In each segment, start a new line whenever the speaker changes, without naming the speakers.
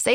Say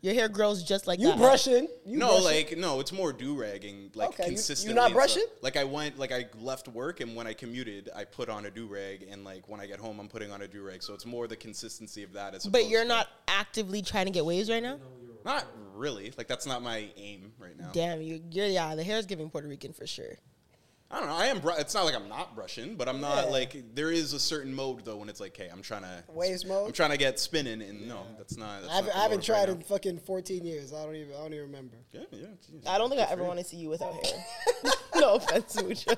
Your hair grows just like
You
that.
brushing? You
no,
brushing.
like no, it's more do ragging, like
Okay, you- you
consistently.
not
and stuff.
brushing?
Like I went, like I left work, and when I commuted, I put on a do rag, and like when I get home, I'm putting on a do rag. So it's more the consistency of that as.
But
opposed
you're
to-
not actively trying to get waves right now.
Not really. Like that's not my aim right now.
Damn, you, you're yeah. The hair's giving Puerto Rican for sure.
I don't know. I am. Br- it's not like I'm not brushing, but I'm not like there is a certain mode though when it's like, hey, I'm trying to
Waves
I'm
mode?
trying to get spinning, and no, that's not. That's
I haven't,
not the
I haven't
mode right
tried
now.
in fucking 14 years. I don't even I don't even remember.
Yeah, yeah.
I don't think I ever want to see you without hair. no offense, Mucho.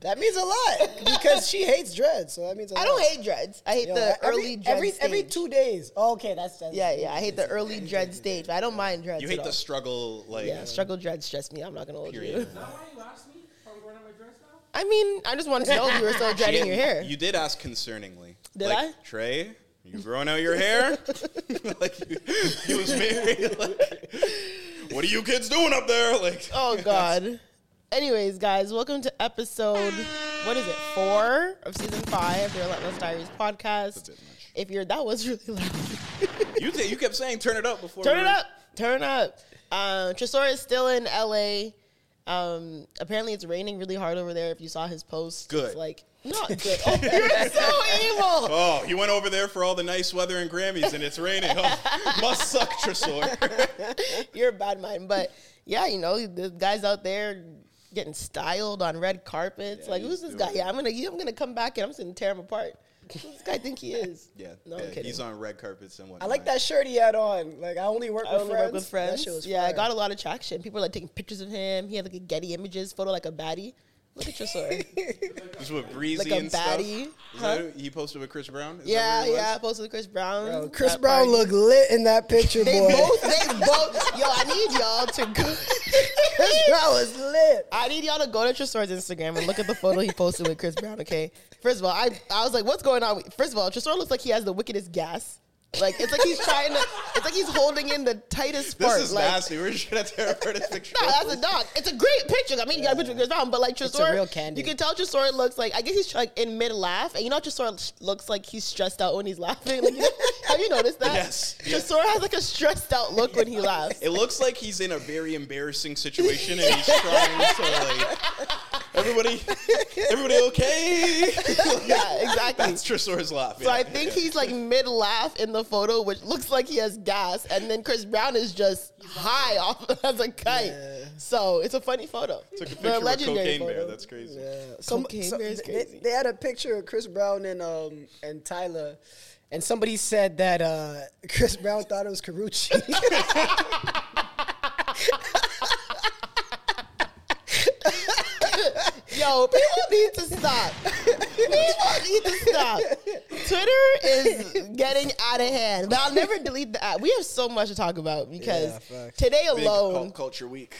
That means a lot because she hates dreads, so that means a
I
lot.
don't hate dreads. I hate
Yo,
the
every,
early dread
every
stage.
every two days. Oh, okay, that's, that's
Yeah, yeah. I hate the early dread stage. But I don't mind dreads.
You
at
hate
all.
the struggle, like
Yeah, struggle dreads stress me. I'm not gonna hold you.
period.
I mean, I just wanted to know if you were still dreading your hair.
You did ask concerningly.
Did
like,
I?
Trey, you growing out your hair? like you, you was married. Like, what are you kids doing up there? Like,
Oh God. Anyways, guys, welcome to episode what is it four of season five of the Relentless Diaries podcast. If you're that was really loud.
you th- you kept saying turn it up before.
Turn
we
it
were-
up. Turn up. Um, Tresor is still in LA. Um, apparently it's raining really hard over there. If you saw his post,
Good.
It's like not good. Oh, you're so evil.
Oh, you went over there for all the nice weather and Grammys, and it's raining. Oh, must suck, Tresor.
You're a bad mind. But yeah, you know the guys out there getting styled on red carpets. like who's this guy? Yeah, I'm gonna I'm gonna come back and I'm just gonna tear him apart. Who does this guy think he is?
yeah,
no,
yeah,
I'm kidding.
he's on red carpets and whatnot.
I like that shirt he had on. Like I only work
I
with
only
friends.
work with friends.
That shit was
yeah, I
fire.
got a lot of traction. People were like taking pictures of him. He had like a Getty Images photo, like a baddie. Look at your sword.
Just with breezy
like a
and stuff.
baddie,
Is that who- he posted with Chris Brown. Is that
Yeah,
what it was?
yeah. Posted with Chris Brown.
Yo, Chris
That
Brown
party.
looked lit in that picture,
They
boy.
both. They both. Yo, I need y'all to go.
Chris Brown was lit.
I need y'all to go to Tresor's Instagram and look at the photo he posted with Chris Brown. Okay. First of all, I I was like, what's going on? with- First of all, Tresor looks like he has the wickedest gas. Like it's like he's trying to. It's like he's holding in the tightest
This
part.
is
like,
nasty. We're just gonna tear apart his picture.
No, that's a dog. It's a great picture. I mean, you got a picture of Chris Brown, but like Tresor,
real candy.
you can tell Tresor looks like. I guess he's like in mid laugh, and you know how Tresor looks like he's stressed out when he's laughing. Like, you know- have you noticed that?
Yes.
Tresor has like a stressed out look when he laughs.
It looks like he's in a very embarrassing situation and he's trying to like everybody everybody okay?
yeah, exactly.
That's Tresor's laugh.
so I think he's like mid laugh in the photo, which looks like he has gas, and then Chris Brown is just high off as a kite. So it's a funny photo.
took a
But
picture with cocaine bear.
photo.
That's crazy.
Some-
Cocaine
some-
Bear is
they-
crazy.
They, had a picture of Chris Brown and um and Tyler, and somebody said that uh, Chris Brown thought it was Carucci.
Yo, people need to stop. People need to stop. Twitter is getting out of hand. But I'll never delete the app. We have so much to talk about because today
Big
alone,
pop culture week.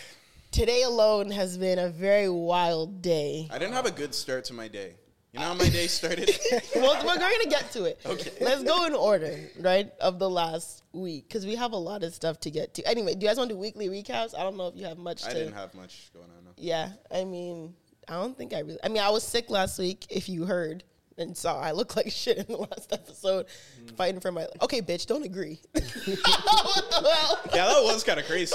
today alone has been a very wild day.
I didn't have a good start to my day. You know how my day started?
well, we're going to get to it. Okay. Let's go in order, right, of the last week because we have a lot of stuff to get to. Anyway, do you guys want to do weekly recaps? I don't know if you have much.
I
to,
didn't have much going on. no.
Yeah, I mean, I don't think I really. I mean, I was sick last week. If you heard and saw, I looked like shit in the last episode,
Mm.
fighting for my. Okay, bitch, don't agree. what the hell?
Yeah, that was kind of crazy.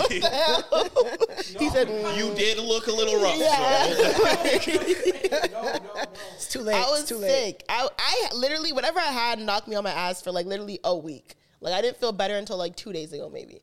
He said,
you did look a little rough.
Yeah.
Joel.
It's too late.
I was
it's too late.
sick. I, I literally, whatever I had knocked me on my ass for like literally a week. Like I didn't feel better until like two days ago, maybe.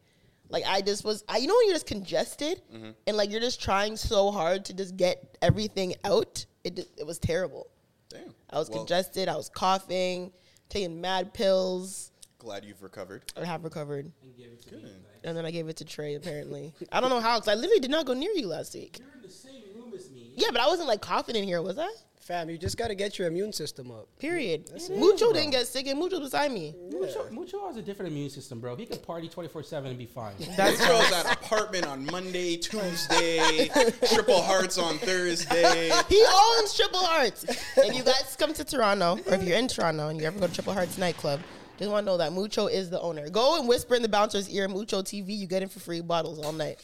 Like I just was, I, you know, when you're just congested
Mm-hmm.
and like you're just trying so hard to just get everything out. It ju- it was terrible.
Damn.
I was
Well,
congested. I was coughing, taking mad pills.
Glad you've recovered.
I have recovered. And, then I gave it to Trey. Apparently, I don't know how because I literally did not go near you last week. You're in the same room as me. Yeah, but I wasn't like coughing in here, was I?
Fam, you just gotta get your immune system up.
Period. Mucho didn't get sick, and Mucho was beside me.
Mucho, Mucho has a different immune system, bro. He could party 24 7 and be fine.
That's Mitchell was at apartment on Monday, Tuesday, triple hearts on Thursday.
He owns Triple Hearts. if you guys come to Toronto, or if you're in Toronto and you ever go to Triple Hearts nightclub, just want to know that Mucho is the owner. Go and whisper in the bouncer's ear, Mucho TV. You get in for free bottles all night.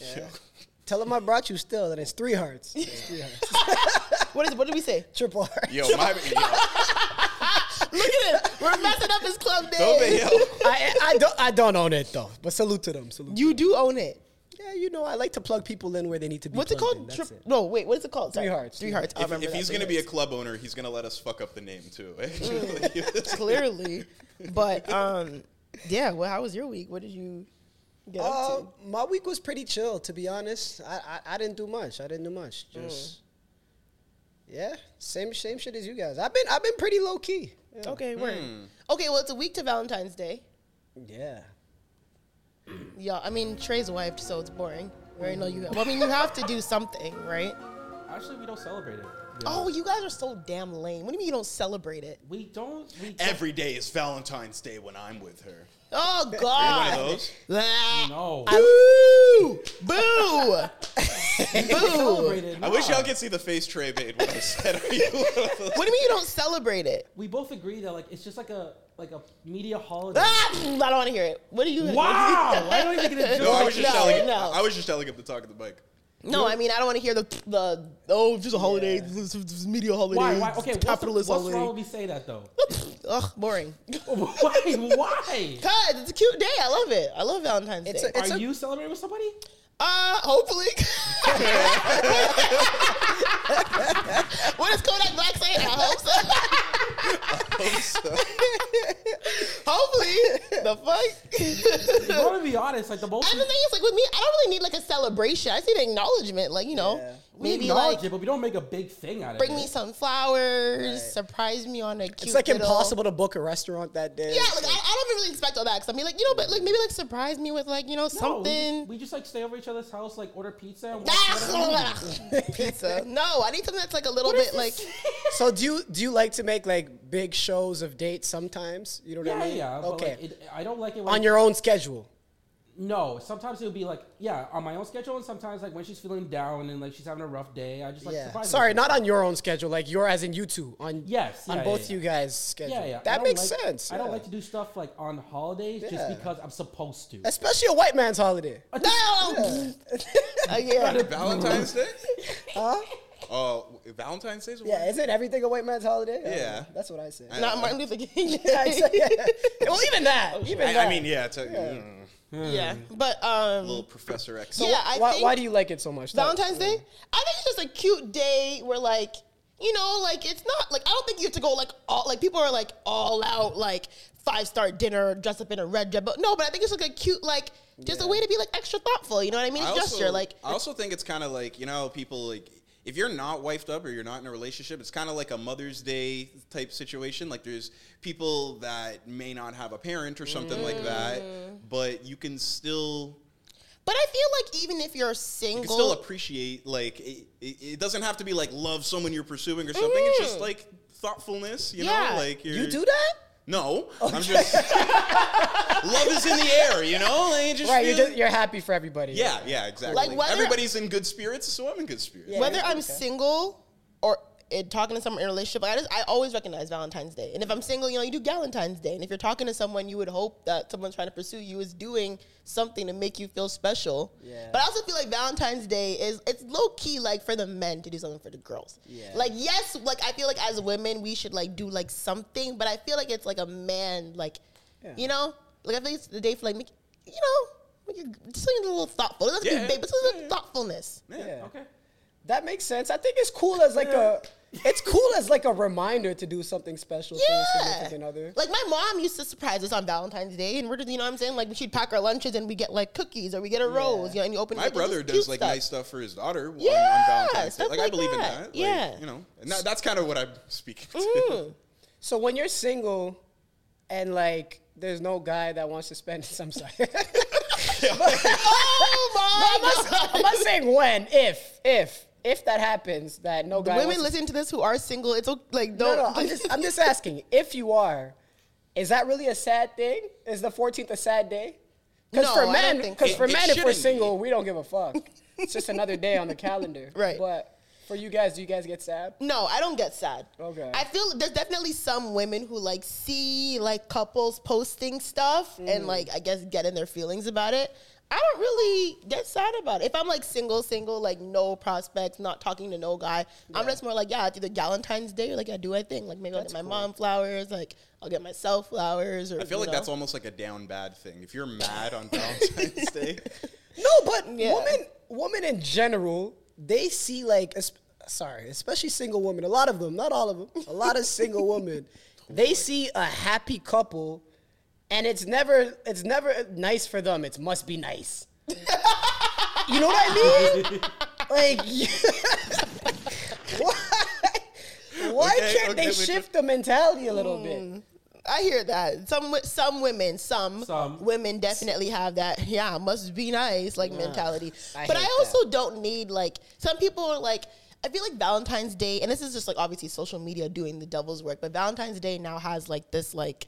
Tell him I brought you still, and it's three hearts. It's three hearts.
What is? What did we say?
Triple heart.
Yo, my yo,
Look at it. We're messing up his club
Kobe,
name.
yo.
I, I don't I don't own it though. But salute to them. Salute.
You do own it.
yeah, you know I like to plug people in where they need to be.
What's it
plugged in.
called?
That's
Tri-
it.
no, wait. What is it called?
Three Hearts.
Three hearts. I remember.
If
that.
he's
Three
gonna be a
Hearts.
club owner, he's gonna let us fuck up the name too. Mm.
clearly, but um, yeah. Well, how was your week? What did you get up
Uh,
to?
my week was pretty chill, to be honest. I, I, I didn't do much. I didn't do much.
Mm.
Just yeah, same same shit as you guys. I've been I've been pretty low key. Yeah.
Okay,
hmm.
word. Okay, well, it's a week to Valentine's Day.
Yeah.
Yeah, I mean Trey's wiped, so it's boring. We already know you. Well, I mean, you have to do something, right?
Actually, we don't celebrate it.
Oh, you guys are so damn lame. What do you mean you don't celebrate it?
We don't. We don't-
Every day is Valentine's Day when I'm with her.
Oh
Are you
God!
one of those?
No.
Boo! Boo! Boo!
Celebrate it,
I wish
nah.
y'all could see the face Trey made when I said, "Are you one of those?"
What do you mean you don't celebrate it?
We both agree that like it's just like a like a media holiday.
Ah, I don't want to hear it. What do you?
Wow! I don't even get a
No, I
joke.
was just
No,
telling.
no.
I was just telling him to talk at the mic.
No, I mean I don't want to hear the the oh just a holiday, this, this media holiday,
Why? Why? Okay. What's,
capitalist
what's
holiday.
wrong with me say that though?
Ugh, boring.
why? Why?
Cause it's a cute day. I love it. I love Valentine's
It's
Day.
a, it's
Are
a,
you celebrating with somebody?
Uh, hopefully. what does Kodak Black say? I hope so.
Oh,
hopefully. The fuck?
I'm gonna be honest. Like the most.
And the thing is, like with me, I don't really need like a celebration. I just need acknowledgement. Like you know,
We
maybe
acknowledge
like
it, but we don't make a big thing out of
bring
it.
me some flowers, surprise me on a cute.
it's like
little-
impossible to book a restaurant that day.
Yeah, like I, I don't really expect all that. Cause I mean, like you know, but like maybe like surprise me with like you know
No, we-
something.
We, just like stay over each other's house, like order pizza. And watch whatever movie.
Pizza. No, I need something that's like a little bit like.
So do you do you like to make like big shows of dates sometimes? You know what
yeah,
I mean?
yeah. but,
Okay.
like, it, I don't like it when
On your own schedule.
No, sometimes it would be like yeah, on my own schedule, and sometimes like when she's feeling down and like she's having a rough day, I just like
Yeah.
surprise.
Sorry,
her.
not on your own schedule. Like your as in you two. On
Yes,
On
yeah,
both
yeah,
you guys' schedule.
Yeah, yeah. I
That
don't
makes
like-
sense.
I don't
yeah.
like to do stuff like on holidays
Yeah.
just because I'm supposed to.
Especially a white man's holiday.
No. Uh, yeah.
Valentine's Day? Huh? Oh, Valentine's Day's.
Yeah, isn't everything a white man's holiday? I-
Yeah.
that's what I say.
Not Martin Luther King.
Yeah, I say- yeah. Well, even that. Even
I,
that.
I mean, yeah, it's a mm,
yeah. But um,
little Professor X.
yeah, I
Hmm. why,
think
why do you like it so much? though?
Valentine's Day. I think it's just a cute day where like. You know, like it's not like I don't think you have to go like all like people are like all out like five star dinner dressed up in a red dress, but no, but I think it's like a cute like just a way to be like extra thoughtful. You know what I mean? It's gesture like
I also think it's kind of like you know people like if you're not wifed up or you're not in a relationship, it's kind of like a Mother's Day type situation. Like there's people that may not have a parent or something like that, but you can still
But I feel like even if you're single,
You can still appreciate like it, it, it doesn't have to be like love someone you're pursuing or something. It's just like thoughtfulness, you
Yeah.
know, like you're,
You do that?
No, I'm just love is in the air, you know. Like, you just
Right, you're
feel-
just, you're happy for everybody.
yeah, yeah, exactly.
Like, whether-
Everybody's in good spirits, so I'm in good spirits.
whether I'm single or in talking to someone in a relationship, like I just I always recognize Valentine's Day. And if I'm single, you know, you do Galentine's Day. And if you're talking to someone, you would hope that someone trying to pursue you is doing something to make you feel special.
Yeah.
But I also feel like Valentine's Day is it's low key like for the men to do something for the girls.
Yeah.
Like yes, like I feel like as women we should like do like something, but I feel like it's like a man like you know, like I think it's the day for like make, you know, make your, just something a little thoughtful. It doesn't have to
Yeah.
be big, but it's a thoughtfulness.
Yeah.
Okay.
That makes sense. I think it's cool as like a it's cool as like a reminder to do something special for a significant other.
Like my mom used to surprise us on Valentine's Day, and we're just, you know what I'm saying? Like she'd pack our lunches and we get like cookies or we get a rose, you know, and you open
My
it, it's just
brother
cute
does like nice stuff for his daughter on- on,
Yeah,
Valentine's Day.
stuff
Like, I
like
believe in
that.
that. Like,
Yeah. Mm-hmm.
you know, and that, that's kind of what I'm speaking to.
Mm.
So when you're single and like there's no guy that wants to spend I'm sorry.
Oh
I'm,
my
not,
God.
I'm not saying when, if, if, if that happens, that no guy.
Women
wants
listening to this who are single, it's okay, like
To, no,
don't.
no. I'm just, I'm just asking. If you are, is that really a sad thing? Is the 14th a sad day? Because
No, I
for
don't
men,
think
because
so.
for
It- it
men, if we're
shouldn't be.
single, we don't give a fuck. it's just another day on the calendar.
Right.
But for you guys, do you guys get sad?
No, I don't get sad.
Okay.
I feel there's definitely some women who like see like couples posting stuff and like I guess get in their feelings about it. I don't really get sad about it. If I'm like single, single, like no prospects, not talking to no guy, I'm just more like, yeah, it's either Valentine's Day or like I do I think. Like maybe I'll get my mom flowers, like I'll get myself flowers or
I feel
you
like that's
know.
almost like a down bad thing. If you're mad on Valentine's Day,
No, but
Yeah.
women, women in general, they see like, es- sorry, especially single women. A lot of them, not all of them. A lot of single women, they see a happy couple, and it's never, it's never nice for them. It must be nice. you know what I mean? like, why, why
Okay,
can't
okay,
they
we-
shift the mentality a little bit?
I hear that. Some wi- some women, some,
Some.
women definitely have that. Yeah, must be nice like mentality.
I
but I
hate
also don't need like some people are like I feel like Valentine's Day and this is just like obviously social media doing the devil's work, but Valentine's Day now has like this like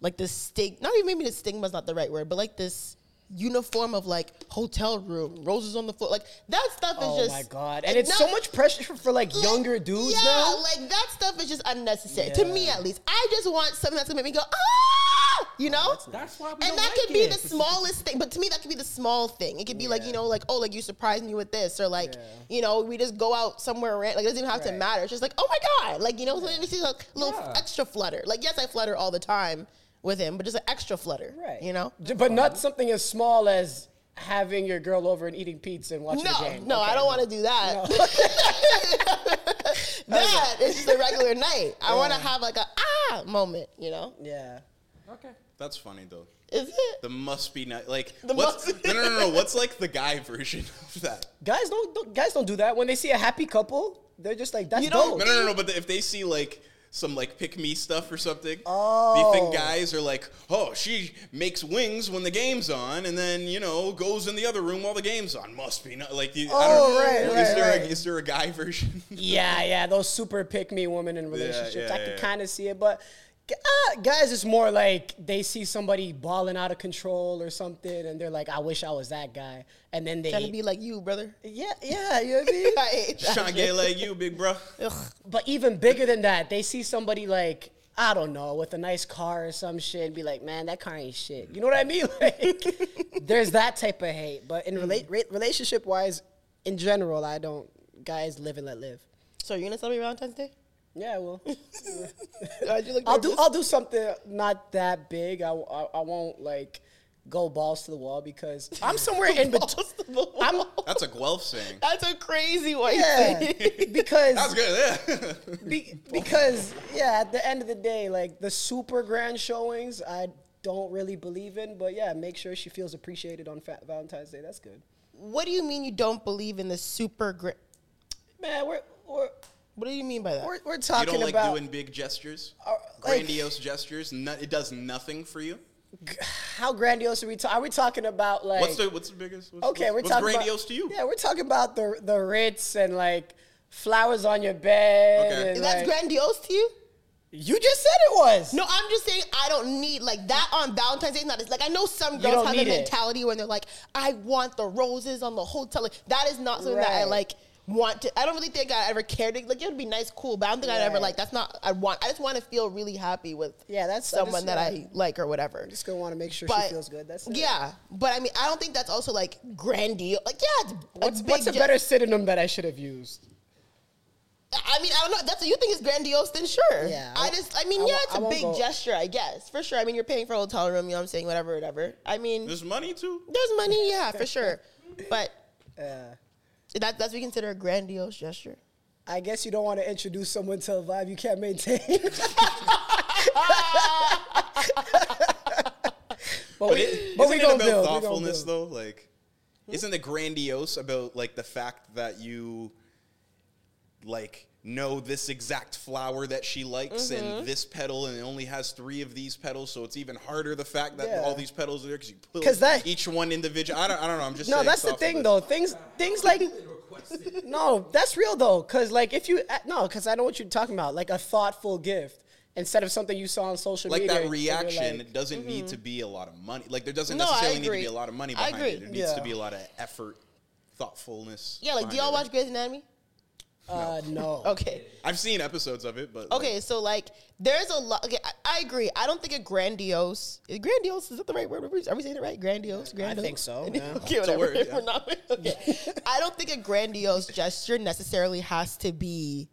like this stig not even maybe the stigma's not the right word, but like this uniform of like hotel room, roses on the floor. Like that stuff
Oh
is just
my god! And it's so
no-
much pressure for like
like,
younger dudes
yeah,
now.
like that stuff is just unnecessary to me, at least. I just want something that's gonna make me go ah, you know.
Oh, That's why we
and
don't
that
like
could be
it.
the smallest thing, but to me, that could be the small thing. It could be like you know, like oh, like you surprised me with this, or like you know, we just go out somewhere. Around, like it doesn't even have to matter. It's just like oh my god, like you know, yeah. it's just like a little
Yeah.
extra flutter. Like yes, I flutter all the time with him, but just an extra flutter,
Right.
You know.
J- But not something as small as having your girl over and eating pizza and watching
No,
the game.
no, I don't want to do that. that is just a regular night. I want to have like a ah moment, you know?
Yeah.
Okay.
that's funny though.
Is it?
The must be nice. Like
The
what's
must-
no, no, no, no. What's like the guy version of that?
Guys don't, don't guys don't do that. When they see a happy couple, they're just like, that's
You don't-
dope.
No, no, no, no. But if they see like some like pick me stuff or something, oh. do you think guys are like, oh, she makes wings when the game's on, and then you know goes in the other room while the game's on? Must be not like. You, I don't,
Oh, right,
is
right,
there
right.
A, is there a guy version?
Yeah, yeah, those super pick me women in relationships.
yeah,
I can
yeah.
kind of see it, but g- uh, guys, it's more like they see somebody balling out of control or something, and they're like, I wish I was that guy. And then they.
Trying to be like you, brother.
yeah, yeah, you know what I mean?
I hate that.
Trying to get like you, big bro.
But even bigger than that, they see somebody like I don't know with a nice car or some shit, and be like, "Man, that car ain't shit." You know what I mean? Like, there's that type of hate. But in relate re- relationship wise, in general, I don't. Guys, live and let live.
So, are you going to celebrate Valentine's Day?
Yeah, well,
Why'd you look
I'll do.
nervous?
I'll do something not that big. I, I, I won't like go balls to the wall because I'm somewhere in between.
Balls to the wall.
I'm
That's a Guelph saying.
That's a crazy one.
yeah, because
That's good. Yeah.
Be- because yeah, at the end of the day, like the super grand showings, I don't really believe in. But yeah, make sure she feels appreciated on fa- Valentine's Day. That's good.
What do you mean you don't believe in the super grit?
Man, we're we're
What do you mean by that?
we're, we're
you
talking
don't like
about Uh,
doing big gestures,
like-
grandiose gestures. No, it does nothing for you.
how grandiose are we talking? Are we talking about like?
What's the what's the biggest? What's,
okay, we're
what's,
talking
what's grandiose
about,
to you?
Yeah, we're talking about the the Ritz and like flowers on your bed.
Okay.
and,
That's
like-
grandiose to you?
You just said it was.
No, I'm just saying I don't need like that on Valentine's Day. It's Not it's like I know some
don't
girls have the
need it.
mentality when they're like, I want the roses on the hotel. Like, that is not something that I
Right.
like want to. I don't really think I ever cared. to- Like it would be nice, cool, but I don't think I'd ever
Right.
like. That's not I want. I just want to feel really happy with
Yeah, that's- I
someone
just-
that
yeah.
I like or whatever.
just gonna want to make sure she feels good. That's it.
yeah, but I mean, I don't think that's also like grandiose. Like yeah, it's,
What's,
it's big.
what's a
ju-
better synonym that I should have used?
I mean, I don't know. If that's what you think is grandiose, then sure.
Yeah, I-
I just, I mean,
I
yeah,
won't-
it's
I
a
won't
big
go-
gesture, I guess, for sure. I mean, you're paying for a hotel room, you know what I'm saying, whatever, whatever. I mean,
There's money too.
there's money, yeah, for sure. But
Uh.
that, that's what we consider a grandiose gesture.
I guess you don't want to introduce someone to a vibe you can't maintain. but we,
it-
but
isn't
we
it
gonna
about
build. we gonna
thoughtfulness
build.
though? Like, isn't it grandiose about like the fact that you like know this exact flower that she likes
Mm-hmm.
and this petal and it only has three of these petals, so it's even harder the fact that all these petals are there because you put
'Cause that-
each one individual. I don't, I don't know. I'm just
No,
saying
that's the thing
thoughtfulness.
though. Things things like no, that's real though. Cause like if you uh, no, cause I know what you're talking about. Like a thoughtful gift instead of something you saw on social
Like
media.
that
and you're
reaction,
like- mm-hmm.
it doesn't need to be a lot of money. Like there doesn't
No, I
necessarily need to
agree.
be a lot of money
I
behind it.
agree.
It needs to
Yeah.
be a lot of effort, thoughtfulness.
Yeah, like, do
behind
y'all
it, right?
watch Grey's Anatomy?
uh, no.
Okay.
I've seen episodes of it, but like,
Okay, so like, there's a lot. Okay, I, I agree. I don't think a grandiose. Is grandiose is that the right word? Are we, are we saying it right? Grandiose. Grandiose.
think so,
okay,
yeah.
whatever.
word, yeah.
We're not- okay. I don't think a grandiose gesture necessarily has to be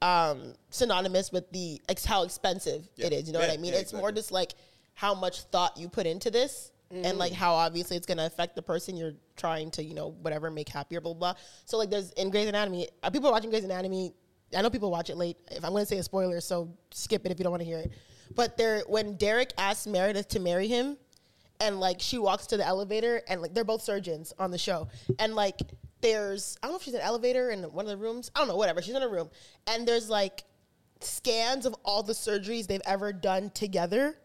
um, synonymous with the ex- how expensive
Yeah.
it is. You know
Yeah,
what I mean?
yeah,
it's more
exactly.
just like how much thought you put into this. And like how obviously it's gonna affect the person you're trying to you know whatever make happier blah blah. blah. So like there's in Grey's Anatomy, uh, people are watching Grey's Anatomy. I know people watch it late. If I'm gonna say a spoiler, so skip it if you don't want to hear it. But there, when Derek asks Meredith to marry him, and like she walks to the elevator and like they're both surgeons on the show and like there's i don't know if she's in an elevator in one of the rooms i don't know whatever she's in a room and there's like scans of all the surgeries they've ever done together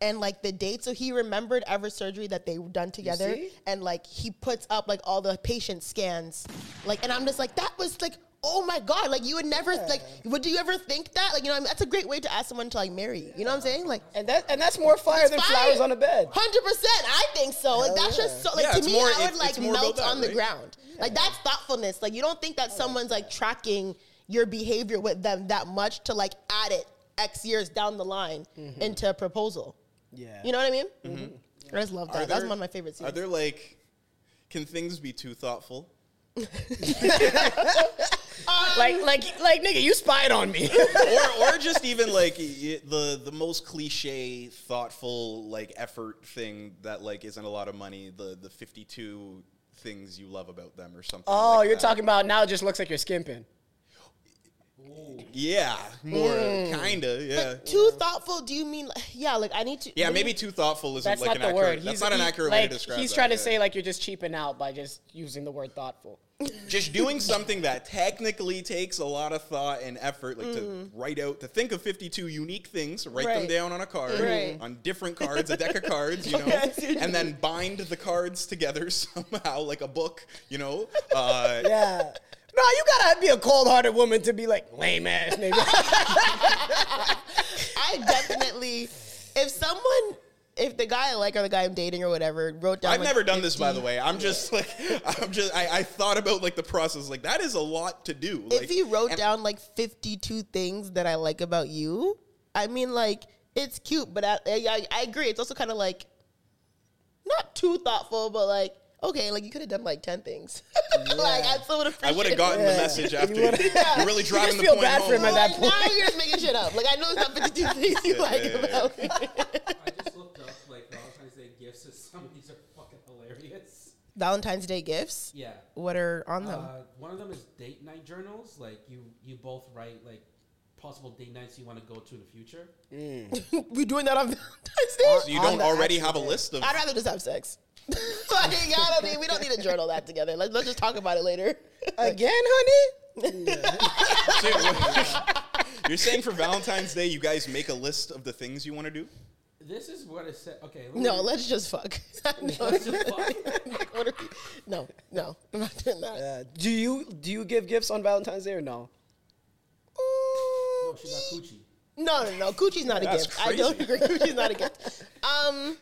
and like the date so he remembered every surgery that they've done together
see?
and like he puts up like all the patient scans like and i'm just like that was like oh my god like you would never like would you ever think that like you know what I mean? that's a great way to ask someone to like marry you you know what i'm saying like
And that and that's more fire than flowers on a bed.
Hundred percent, I think so. Like that's just so. Like
Yeah,
to
it's
me,
more-
I
it-
would like
it's more
melt
about that,
on the
right?
ground. Like that's thoughtfulness. Like you don't think
Oh,
that someone's like tracking your behavior with them that much to like add it X years down the line into a proposal.
Mm-hmm. Yeah. Mm-hmm.
You know what I mean? Mm-hmm. I just love that.
Are
That's
there-
one of my favorite scenes.
Are there like, can things be too thoughtful?
Like like like nigga, you spied on me.
or, or just even like y- the the most cliche, thoughtful, like effort thing that like isn't a lot of money. The the fifty two things you love about them or something.
oh,
like
you're
that.
talking about now it just looks like you're skimping.
Yeah, more
Mm.
kinda. Yeah,
Too thoughtful? Do you mean? Like, yeah, like I need to.
yeah.
what do you-
Maybe too thoughtful isn't
That's
like
not
an
the
accurate.
word.
That's not an
he-
accurate way
like,
to describe.
He's
that,
trying to
yeah.
say like you're just cheaping out by just using the word thoughtful.
just doing something that technically takes a lot of thought and effort, like to write out, to think of 52 unique things, write them
Right.
down on a card,
Right.
on different cards, a deck of cards, you know, and then bind the cards together somehow, like a book, you know. Uh,
Yeah. No, you gotta be a cold-hearted woman to be like lame ass nigga.
I definitely. if someone, if the guy I like or the guy I'm dating or whatever wrote down,
I've
like,
never done this, by the
50
way. I'm just like, I'm just, I, I thought about like the process, like that is a lot to do. Like,
if he wrote
and-
down like 52 things that I like about you, I mean, like, it's cute, but I, I, I agree. It's also kind of like not too thoughtful, but like, okay, like you could have done like 10 things. like, I still would have
I would have gotten the message after. You are really driving the
feel
point
bad
home.
for him at that
Like, now you're just making shit up. Like, I know it's not 52 things you like about me.
I just looked up like Valentine's Day gifts. and Some of these are fucking hilarious.
Valentine's Day gifts.
Yeah.
What are on them?
Uh, one of them is date night journals. Like you, you both write like possible date nights you want to go to in the future.
we doing that on Valentine's Day?
So you don't already have a list of
I'd rather just have sex. like, I don't need, we don't need to journal that together. Let, let's just talk about it later.
Again, honey?
Dude, what- You're saying for Valentine's Day, you guys make a list of the things you want to do?
This is what it said. Okay. let me-
No, let's just fuck.
Let's just fuck.
What are we- no, no, I'm not doing that.
Uh, do you do you give gifts on Valentine's Day or no?
No, Oh, she got coochie.
No, no, no. Coochie's not a
That's
gift. I don't agree. Coochie's not a gift. Um.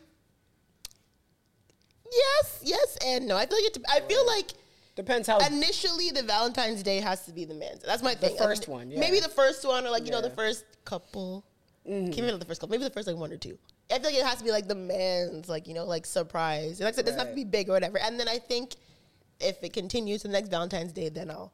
Yes, yes, and no. I feel like it. I feel like
Depends how.
initially the Valentine's Day has to be the man's. That's my thing.
first one, yeah.
Maybe the first one, or like you know, the
Yeah. Mm.
first couple. Can't even the first couple. Maybe the first like one or two. I feel like it has to be like the man's, like you know, like surprise. Like I said, it doesn't have to be big or whatever. And then I think if it continues to the next Valentine's Day, then I'll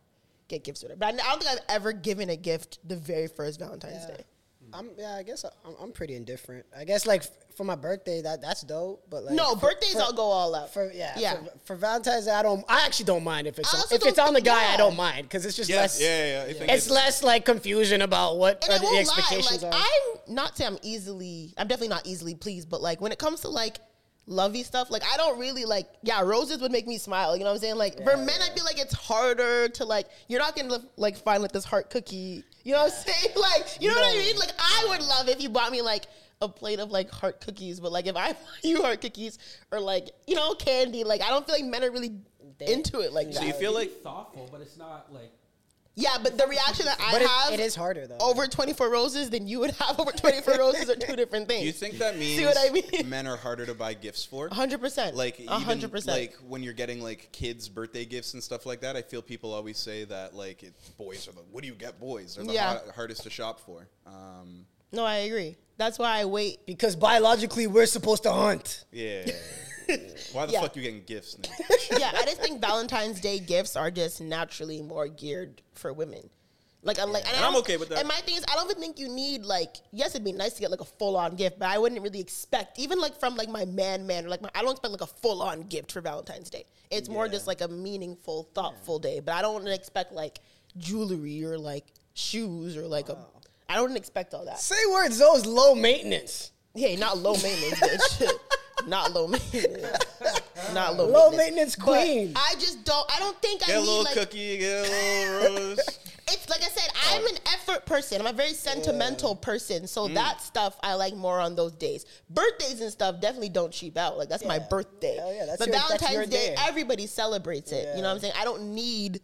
get gifts or whatever. But I I don't think I've ever given a gift the very first Valentine's Day.
I'm yeah. I guess I, I'm, I'm pretty indifferent. I guess like f- for my birthday, that that's dope. But like
No,
for-
birthdays
for-
I'll go all out.
For yeah,
yeah.
For, for Valentine's Day, I don't. I actually don't mind if it's
I
on,
also
if it's
don't
on the
think-
guy.
yeah.
I don't mind because it's just
Yeah,
less.
yeah, yeah, I think
It's
it's-
less like confusion about what
and
are
I
the
won't lie,
expectations
like
are.
I'm not saying I'm easily, I'm definitely not easily pleased, but like when it comes to like lovey stuff, like I don't really like, yeah, roses would make me smile. You know what I'm saying? Like for men, I feel like it's harder to like, you're not gonna like find like this heart cookie. You know what I'm saying? Like, you know what I mean? Like I would love if you bought me like a plate of like heart cookies, but like if I buy you heart cookies or like you know candy, like I don't feel like men are really into it like that.
Do you feel like
It's thoughtful, but it's not like.
Yeah, but the reaction that I
But it-
have
it is harder, though.
Over twenty four roses than you would have over twenty four roses are two different things.
do you think that means
See what I mean?
men are harder to buy gifts for?
hundred percent.
like
a hundred
even
percent.
like when you're getting like kids birthday gifts and stuff like that i feel people always say that like it, boys are the what do you get boys are the
Yeah.
har- hardest to shop for um
No, I agree. That's why I wait.
because biologically we're supposed to hunt.
yeah why the
Yeah.
fuck you getting gifts nigga?
Yeah, I just think Valentine's Day gifts are just naturally more geared for women. Like I'm like, and, I
and I'm
don't-
okay with that.
And my thing is, I don't even think you need like. Yes, it'd be nice to get like a full on gift, but I wouldn't really expect even like from like my man man or like my. I don't expect like a full on gift for Valentine's Day. It's more just like a meaningful, thoughtful day. But I don't expect like jewelry or like shoes or like
Oh.
a. I don't expect all that.
Say words. Those low maintenance.
Yeah, not low maintenance, bitch. not low maintenance. Not low,
Low
maintenance.
maintenance
But
queen.
I just don't. I don't think I
get a
need
little
like.
cookie Oh. get a little rose
It's like I said. I'm an effort person. I'm a very
Oh.
sentimental person. So
Mm.
that stuff I like more on those days. Birthdays and stuff definitely don't cheap out. Like that's my birthday.
Hell yeah, that's
but
your- that's
Valentine's
your
Day,
day.
everybody celebrates it. You know what I'm saying? I don't need.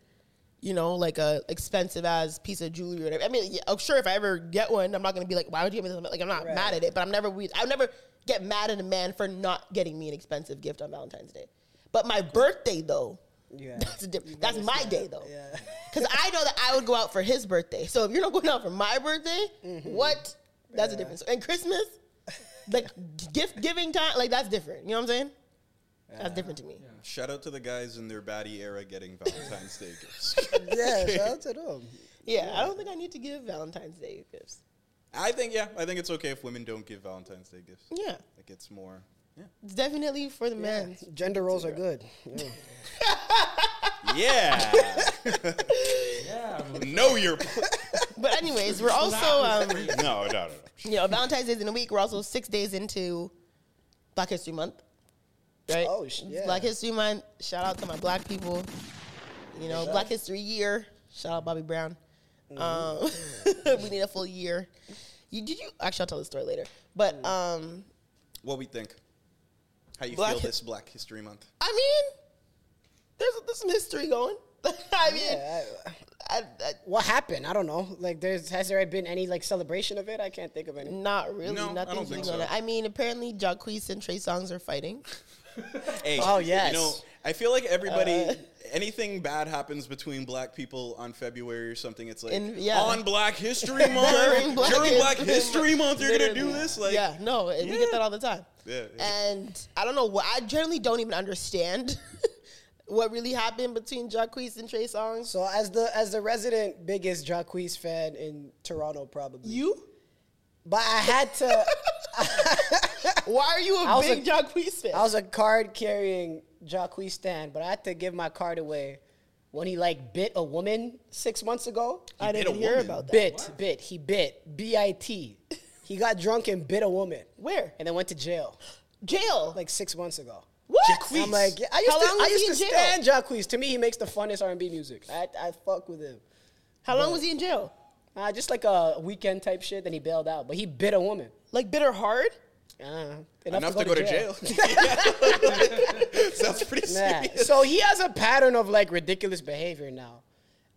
You know, like a expensive as piece of jewelry or whatever. I mean, yeah, oh, sure, if I ever get one, I'm not gonna be like, why would you give me this? Like, I'm not mad at it, but I'm never, we- I'll never get mad at a man for not getting me an expensive gift on Valentine's Day. But my birthday, though,
Yeah.
that's a different. That's my day though. Because I know that I would go out for his birthday. So if you're not going out for my birthday, what? That's a difference. And Christmas, like gift giving time, like that's different. You know what I'm saying? That's different to me.
shout out to the guys in their baddie era getting valentine's day gifts
yeah, shout out to them.
Yeah, I don't think I need to give Valentine's Day gifts.
i think yeah i think it's okay if women don't give valentine's day gifts
Yeah,
like it's more yeah,
it's definitely for the men.
Gender roles are good. Yeah.
yeah.
Yeah, but
know your pl-
But anyways, we're also um,
no no no no
you know Valentine's Day's in a week. We're also six days into Black History Month, right?
Oh, sh-
It's
yeah.
Black History Month. Shout out to my black people. You know, Black History Year. Shout out Bobby Brown.
Mm-hmm.
Um, we need a full year. You did you actually? I'll tell the story later.
Mm.
But um,
what we think how you
Black
feel
hi-
this black history month
I mean, there's there's some history going. I mean,
Yeah, I-
I, I,
what happened? I don't know. Like, there's has there been any like celebration of it? I can't think of any.
not really.
No, I don't
Nothing's
think
been going
so.
on. I mean, apparently Jacquees and Trey Songs are fighting.
Hey,
Oh,
You
yes.
know, I feel like everybody, anything bad happens between black people on February or something, it's like,
In- yeah.
on Black History Month, during Black, History Month, you're going to do
Literally.
this? Like,
yeah, no, and we get
yeah.
that all the time.
Yeah, yeah.
And I don't know what I generally don't even understand what really happened between Jacquees and Trey Songz.
So as the as the resident biggest Jacquees fan in Toronto, probably.
you?
But I had to.
Why are you
I
a
was
big
a-
Jacquees fan?
I was a card carrying Jacquees Stan, but I had to give my card away when he like bit a woman six months ago.
I didn't
a
hear
woman.
about that.
Bit, bit, he bit, B I T. He got drunk and bit a woman.
Where?
And then went to jail
Jail.
like six months ago.
what?
And I'm like, yeah, I used
How
to,
long
I
was he
used to
in jail?
stand Jacquees. To me, he makes the funnest R&B music. I, I fuck with him.
How long was he in jail?
Uh, just like a weekend type shit. Then he bailed out, but he bit a woman. Uh,
Like bitter hard?
Enough to go to jail. Yeah. Sounds pretty
Yeah.
serious.
So he has a pattern of like ridiculous behavior now.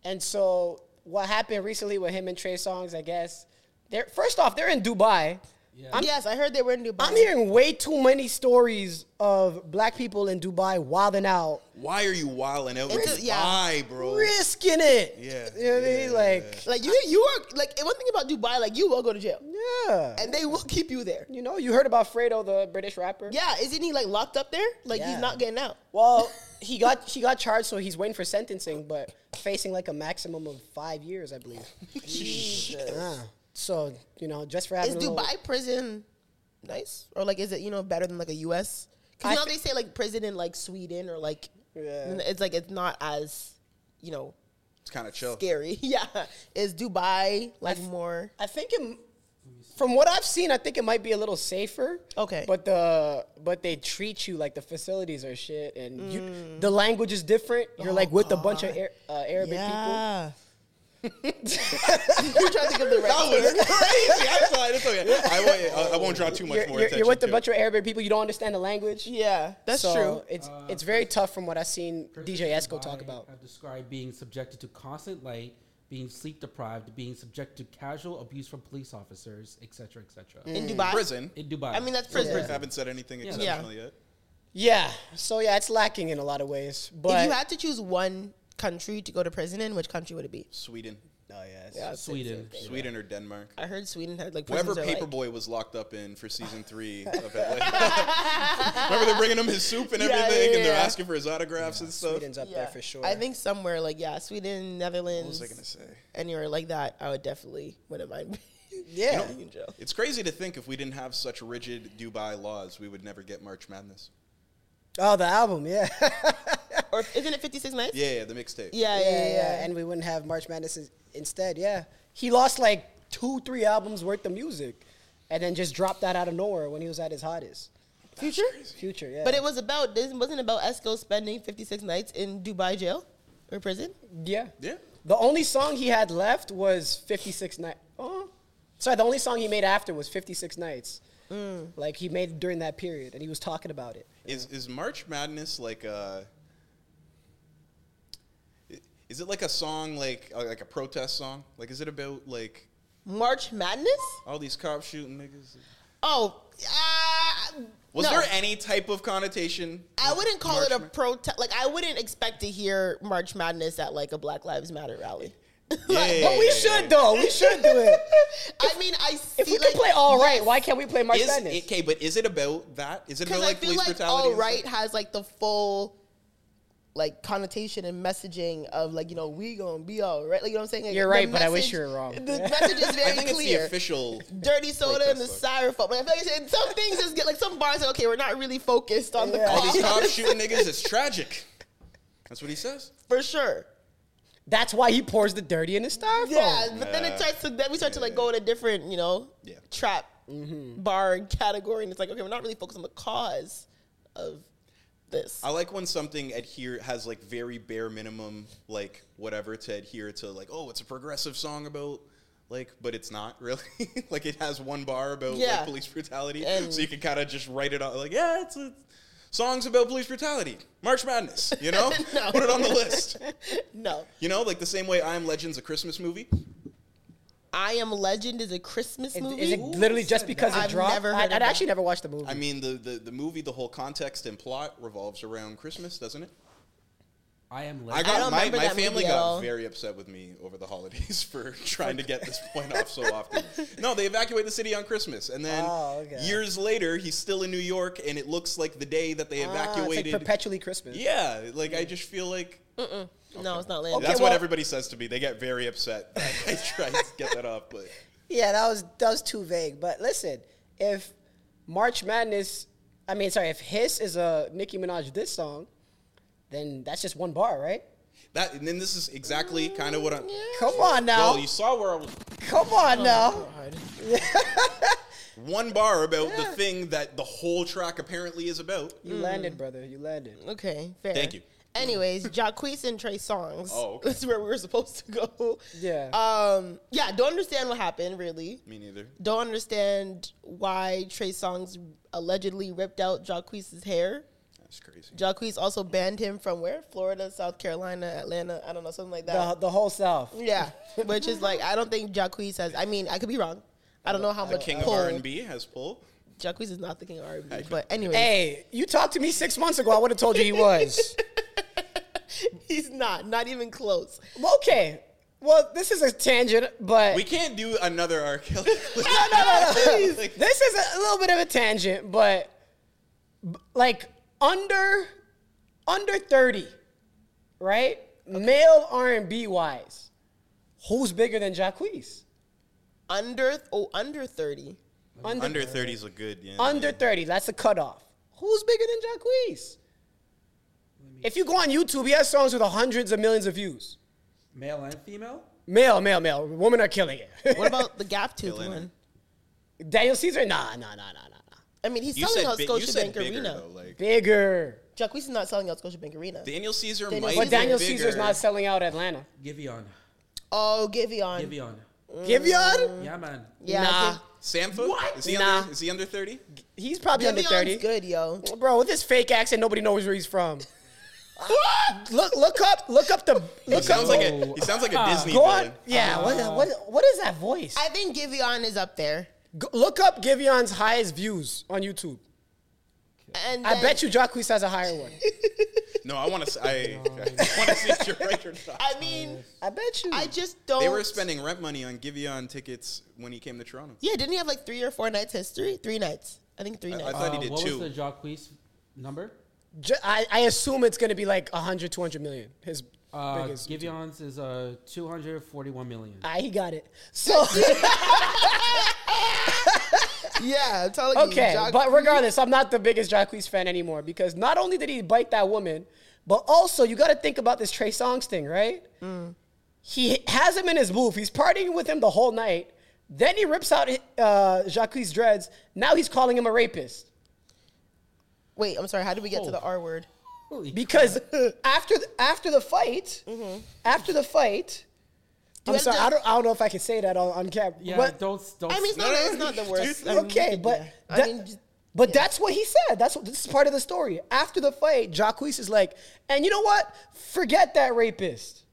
And so what happened recently with him and Trey Songs, I guess, they're first off, they're in Dubai.
yes, I heard they were in Dubai.
I'm hearing way too many stories of black people in Dubai wilding out,
Why are you wilding out?
It's
It's
a- yeah.
Why, bro?
risking it.
Yeah,
You know what I
yeah,
mean? Like,
Like you, you are like and one thing about Dubai, like you will go to jail,
yeah.
and they will keep you there.
You know, you heard about Fredo, the British rapper.
Yeah, isn't he like locked up there? Like
Yeah.
he's not getting out.
Well, he got he got charged, so he's waiting for sentencing, but facing like a maximum of five years, I believe. Yeah. So you know, just for having
Is
a little-
Dubai prison nice or like is it you know better than like a U.S. Because
I
you know
thi-
they say like prison in like Sweden or like
Yeah.
it's like it's not as you know
It's kind of chill.
scary. yeah, is Dubai like more?
Oh. I think it, from what I've seen, I think it might be a little safer.
Okay.
But the but they treat you like the facilities are shit, and
Mm.
you, the language is different. You're like with a bunch
Oh,
of Ar- uh, Arabic people.
You're trying to give the
That
right.
was crazy. I'm sorry. It's okay. I won't, I- I won't draw too much
You're,
more
you're-
attention.
you're with a
to
bunch
it.
of Arabic people. You don't understand the language.
Yeah, that's
So
true.
It's it's very tough from what I've seen DJ Esco talk about.
I've described being subjected to constant light, being sleep deprived, being subjected to casual abuse from police officers, etc., etc.
in
mm.
Dubai.
prison.
In Dubai.
Mm. I mean, that's
Prison.
prison.
Haven't said anything exceptional yet.
Yeah. So yeah, it's lacking in a lot of ways. But
if you had to choose one country to go to prison in, which country would it be?
Sweden.
oh yeah, it's-
Sweden.
Sweden or Denmark.
I heard Sweden had like
Whatever
prisons are, like-
Paperboy was locked up in for season three of Atlanta. Remember they're bringing him his soup and everything,
yeah,
and they're
yeah.
asking for his autographs and stuff.
Sweden's up there
Yeah.
for sure.
I think somewhere like yeah, Sweden, Netherlands,
What was I gonna say?
anywhere like that, I would definitely wouldn't mind.
yeah.
being in jail.
It's crazy to think if we didn't have such rigid Dubai laws, we would never get March Madness.
Oh, the album. Yeah.
Or isn't it 56 nights?
Yeah, yeah, the mixtape.
Yeah, yeah,
yeah,
yeah.
yeah. And we wouldn't have March Madness in- instead. Yeah. He lost like two, three albums worth of music and then just dropped that out of nowhere when he was at his hottest.
Future?
Future, yeah.
But it was about this wasn't about Esco spending 56 nights in Dubai jail or prison.
Yeah.
Yeah.
The only song he had left was 56 Nights. Oh. Sorry, the only song he made after was 56 Nights.
Mm.
Like he made during that period and he was talking about it.
Is is March Madness like a? i- Is it like a song like uh, like a protest song? Like is it about like
March Madness?
all these cops shooting niggas?
Oh, uh,
Was
no.
there any type of connotation?
I wouldn't call it a
March
protest. Like I wouldn't expect to hear March Madness at like a Black Lives Matter rally.
Ma- Yeah.
But we should though. We should do it.
I mean, I see,
If we
like,
can play all right, why can't we play March
Is
Madness?
it, okay, but is it about that? Is it about
Because
like
I feel
police
like
brutality?
all
and
right
stuff?
has like the full like connotation and messaging of like you know we gonna be all right. Like you know what I'm saying? Like,
You're
the
right, but I wish you were wrong.
The message is very
I think
clear.
it's the official.
Dirty soda and the
Protest
styrofoam. Like, I feel like it's- and some things is get like some bars like okay, we're not really focused on the
Yeah.
all
cause
these cops shooting niggas is tragic. That's what he says.
for sure.
That's why he pours the dirty in his styrofoam.
Yeah, but then it starts to then we start to like go in a different you know
Yeah.
trap
Mm-hmm.
bar category, and it's like okay, we're not really focused on the cause of this.
I like when something adhere has like very bare minimum like whatever to adhere to like oh it's a progressive song about like but it's not really like it has one bar about
Yeah.
like police brutality
And-
so you can kind of just write it out like yeah it's a, songs about police brutality March Madness you know
No.
put it on the list
no,
you know like the same way I am Legend's a Christmas movie
I Am Legend is a Christmas
Is-
movie.
Is it literally just because it
I've
dropped?
never
I,
heard
I'd
of
actually
that.
never watched the movie.
I mean the, the the movie the whole context and plot revolves around Christmas doesn't it
I am
I
late.
got
don't
my,
remember
my
that
family
movie at
got
all.
very upset with me over the holidays for trying to get this point off so often. No, they evacuate the city on Christmas, and then
Oh, okay.
years later, he's still in New York, and it looks like the day that they
Ah, it's like
evacuated.
perpetually Christmas.
yeah, like I just feel like
No, it's not Landon.
that's
well-
what everybody says to me. They get very upset. that I try to get that off, but
Yeah, that was that was too vague. But listen, if March Madness, I mean, sorry, if Hiss is a Nicki Minaj diss song, then that's just one bar, right?
that and then this is exactly kind of what I'm.
Come on now,
Well, you saw where I was.
come on
Oh,
now.
One bar about the thing that the whole track apparently is about.
Mm.
You landed, brother. You landed.
Okay, fair.
Thank you.
Anyways, Jacquees and Trey Songs.
Oh, okay.
That's where we were supposed to go.
Yeah.
Um, yeah, don't understand what happened, really.
Me neither.
Don't understand why Trey Songs allegedly ripped out Jacquees' hair.
That's crazy.
Jacquees also banned him from where? Florida, South Carolina, Atlanta, I don't know, something like that.
the, the whole South.
yeah. Which is like, I don't think Jacquees has, I mean, I could be wrong. I don't know how much
King
pull.
of R&B has pull.
Jacquees is not the king of R&B, but anyway.
Hey, you talked to me six months ago. I would have told you he was.
He's not, not even close.
Well, okay. Well, this is a tangent, but
We can't do another R. Kelly. no,
Like, this is a little bit of a tangent, but b- like under under 30, right? Male R&B wise, who's bigger than Jacquees?
Under, oh, under 30.
Under
Under 30 is a good, yeah.
under 30, that's the cutoff. Who's bigger than Jacquees? If you go on YouTube, he has songs with hundreds of millions of views.
Male and female?
Male, male, male. Women are killing it.
What about the gap tooth
Killing it.
one?
Daniel Caesar? Nah, nah, nah, nah, nah, nah.
I mean, he's
You
selling
said,
out
big, you
Scotiabank
said bigger,
Arena.
though. Like,
Bigger.
Jacquees is not selling out Scotiabank Arena.
Daniel Caesar
Daniel-
might
But
be
But Daniel
bigger.
Caesar's not selling out Atlanta.
Giveon.
oh, Giveon.
Giveon.
Mm.
Giveon?
Yeah, man.
Yeah,
Nah.
Giv-
Samfa?
What?
Is he,
Nah.
under, is he under 30?
He's probably under
Giveon's
30.
good, yo.
Bro, with his fake accent, nobody knows where he's from. look look up look up the
He
look up
sounds like a, Ah. he sounds like a Disney Uh,
go on.
villain.
Yeah, what, what what is that voice?
I think Giveon is up there.
Go- look up Giveon's highest views on YouTube.
And
I bet you Jacquees has a higher one.
No, I want to. I, I want to see if you're right or not.
I mean,
I bet you.
I just don't.
They were spending rent money on Giveon tickets when he came to Toronto.
Yeah, didn't he have like three or four nights history? Three nights. I think three
I- I
nights.
thought he did
Uh, what
two.
was the Jacquees number?
Ju- I, I assume it's gonna be like 100, 200 million. His
Uh,
biggest.
Giveon's is uh, 241 million.
Ah, he got it. So
yeah, I'm telling
Okay,
you. Jacques-
but regardless, I'm not the biggest Jacquees fan anymore because not only did he bite that woman, but also you got to think about this Trey Songz thing, right? He has him in his booth. He's partying with him the whole night. Then he rips out uh, Jacquees' dreads. Now he's calling him a rapist
wait, I'm sorry. How did we
Oh.
get to the R word?
because after the, after the fight, after the
we
fight,
Mm-hmm.
I'm
have
sorry,
to-
I don't I don't know if I can say that on, on camera.
Yeah,
but-
don't don't.
I mean, it's not,
no,
it's not the worst. I mean,
Okay,
we could-
but
yeah. I
that-
mean, just-
But that's what he said. That's what this is part of the story. After the fight, Jacquees is like, and you know what? Forget that rapist.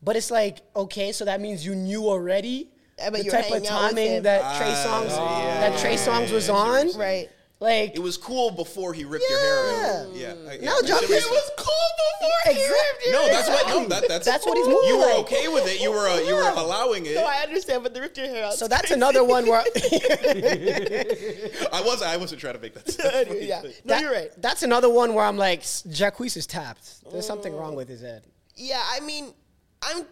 But it's like, okay, so that means you knew already
Yeah, but
the
you were
type of
hanging out with
timing
him.
that
Ah,
Trey Songs that Trey Songs was on.
right.
Like
It was cool before he ripped your hair out. Yeah. I- yeah
No,
I
Jacquees
should respect-
was cool before he ripped your
No, that's
hair
what. No,
out.
that, that's
That's what he's moving
You were
like.
okay with it. You were uh, you were
Yeah.
allowing it.
No, I understand, but the ripped your hair out.
so that's another one where
I was I wasn't trying to make that. sound.
Anyway, yeah. No,
that-
you're right.
That's another one where I'm like, Jacquees is tapped. There's something
Mm.
wrong with his head.
Yeah, I mean, I'm.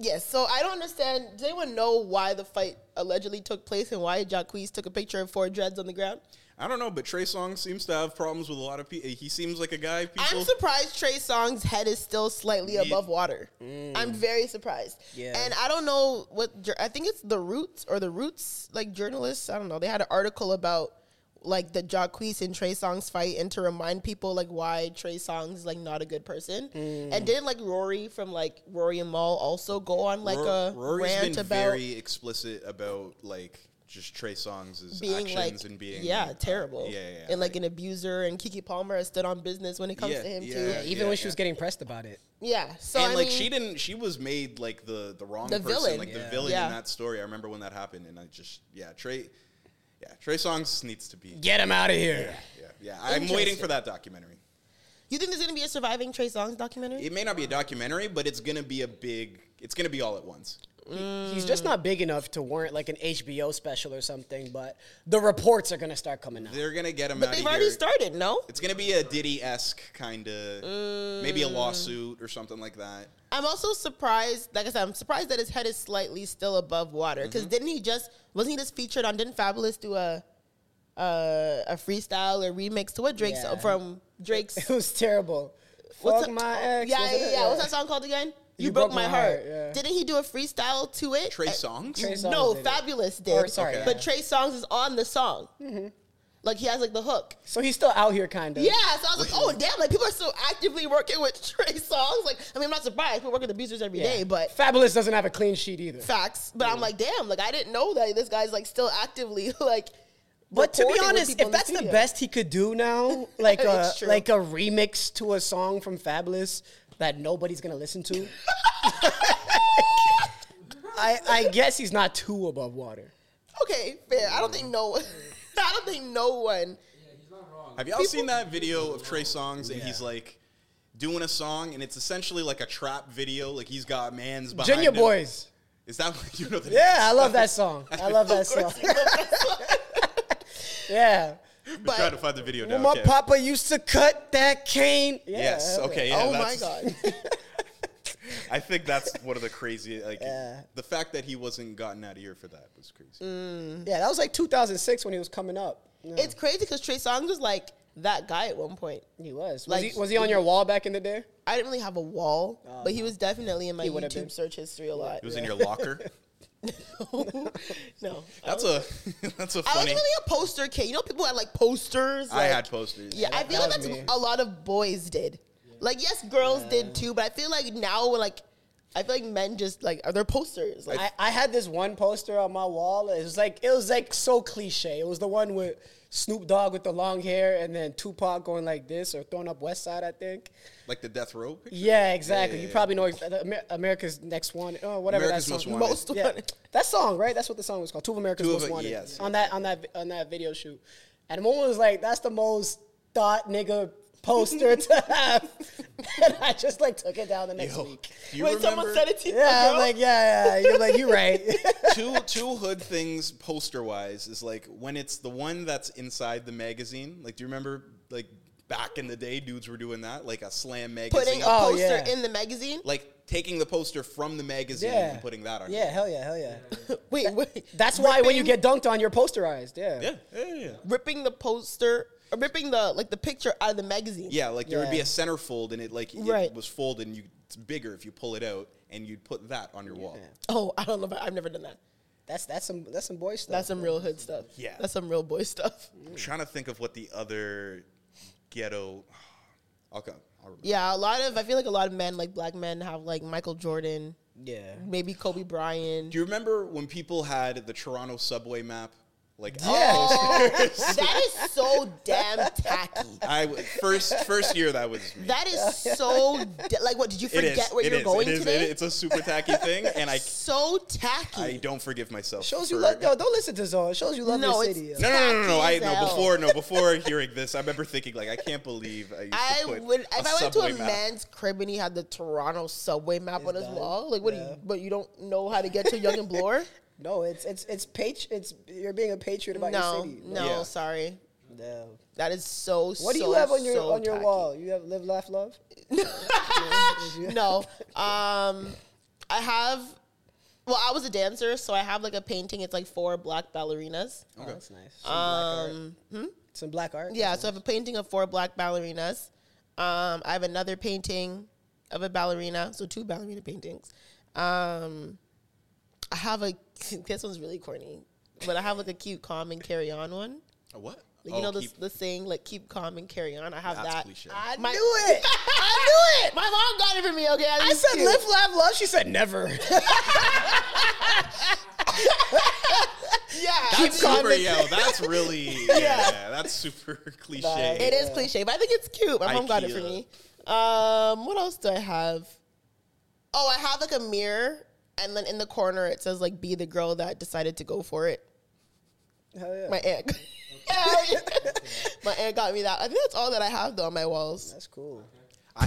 Yes, so I don't understand. Does anyone know why the fight allegedly took place and why Jacquees took a picture of four dreads on the ground?
I don't know, but Trey Songz seems to have problems with a lot of people. He seems like a guy people.
I'm surprised Trey Song's head is still slightly above water.
Mm.
I'm very surprised.
Yeah.
And I don't know what jour- I think it's the Roots or the Roots like journalists. I don't know. They had an article about like the Jacquees and Trey Songz fight and to remind people like why Trey Songz is like not a good person.
Mm.
And didn't like Rory from like Rory and Maul also go on like
Ro-
a
Rory's
rant
been
about
very explicit about like just Trey Songz's
being
actions
like
and being
yeah
uh,
terrible
Yeah, yeah, yeah.
and like an abuser and Kiki Palmer has stood on business when it comes
Yeah,
to him
yeah.
too
Even when she was getting pressed about it.
yeah so
and
I
like
mean,
she didn't, she was made like the the wrong
The
person,
villain.
like
Yeah.
the villain
Yeah.
in that story. I remember when that happened, and I just yeah, Trey, yeah, Trey Songz needs to be
Get him out of here.
yeah, yeah. I'm waiting for that documentary.
You think there's gonna be a surviving Trey Songz documentary?
It may not be a documentary, but it's gonna be a big. It's gonna be all at once.
He's just not big enough to warrant like an HBO special or something, but the reports are gonna start coming out.
They're gonna get him
but
out
they've
of
already
here.
started, no?
It's gonna be a Diddy esque kind of, maybe
Mm.
a lawsuit or something like that.
I'm also surprised. Like I said, I'm surprised that his head is slightly still above water. Because didn't he just wasn't he just featured on? Didn't Fabulous do a a, a freestyle or remix to what Drake's
Yeah.
from Drake's?
It was terrible.
what's
Fuck
that-
my ex.
Yeah,
wasn't
yeah,
it?
yeah. What's that song called again? You, broke, my heart.
yeah.
Didn't he do a freestyle to it?
Trey
Uh,
Songz.
Trey Songz
no,
did it.
Fabulous did.
Or, sorry,
but
yeah.
Trey Songz is on the song. Like he has like the hook.
So he's still out here, kind of.
Yeah, so I was like, oh damn, like people are still actively working with Trey songs. Like, I mean, I'm not surprised. We work with abusers every day, but
Fabulous doesn't have a clean sheet either.
facts. But I'm like, damn, like I didn't know that this guy's like still actively like.
But to be
recording with
honest,
people
if
in the
that's the,
studio.
best he could do now, like a
It's true.
like a remix to a song from Fabulous that nobody's gonna listen to. I I guess he's not too above water.
okay, fair. I don't think no, one- I don't think no one.
Have y'all seen that video of Trey Songs and he's like doing a song and it's essentially like a trap video? Like he's got man's behind
Junior
him.
Boys.
Is that what you know? The
Yeah, I love that song. I love that song. yeah.
I'm trying to find the video now.
When my
okay.
papa used to cut that cane. Yeah,
Yes. Okay. Yeah,
oh my
that's-
god.
I think that's one of the crazy. Like the fact that he wasn't gotten out of here for that was crazy.
Mm,
yeah, that was like 2006 when he was coming up.
It's crazy because Trey Songz was like that guy at one point.
He was. Was,
Like-
he, was he on your wall back in the day?
I didn't really have a wall, but he was definitely in my
would've
YouTube
been.
search history a lot.
It was in your locker.
no,
That's a that's a
I was
funny.
really a poster kid. You know, people had like posters.
I
like-
had posters.
Yeah, I feel like that's a lot of boys did. Like, yes, girls did too, but I feel like now, like, I feel like men just like are their posters. Like,
I, I had this one poster on my wall. It was like it was like so cliche. It was the one with Snoop Dogg with the long hair and then Tupac going like this or throwing up West Side, I think.
Like the death row. picture?
Yeah, exactly. You probably know ex- Amer- America's Next One, oh, whatever
America's
that
Most
song.
Wanted.
Most
yeah.
Wanted.
that song, right? That's what the song was called. Two of America's
Two of
Most
it,
Wanted.
yes.
On that on that on that video shoot, and the moment was like, that's the most thought nigga poster to have, and I just like took it down the next
Yo,
week.
do you
wait, someone
remember
said it to you?
Yeah,
girl?
I'm like, yeah, yeah. You're like, you're right.
two two hood things poster wise is like when it's the one that's inside the magazine. Like, do you remember like back in the day, dudes were doing that, like a slam magazine,
putting a
Oh,
poster
yeah.
in the magazine.
like taking the poster from the magazine
Yeah.
and putting that on.
yeah, hell yeah, hell yeah.
Wait, wait.
That's why when you get dunked on, you're posterized. Yeah.
yeah, yeah, yeah.
ripping the poster or ripping the like the picture out of the magazine.
Yeah, like there would be
Yeah.
a centerfold, and it like it
Right.
was folded, and you it's bigger if you pull it out, and you'd put that on your wall.
Oh, I don't know. About, I've never done that.
That's that's some that's some boy stuff.
That's some real hood stuff.
Yeah.
That's some real boy stuff.
I'm trying to think of what the other ghetto. I'll come. I'll remember.
Yeah, a lot of I feel like a lot of men, like black men, have like Michael Jordan,
yeah.
maybe Kobe Bryant.
Do you remember when people had the Toronto subway map? Like
Oh, That is so damn tacky.
I w- first first year that was me.
That is so da- like what did you
It is,
forget where
it
you're
is,
going
it is,
today?
it- it's a super tacky thing, and I
so tacky.
I don't forgive myself.
Shows you
for-
love. No, don't listen to Zoe. It shows you love
No,
your
it's-
city.
No, no, no, no, no,
tacky
I
as
no
hell.
before no before hearing this, I remember thinking like I can't believe I used
I
to put
would if
a
I went to a
subway map.
man's crib and he had the Toronto subway map on his wall. Like, what do you? But you don't know how to get to Young and Bloor.
No, it's it's it's patri- It's you're being a patriot about your
no,
city.
no,
Yeah.
sorry.
No.
That is so.
What do
so,
you have on your
so
on your
tacky.
wall? You have live, laugh, love.
No, um, I have. Well, I was a dancer, so I have like a painting. It's like four black ballerinas.
Oh, that's nice. Some black art. Some black art.
Um, hmm? Yeah, so I have a painting of four black ballerinas. Um, I have another painting of a ballerina, so two ballerina paintings. Um, I have a this one's really corny, but I have like a cute calm and carry on one.
A what?
Like, you know this the saying like keep calm and carry on. I have
Oh, that's
that.
cliche.
I
My-
knew it. I knew it.
My mom got it for me. Okay, I,
I
think it's
said
cute.
live, laugh, love. She said never.
Yeah,
that's
calm
super
and-
yo. That's really yeah. that's super cliche.
It is cliche, but I think it's cute. My mom got it for
Ikea.
me. Um, what else do I have? Oh, I have like a mirror, and then in the corner it says like "Be the girl that decided to go for it."
Hell yeah.
My aunt, Yeah. my aunt got me that. I think that's all that I have though on my walls.
That's cool.
I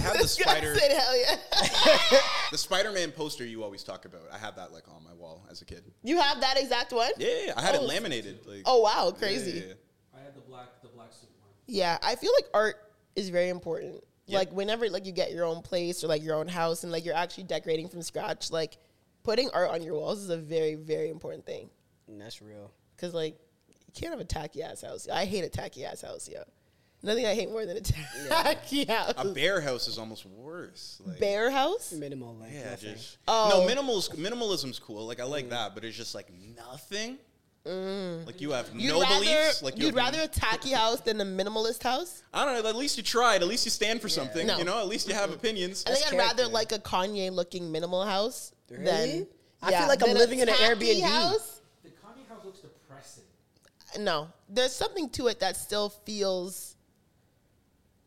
have the
I
spider
said, hell yeah.
the Spider Man poster you always talk about. I had that like on my wall as a kid.
You have that exact one?
Yeah, yeah, yeah. I had it laminated. Like
Oh wow,
Yeah, yeah,
crazy. Yeah,
yeah.
I had the black the black suit one.
I feel like art is very important. Like whenever like you get your own place or like your own house and like you're actually decorating from scratch, like putting art on your walls is a very very important thing.
And that's real.
Cause like you can't have a tacky ass house. I hate a tacky ass house, yo. Nothing I hate more than a tacky
A
house.
bear house is almost worse. Like,
Bear house?
Minimal like
Yeah,
nothing.
Oh.
just no minimals. Minimalism's cool. Like I like that, but it's just like nothing. Like you have
Mm. You'd
no
rather,
beliefs. Like you
you'd
have-
rather a tacky house than a minimalist house.
I don't know. At least you tried. At least you stand for something.
No.
You know. At least you have opinions.
I think I'd rather like a Kanye looking minimal house than.
I feel like I'm
than a
living in an
tacky
Airbnb.
The Kanye house looks depressing.
No, there's something to it that still feels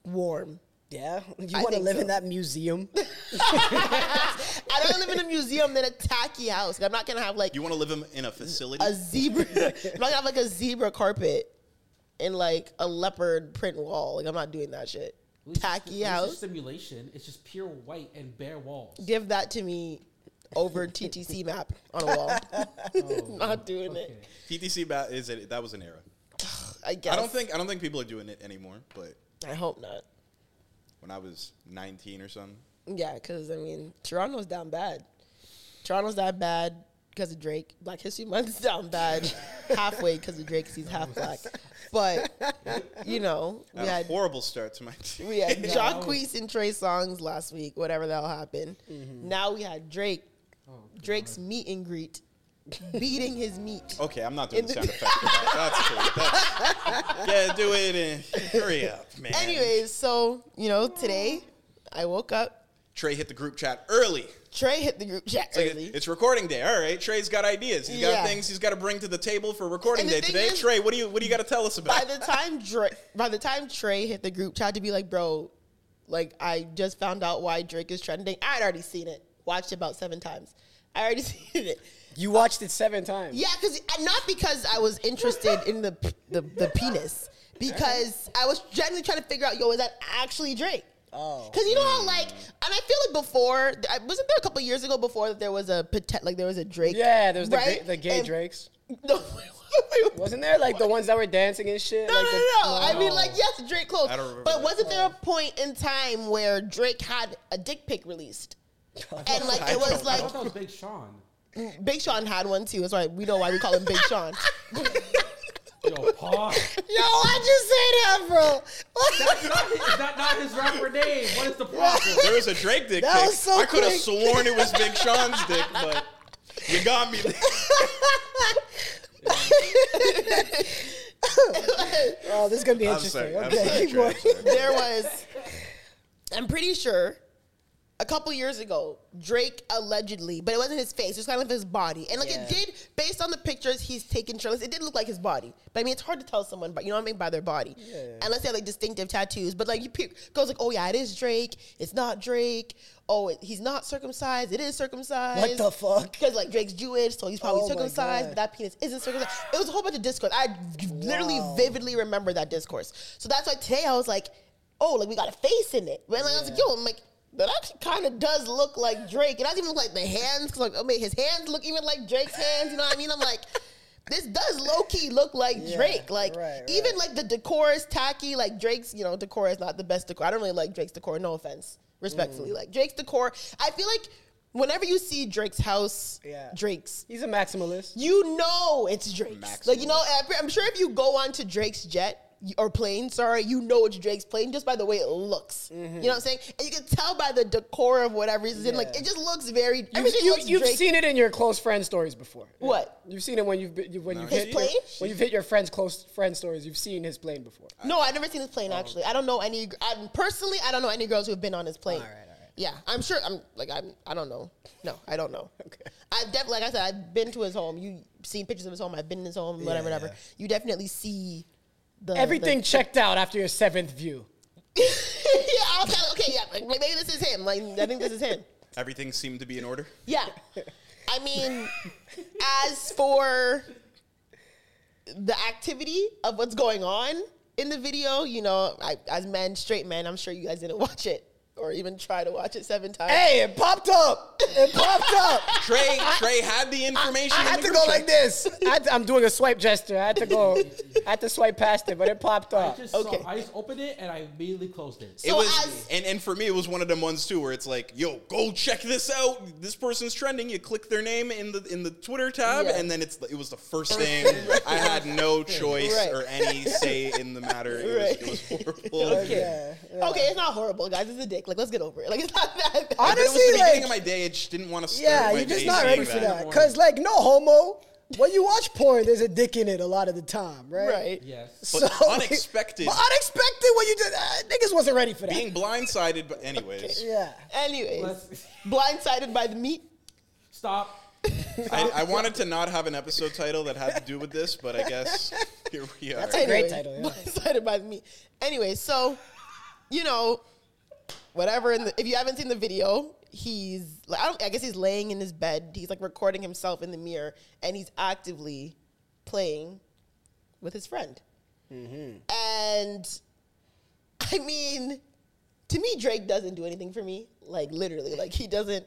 warm.
Yeah, you
I
want to
think
live
so.
in that museum?
I'd rather live in a museum than a tacky house. I'm not gonna have like
You want to live in- in a facility.
a zebra. I'm not gonna have like a zebra carpet and like a leopard print wall. Like I'm not doing that shit.
At least it's-
Tacky
at least It's
house.
simulation. It's just pure white and bare walls.
Give that to me over TTC map on a wall. not doing
Okay.
it.
TTC ba- is it? That was an era.
I guess.
I don't think. I don't think people are doing it anymore. But
I hope not.
when I was 19 or something,
Yeah, because I mean, Toronto's down bad. Toronto's down bad because of Drake. Black History Month's down bad halfway because of Drake. 'cause he's half black, but you know,
I
we
had a
had
horrible start to my. Team.
we had Jacquees and Trey Songs last week. Whatever the hell happened.
Mm-hmm.
Now we had Drake.
Oh,
Drake's meet and greet, beating his meat.
Okay, I'm not doing the sound effect. For that. That's cool. That's, yeah, do it and hurry up, man.
Anyways, so you know, today I woke up.
Trey hit the group chat early.
Trey hit the group chat
It's, like,
early.
it's recording day. All right, Trey's got ideas. He's
Yeah.
got things he's got to bring to the table for recording
And the
day
thing
today.
is-
Trey, what do you what do you got to tell us
by
about?
the time Dra by the time Trey hit the group chat to be like, bro, like I just found out why Drake is trending. I'd already seen it, watched it about seven times. I already seen it.
You watched it seven times.
Yeah, because not because I was interested in the the, the penis, because I was genuinely trying to figure out, yo, is that actually Drake? Oh, because you know how like, and I feel like before, I- wasn't there a couple years ago before that there was a potet- like there was a Drake?
Yeah, there's the,
right?
ga- the gay
And-
Drakes.
No,
Wasn't there like the ones that were dancing and shit?
No,
like
no,
the,
no, no. I mean, like, yes, Drake clothes.
I don't remember
But
that.
wasn't there a point in time where Drake had a dick pic released? And, like, it was
I
like
thought that was Big Sean.
Big Sean had one too. That's why we know why we call him Big Sean.
Yo, pause.
Yo, I just say that, bro.
That's not his, that not his rapper name. What is the problem?
there was a Drake dick
That
pic.
was so
I could have
quick.
sworn it was Big Sean's dick, but you got me.
oh, this is gonna be
I'm
interesting.
sorry. I'm
okay,
sorry,
keep
Trey, I'm
going.
sorry.
there was, I'm pretty sure, a couple years ago, Drake allegedly, but it wasn't his face, it was kind of his body. And like it did, based on the pictures he's taken, shirtless, it did look like his body. But I mean, it's hard to tell someone, but you know what I mean, by their body. Unless they have like distinctive tattoos. But like, you pe- goes like, oh yeah, it is Drake, it's not Drake. Oh, it, he's not circumcised, it is circumcised.
What the fuck?
Because like Drake's Jewish, so he's probably
Oh my
circumcised,
God.
but that penis isn't circumcised. It was a whole bunch of discourse. I literally vividly remember that discourse. So that's why today I was like, oh, like we got a face in it. Right? Like I was like, yo, I'm like, that actually kind of does look like Drake. It doesn't even look like the hands, because like, oh man, his hands look even like Drake's hands. You know what I mean? I'm like, this does low key look like Drake. Like
right, right.
even like the decor is tacky. Like Drake's, you know, decor is not the best decor. I don't really like Drake's decor. No offense, respectfully.
Mm.
Like Drake's decor, I feel like whenever you see Drake's house,
Yeah.
Drake's,
He's a maximalist.
you know it's Drake's. Like you know, I'm- I'm sure if you go onto Drake's jet. Or plane, sorry, you know it's Drake's plane just by the way it looks. You know what I'm saying? And you can tell by the decor of whatever he's in. Like it just looks very.
You've,
everything looks
you, have
Drake-
seen it in your close friend stories before.
What?
You've seen it when you've been, you, when you've
His
hit your,
plane?
when you've hit your friend's close friend stories. You've seen his plane before.
No, I've never seen his plane actually. I don't know any. I, personally, I don't know any girls who have been on his plane. All right, all right. Yeah, I'm sure. I'm like I'm. I don't know. No, I don't know. okay. I've def- like I said, I've been to his home. You seen pictures of his home. I've been in his home. Whatever, whatever. You definitely see the
Everything
the-
checked out after your seventh view.
yeah, I was kinda, okay. Yeah, like, maybe this is him. Like I think this is him.
Everything seemed to be in order.
Yeah. I mean, as for the activity of what's going on in the video, you know, I, as men, straight men, I'm sure you guys didn't watch it or even try to watch it seven times.
Hey, it popped up. It popped up.
Trey, Trey had the information.
I
in
had
the
to
group
go
chat.
like this. I had to- I'm doing a swipe gesture. I had to go. I had to swipe past it, but it popped
I
up.
just
Okay.
saw, I just opened it and I immediately closed it.
It
So
was,
as-
and, and for me, it was one of them ones too, where it's like, "Yo, go check this out. This person's trending." You click their name in the in the Twitter tab,
Yeah.
and then it's it was the first thing. I had no choice
Right.
or any say in the matter. It, was, it was horrible.
okay. okay, it's not horrible, guys. It's a dick. Like, let's get over it. Like, it's not that bad.
But it was
Honestly,
the beginning
like-
of my day. I just didn't want to. Start
Yeah,
my
you're just
day
not ready
seeing
for that. Cause like no homo. when you watch porn, there's a dick in it a lot of the time, right?
Right.
Yes.
But unexpected.
But unexpected when you just uh, niggas wasn't ready for that.
Being blindsided, but anyways,
yeah.
Anyways,
Let's-
blindsided by the meat.
Stop.
I, I wanted to not have an episode title that had to do with this, but I guess here we are.
a great
Anyway,
title, yeah.
Blindsided by the meat. Anyway, so you know, whatever. In the, if you haven't seen the video, he's like, I, don't, I guess he's laying in his bed. He's like recording himself in the mirror, and he's actively playing with his friend. And I mean, to me, Drake doesn't do anything for me. Like literally, like he doesn't.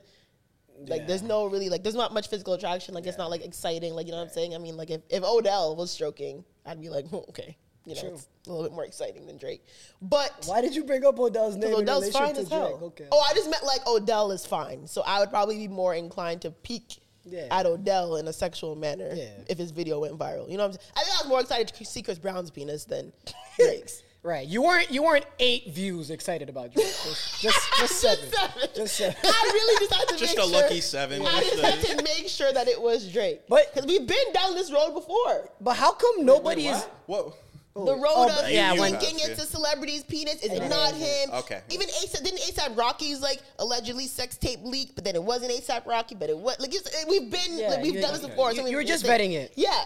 Like there's no really like there's not much physical attraction. Like it's not like exciting. Like you know what I'm saying? I mean, like if, if Odell was stroking, I'd be like, "Hmm, okay, you know, it's a little bit more exciting than Drake. But
Why did you bring up Odell's name? in
Odell's
relation
fine
to
as hell.
Drake? Okay.
Oh, I just meant like Odell is fine. So I would probably be more inclined to peek
Yeah.
at Odell in a sexual manner
Yeah.
if his video went viral. You know what I'm saying? I think I was more excited to see Chris Brown's penis than Drake's.
Right. You weren't you weren't eight views excited about Drake. Just just, just seven. Just seven.
I really just had to
Just
make
a
sure-
lucky seven.
I
Just
just
a-
had to make sure that it was Drake.
But-
because we've been down this road before.
But how come nobody is
Whoa.
The road
oh,
of
yeah,
yeah,
I went-
linking
Yeah.
into celebrities' penis. Is it not him?
Okay.
Even ASAP didn't ASAP Rocky's like allegedly sex tape leak, but then it wasn't ASAP Rocky, but it was like it's, we've been
Yeah,
like, we've
you-
done this before.
you-
we-
you were
we
just
think-
vetting it.
Yeah.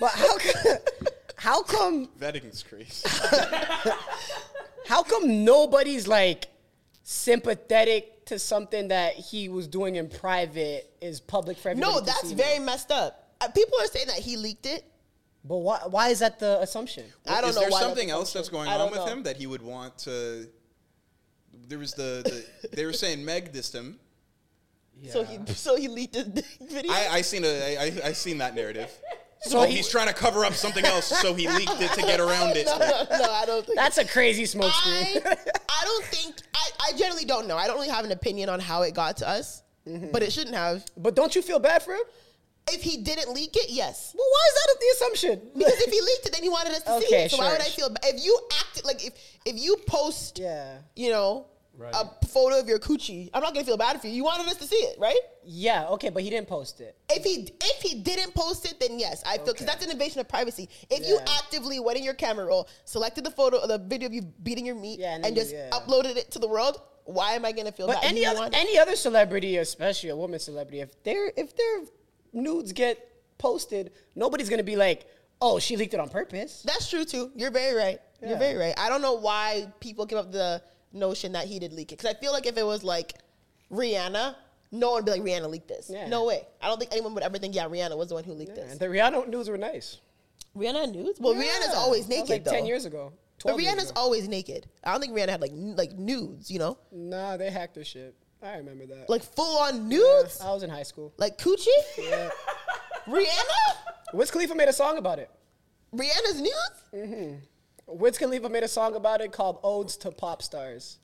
but how come how come
Vetting's crazy.
how come nobody's like sympathetic to something that he was doing in private is public for everybody
no,
to
that's
see
very
now?
messed up. Uh, people are saying that he leaked it.
But why why is that the assumption?
I don't
Is
know.
there
why
something
that's
else that's going
I
on
don't
with
know.
him that he would want to? There was the, the they were saying Meg dissed him.
So he so he leaked his video.
I, I seen a I, I, I seen that narrative.
So
oh,
he-
he's trying to cover up something else, so he leaked it to get around it.
no, no, no, I don't think
That's a crazy smokescreen.
I, I don't think I, I generally don't know. I don't really have an opinion on how it got to us, but it shouldn't have.
Mm-hmm. But don't you feel bad for him?
If he didn't leak it, yes.
Well, why is that the assumption?
Because if he leaked it, then he wanted us to see
Okay,
it. So why
sure.
would I feel bad? If you acted like if if you post,
Yeah.
you know, a photo of your coochie, I'm not gonna feel bad for you. You wanted us to see it, right?
Yeah, okay, but he didn't post it.
If he if he didn't post it, then yes, I feel because that's an invasion of privacy. If you
Yeah.
actively went in your camera roll, selected the photo, the video of you beating your meat,
Yeah,
and,
and then you-
just
yeah.
uploaded it to the world, why am I gonna feel
But
bad?
any
You
other
want it.
any other celebrity, especially a woman celebrity, if their if their nudes get posted, nobody's gonna be like, oh, she leaked it on purpose.
That's true too. You're very right. You're very right. I don't know why people give up the notion that he did leak it because I feel like if it was like Rihanna, no one would be like Rihanna leaked this.
Yeah.
No way. I don't think anyone would ever think yeah Rihanna was the one who leaked
And
this.
the Rihanna nudes were nice.
Rihanna nudes? Well, Rihanna's always
That
naked
was like
though.
ten years ago.
But
12 years
Rihanna's
ago.
always naked. I don't think Rihanna had like n- like nudes. You know,
Nah, they hacked her shit. I remember that.
like full on nudes,
I was in high school.
like coochie. Rihanna.
Wiz Khalifa made a song about it.
Rihanna's nudes.
Wiz Khalifa made a song about it called "Odes to Pop Stars."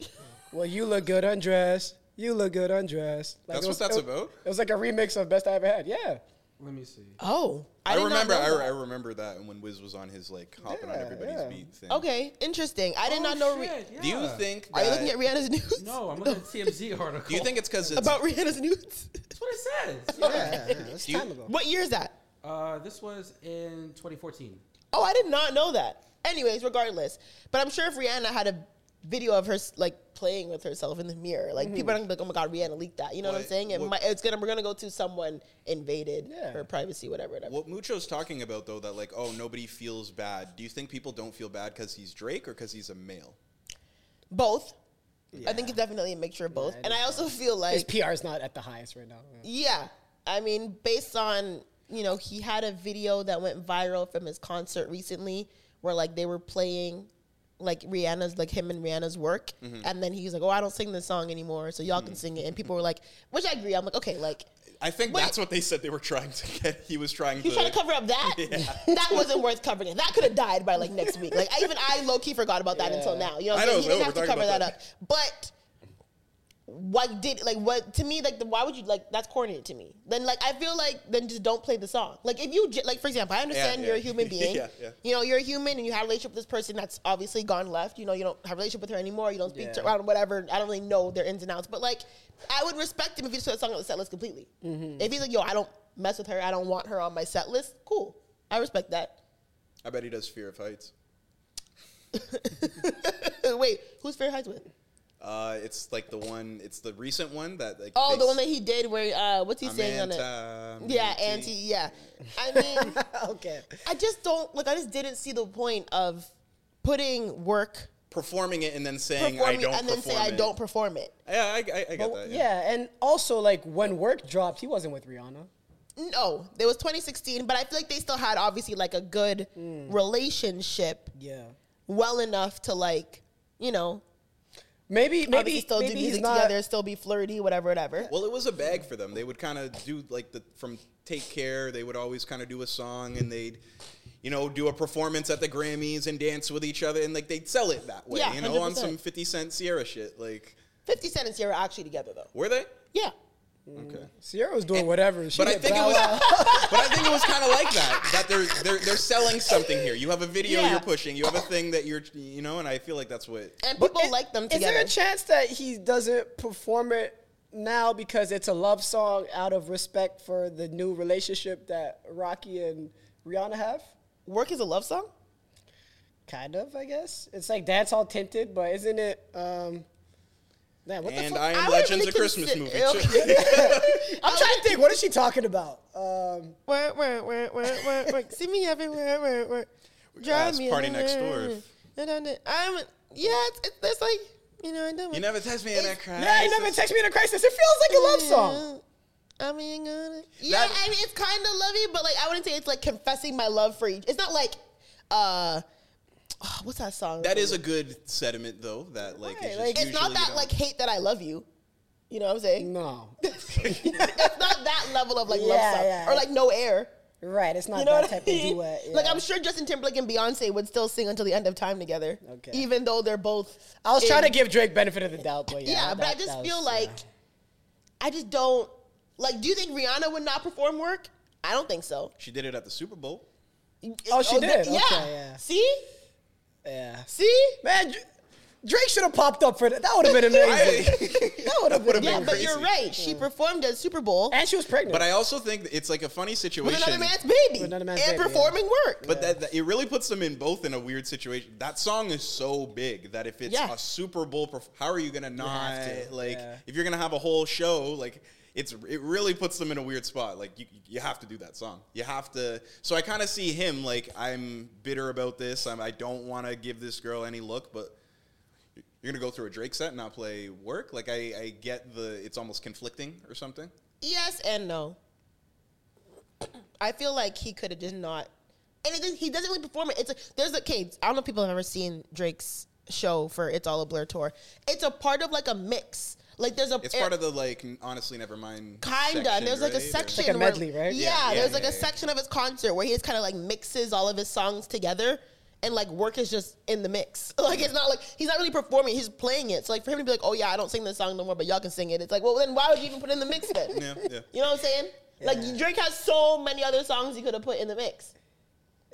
well, you look good undressed. You look good undressed. Like,
That's
it was-
what that's
it-
about?
It was like a remix of "Best I Ever Had." Yeah.
Let me see.
Oh,
I,
did not
remember
know
I,
that.
I remember that when Wiz was on his like hopping on everybody's beat thing.
Okay, interesting. I did
Oh,
not know. Ri-
Oh, Shit,
Do you
yeah.
think?
Are you
that-
looking at Rihanna's nudes?
No, I'm looking at TMZ article.
Do you think it's because it's
About Rihanna's nudes.
That's what it says. Yeah.
That's time ago.
What year is that?
Uh, this was in 2014.
Oh, I did not know that. Anyways, regardless, but I'm sure if Rihanna had a video of her like playing with herself in the mirror, like people are gonna be like, "Oh my God, Rihanna leaked that." You know what, I'm
What-
saying? It
what-
might, it's gonna we're gonna go to someone invaded
Yeah.
her privacy, whatever. whatever.
what Mucho's talking about though? That like, oh, nobody feels bad. Do you think people don't feel bad because he's Drake or because he's a male?
both. I think it's definitely a mixture of both, and I also feel
His
like
PR is not at the highest right now.
Yeah. I mean, based on, you know, he had a video that went viral from his concert recently where like they were playing like Rihanna's like him and Rihanna's work
Mm-hmm.
and then he's like, "Oh, I don't sing this song anymore, so y'all can sing it." And people were like, which I agree. I'm like, "Okay, like
I think
Wait.
that's what they said they were trying to get. He was trying
you
to.
trying to cover up that? That wasn't worth covering. That could have died by like next week. Like I, even I low key forgot about that until now. You know, what
I
I'm
know,
saying? he didn't
we're
have to
talking
cover
about
that,
that.
up. But what did like what to me like the, why would you like that's corny to me? Then like I feel like then just don't play the song. Like if you j- like for example, I understand
yeah.
you're a human being.
Yeah, yeah.
You know, you're a human and you had a relationship with this person that's obviously gone left. You know, you don't have a relationship with her anymore. You don't speak to her around whatever. I don't Mm-hmm. really know their ins and outs, but like I would respect him if he just put a song on the set list completely. If he's like, yo, I don't mess with her. I don't want her on my set list. Cool. I respect that.
I bet he does fear of heights.
Wait, who's Fair Heights with?
Uh, it's like the one. It's the recent one that like.
Oh,
they
the one that
s-
he did where uh, what's he
I'm
saying on
anti-
it? Yeah, anti. Yeah, I mean,
okay.
I just don't like. I just didn't see the point of putting work
performing it and then saying I
performing
don't
and then say
perform
I
it.
don't perform it.
Yeah, I, I, I get
But-
that. Yeah.
yeah. and also like when work dropped, he wasn't with Rihanna.
No, there was 2016, but I feel like they still had obviously like a good relationship,
Yeah.
well enough to like, you know,
Maybe
maybe
maybe
still
maybe
do
he's
music
not.
together, still be flirty, whatever, whatever.
Well, it was a bag for them. They would kind of do like the from Take Care. They would always kind of do a song and they'd, you know, do a performance at the Grammys and dance with each other and like they'd sell it that way.
Yeah,
you know, on
100%.
some Fifty Cent Sierra shit. Like,
50 Cent and Sierra are actually together though.
were they?
Yeah.
Okay.
Sierra was doing whatever. She
But I
did
think it
Bow
was,
Wow.
but I think it was kind of like that. That they're they're they're selling something here. You have a video
Yeah.
you're pushing. You have a thing that you're you know. And I feel like that's what
And
But
people
is-
like them
Is
together.
there a chance that he doesn't perform it now because it's a love song out of respect for the new relationship that Rocky and Rihanna have?
Work is a love song?
Kind of, I guess. It's like dance all tinted, but isn't it? Um, man, what the
and
fuck?
I am
I would
Legend's
really
a Christmas
consider-
movie. too.
I'm trying to think. What is she talking about? Um,
Work, work, work, work, work, work. See me everywhere, work, work. Drive
it's
me
Party Next Door.
everywhere. And I'm, I'm yeah, it's, it's, it's like, you know, I don't
You never touch me and I cry.
yeah, he never text me in a crisis. It feels like a love
Mm.
song.
I mean, gonna, yeah,
That-
I mean, it's kind of lovey, but like, I wouldn't say it's like confessing my love for each. It's not like, uh, oh, what's that song?
That is a good sediment, though. That like,
Right,
is
like-
just
It's not
usually
that
done.
like hate that I love you. You know what I'm saying?
No,
it's not that level of like love
Yeah,
song
yeah.
or like no air.
right? It's not
You know
that
what I
type
mean?
of duet.
Like
yeah.
I'm sure Justin Timberlake and Beyonce would still sing until the end of time together.
Okay.
Even though they're both.
I was
in-
trying to give Drake benefit of the doubt, but yeah.
Yeah, but I
that-
just
that
feel
was-
like, I just don't like. Do you think Rihanna would not perform work? I don't think so.
she did it at the Super Bowl.
Oh, she
that-
did?
Yeah.
Okay, yeah.
See,
yeah.
see.
Man, Dr- Drake should have popped up for that. That would have been amazing. that would have been,
Yeah,
amazing.
but you're right. She performed at Super Bowl
And she was pregnant.
But I also think that it's like a funny
with
situation.
another man's baby
another man's
and
baby, yeah.
performing work.
but that, that- it really puts them in both in a weird situation. That song is so big that if it's
Yeah.
a Super Bowl, perf- how are you gonna not
have to,
like
yeah.
if you're gonna have a whole show like it's it really puts them in a weird spot. Like you you have to do that song. You have to. So I kind of see him like I'm bitter about this. I'm I don't want to give this girl any look, but. You're gonna go through a Drake set and not play work. Like I, I get the it's almost conflicting or something.
Yes and no. I feel like he could have just not. And it, he doesn't really perform it. It's a, there's a okay. I don't know if people have ever seen Drake's show for "It's All a Blur" tour. It's a part of like a mix. Like there's a
It's part of the like honestly never mind.
Eh. kinda.
section,
and there's like a
right? Or-
section,
Like a
where-
medley, right?
Yeah,
Yeah,
there's
yeah,
like
yeah,
a
yeah.
section of his concert where he just kind of like mixes all of his songs together, and like work is just in the mix. Like it's not like he's not really performing; he's playing it. So like for him to be like, "Oh yeah, I don't sing this song no more, but y'all can sing it," it's like, well, then why would you even put it in the mix then?
Yeah, yeah.
You know what I'm saying? Like Drake has so many other songs he could have put in the mix.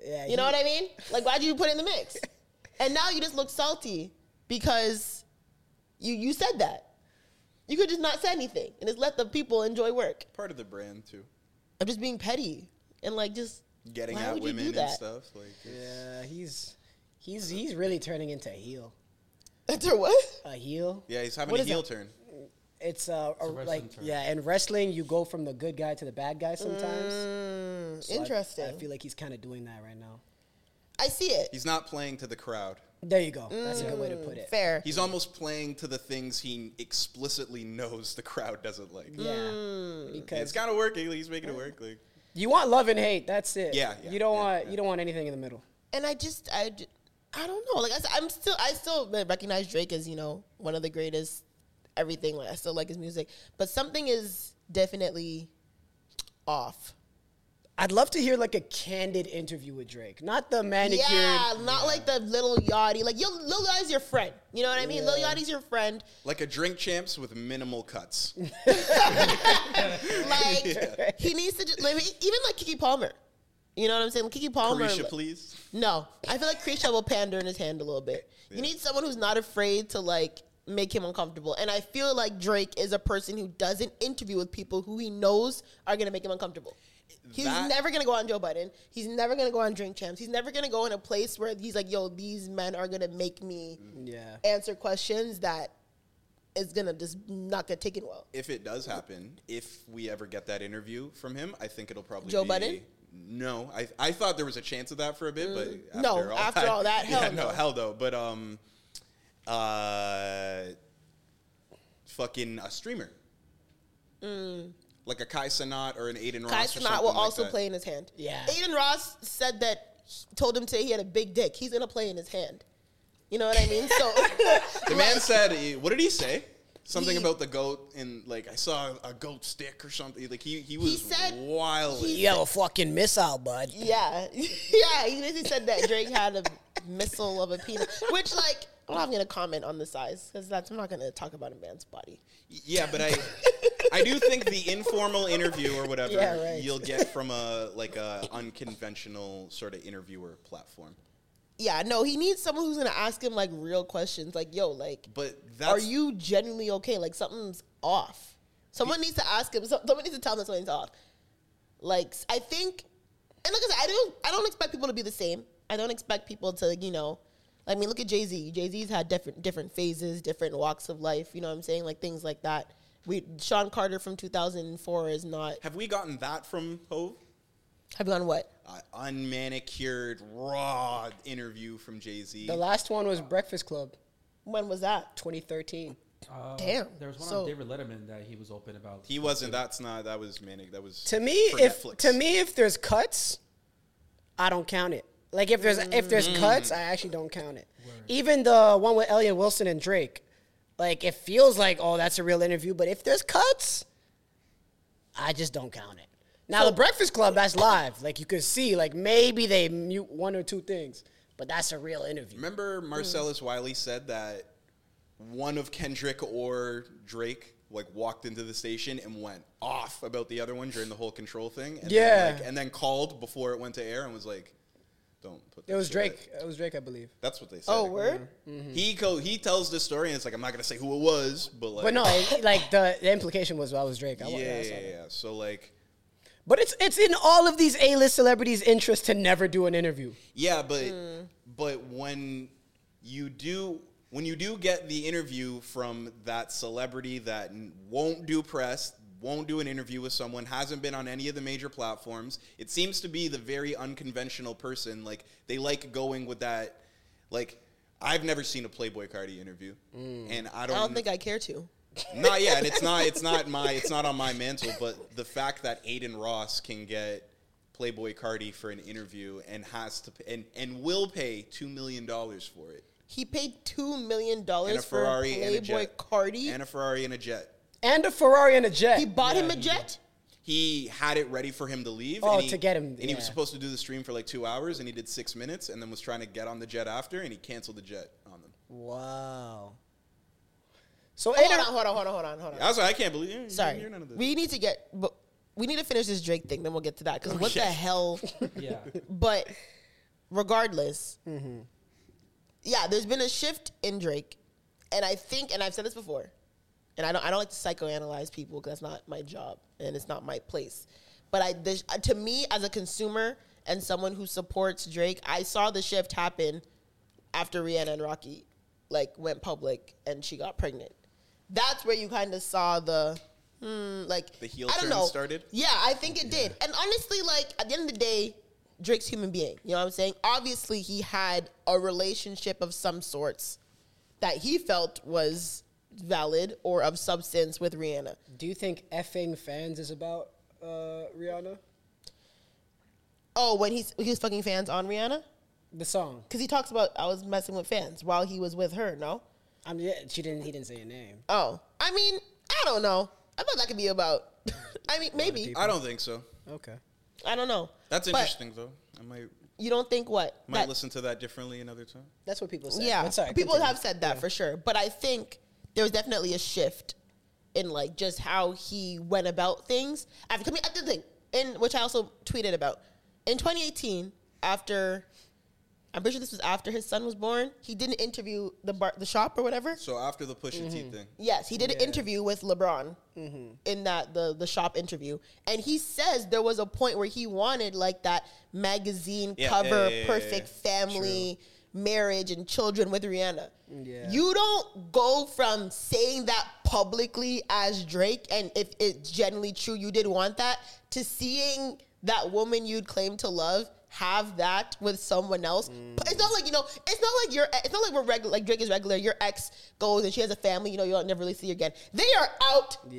yeah,
You know what I mean? Like why'd you put it in the mix? and now you just look salty because you you said that. You could just not say anything and just let the people enjoy work.
part of the brand too.
I'm just being petty and like just
Getting
why
at
would you do
women and
that?
stuff. Like it's-
Yeah, uh, he's he's he's really turning into a heel.
After what?
A heel.
yeah, he's having
What
a
is
heel
that?
turn.
It's uh a-
wrestling
like
term.
yeah, in wrestling you go from the good guy to the bad guy sometimes. So I-
Mm, Interesting.
I,
I,
feel like he's kind of doing that right now.
see it.
He's not playing to the crowd.
There you go. That's a good way to put it.
Mm, Fair.
He's almost playing to the things he explicitly knows the crowd doesn't like.
Yeah.
Mm.
And it's
Because
kind of working. He's making it work. Like
you want love and hate, that's it.
Yeah, yeah,
you don't
yeah,
want you don't want anything in the middle.
and I just I, j- I don't know. Like I, s- I'm still I still recognize Drake as you know one of the greatest everything. Like I still like his music, but something is definitely off.
I'd love to hear like a candid interview with Drake, not the manicured.
Yeah, not like the little Yachty. Like yo, Lil Yachty's your friend. You know what I mean? Lil Yachty's your friend.
like a drink champs with minimal cuts.
Like he needs to just like, e, even like Kiki Palmer. You know what I'm saying? Kiki Palmer.
Carisha, please.
No, I feel like Krisha will pander in his hand a little bit. You need someone who's not afraid to like make him uncomfortable. And I feel like Drake is a person who doesn't interview with people who he knows are going to make him uncomfortable. He's
That-
never going to go on Joe Budden. He's never going to go on Drink Champs. He's never going to go in a place where he's like, yo, these men are going to make me
Yeah.
answer questions that is going to just not get taken well.
if it does happen, if we ever get that interview from him, I think it'll probably
Joe
be
Budden?
No, I I thought there was a chance of that for a bit, but after
Mm. No,
all
after all that, hell
yeah,
no.
hell no. But um, uh, fucking a streamer, like a Kai Sanat or an Aiden
Mm.
Ross.
Kai
or
Sinat
something
will
like
also
that.
play in his hand.
Yeah.
Aiden Ross said that he told him today he had a big dick. He's gonna play in his hand. You know what I mean? So
The man said, eh, "What did he say?" Something
He-
about the goat and like I saw a goat stick or something. Like he he was
said-
wild.
he-
You have a fucking missile, bud.
yeah, yeah. He basically said that Drake had a missile of a penis, which like I'm not gonna comment on the size because that's I'm not gonna talk about a man's body.
Yeah, but I I do think the informal interview or whatever
Yeah, right.
you'll get from a like a unconventional sort of interviewer platform.
Yeah, no, he needs someone who's gonna ask him like real questions, like yo, like
But that's
are you genuinely okay? Like something's off. Someone needs to ask him. so- Someone needs to tell him that something's off. Like s- I think, and like I said, I don't. I don't expect people to be the same. I don't expect people to, you know, I mean, look at Jay Z. Jay Z's had different different phases, different walks of life. You know what I'm saying? Like things like that. We Sean Carter from 2004 is not.
have we gotten that from Hove?
Have you on what?
Uh, unmanicured, raw interview from Jay Z.
The last one was Breakfast Club,
When was that?
2013.
Damn.
Uh, There was one
So-
on David Letterman that he was open about.
He wasn't. That's not. That was manic. That was
To me,
for
if
Netflix.
to me if there's cuts, I don't count it. Like if there's if
Mm.
there's cuts, I actually don't count it. Even the one with Elliot Wilson and Drake, like it feels like oh that's a real interview, but if there's cuts, I just don't count it. Now the Breakfast Club that's live, like you could see, like maybe they mute one or two things, but that's a real interview.
Remember Marcellus Wiley said that one of Kendrick or Drake like walked into the station and went off about the other one during the whole control thing. And
Yeah.
Then, like, and then called before it went to air and was like, "Don't put."
It
that
was
shit out."
Drake. It was Drake, I believe.
That's what they said.
Oh, word.
He co- he tells this story and it's like I'm not gonna say who it was, but like
But no, it, like the, the implication was well, I was Drake. I, wa-
yeah,
I
yeah,
saw
yeah,
that.
yeah. So like,
But it's it's in all of these A list celebrities' interest to never do an interview.
yeah, but but when you do. When you do get the interview from that celebrity that n- won't do press, won't do an interview with someone, hasn't been on any of the major platforms, it seems to be the very unconventional person. Like they like going with that. Like I've never seen a Playboy Cardi interview, and Mm. I don't.
I don't
kn-
think I care to.
not yet. And it's not. It's not my. It's not on my mantle. But the fact that Aiden Ross can get Playboy Cardi for an interview and has to and and will pay two million dollars for it.
He paid two million
And a
dollars for
Ferrari and a
Playboy
jet.
Cardi.
And a Ferrari and a jet.
And a Ferrari and a jet.
He bought him a jet.
He had it ready for him to leave.
Oh,
and he,
to get him,
And he was
yeah.
supposed to do the stream for like two hours, and he did six minutes, and then was trying to get on the jet after, and he canceled the jet on them.
wow. So
Hold on,
Aiden,
hold on, hold on, hold on, hold on.
I was like, I can't believe. you
Sorry,
You're none of this.
we need to get. But we need to finish this Drake thing, then we'll get to that. Because what the hell?
yeah.
but regardless, yeah, there's been a shift in Drake, and I think, and I've said this before, and I don't, I don't like to psychoanalyze people because that's not my job and it's not my place. But I, this, uh, to me, as a consumer and someone who supports Drake, I saw the shift happen after Rihanna and Rocky like went public and she got pregnant. That's where you kind of saw the. hmm, like
The heel
I don't
turn
know.
started?
Yeah, I think it did. And honestly, like at the end of the day, Drake's human being. You know what I'm saying? Obviously, he had a relationship of some sorts that he felt was valid or of substance with Rihanna.
do you think effing fans is about uh, Rihanna?
Oh, when he's he was fucking fans on Rihanna
The song.
because he talks about I was messing with fans while he was with her. No.
I mean, yeah, she didn't. He didn't say a name.
Oh, I mean, I don't know. I thought that could be about. I mean, maybe
I don't think so.
Okay.
I don't know.
That's
But
interesting though. I might
you don't think what?
might
That-
listen to that differently another time.
That's what people say.
Yeah,
But sorry,
people
continue.
have said that for sure. But I think there was definitely a shift in like just how he went about things after coming. After the thing, in which I also tweeted about in 2018 after I'm pretty sure this was after his son was born. He did an interview the bar, the shop or whatever.
So after the push your
Mm-hmm.
teeth thing,
Yes, he did an interview with LeBron
Mm-hmm.
in that the the shop interview, and he says there was a point where he wanted like that magazine
Yeah,
cover,
yeah, yeah, yeah,
perfect family, marriage, and children with Rihanna.
Yeah.
You don't go from saying that publicly as Drake, and if it's genuinely true, you did want that, to seeing that woman you'd claim to love have that with someone else. But it's not like you know, it's not like your, it's not like we're regular, like Drake is regular. Your ex goes and she has a family, you know, you'll never really see again. They are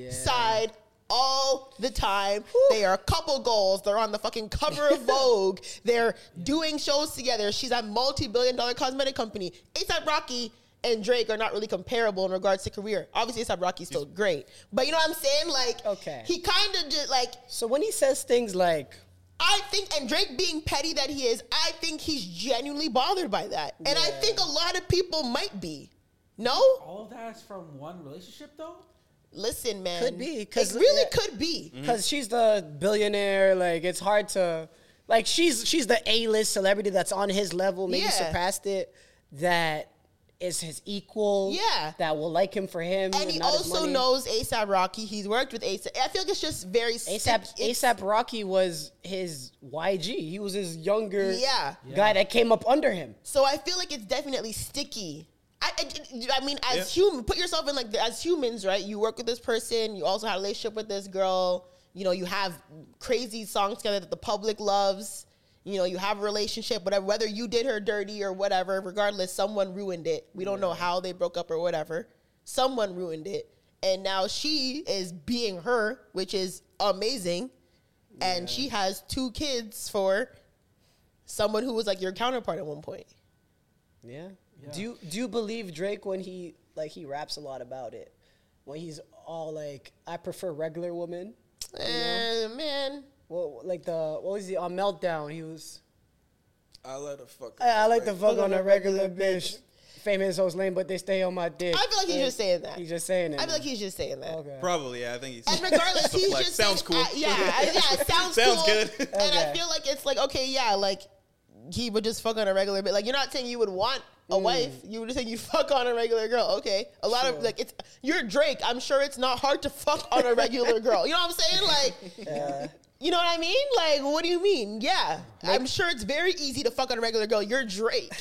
outside. All the time, they are couple goals. They're on the fucking cover of Vogue. They're doing shows together. She's at multi-billion-dollar cosmetic company. ASAP Rocky and Drake are not really comparable in regards to career. Obviously, ASAP Rocky's still great, but you know what I'm saying? Like,
Okay.
he kind of just like
So when he says things like,
I think, and Drake being petty that he is, I think he's genuinely bothered by that, and I think a lot of people might be. No,
All that's from one relationship, though.
listen, man,
Could be,
It
'cause-
really
yeah.
could be.
because she's the billionaire, like it's hard to, like she's she's the A list celebrity that's on his level, maybe
Yeah.
surpassed it, that is his equal,
Yeah.
that will like him for him,
And he
not his
also
money.
knows ASAP Rocky. He's worked with ASAP. I feel like it's just very sick.
ASAP
It's-
ASAP Rocky was his YG. He was his younger
Yeah.
guy that came up under him.
So I feel like it's definitely sticky. I, I, I mean, as human, put yourself in like the- as humans, right? You work with this person. You also had a relationship with this girl. You know, you have crazy songs together that the public loves. You know, you have a relationship, whatever. Whether you did her dirty or whatever, regardless, someone ruined it. We don't know how they broke up or whatever. Someone ruined it, and now she is being her, which is amazing. And she has two kids for someone who was like your counterpart at one point.
Yeah. Do you do you believe Drake when he like he raps a lot about it? When he's all like, I prefer regular women.
Eh, man.
Well, like the what was he on meltdown? He was
I let a fuck.
Uh,
I, I like the fuck on a regular bitch. Famous host lame, but they stay on my dick.
I feel like he's just saying that.
He's just saying it.
I feel like he's just saying that.
Okay.
Probably, yeah. I think he's.
And regardless,
it's a
he's
flex.
just saying-
sounds cool.
I- yeah, I- yeah, it sounds
Sounds
cool.
good.
And I feel like it's like okay, yeah, like he would just fuck on a regular bit. Like you're not saying you would want a
Mm.
wife. You were just saying you fuck on a regular girl. Okay, a lot of like it's you're Drake. I'm sure it's not hard to fuck on a regular girl. You know what I'm saying? Like. You know what I mean? Like, what do you mean? Yeah, I'm sure it's very easy to fuck on a regular girl. You're Drake,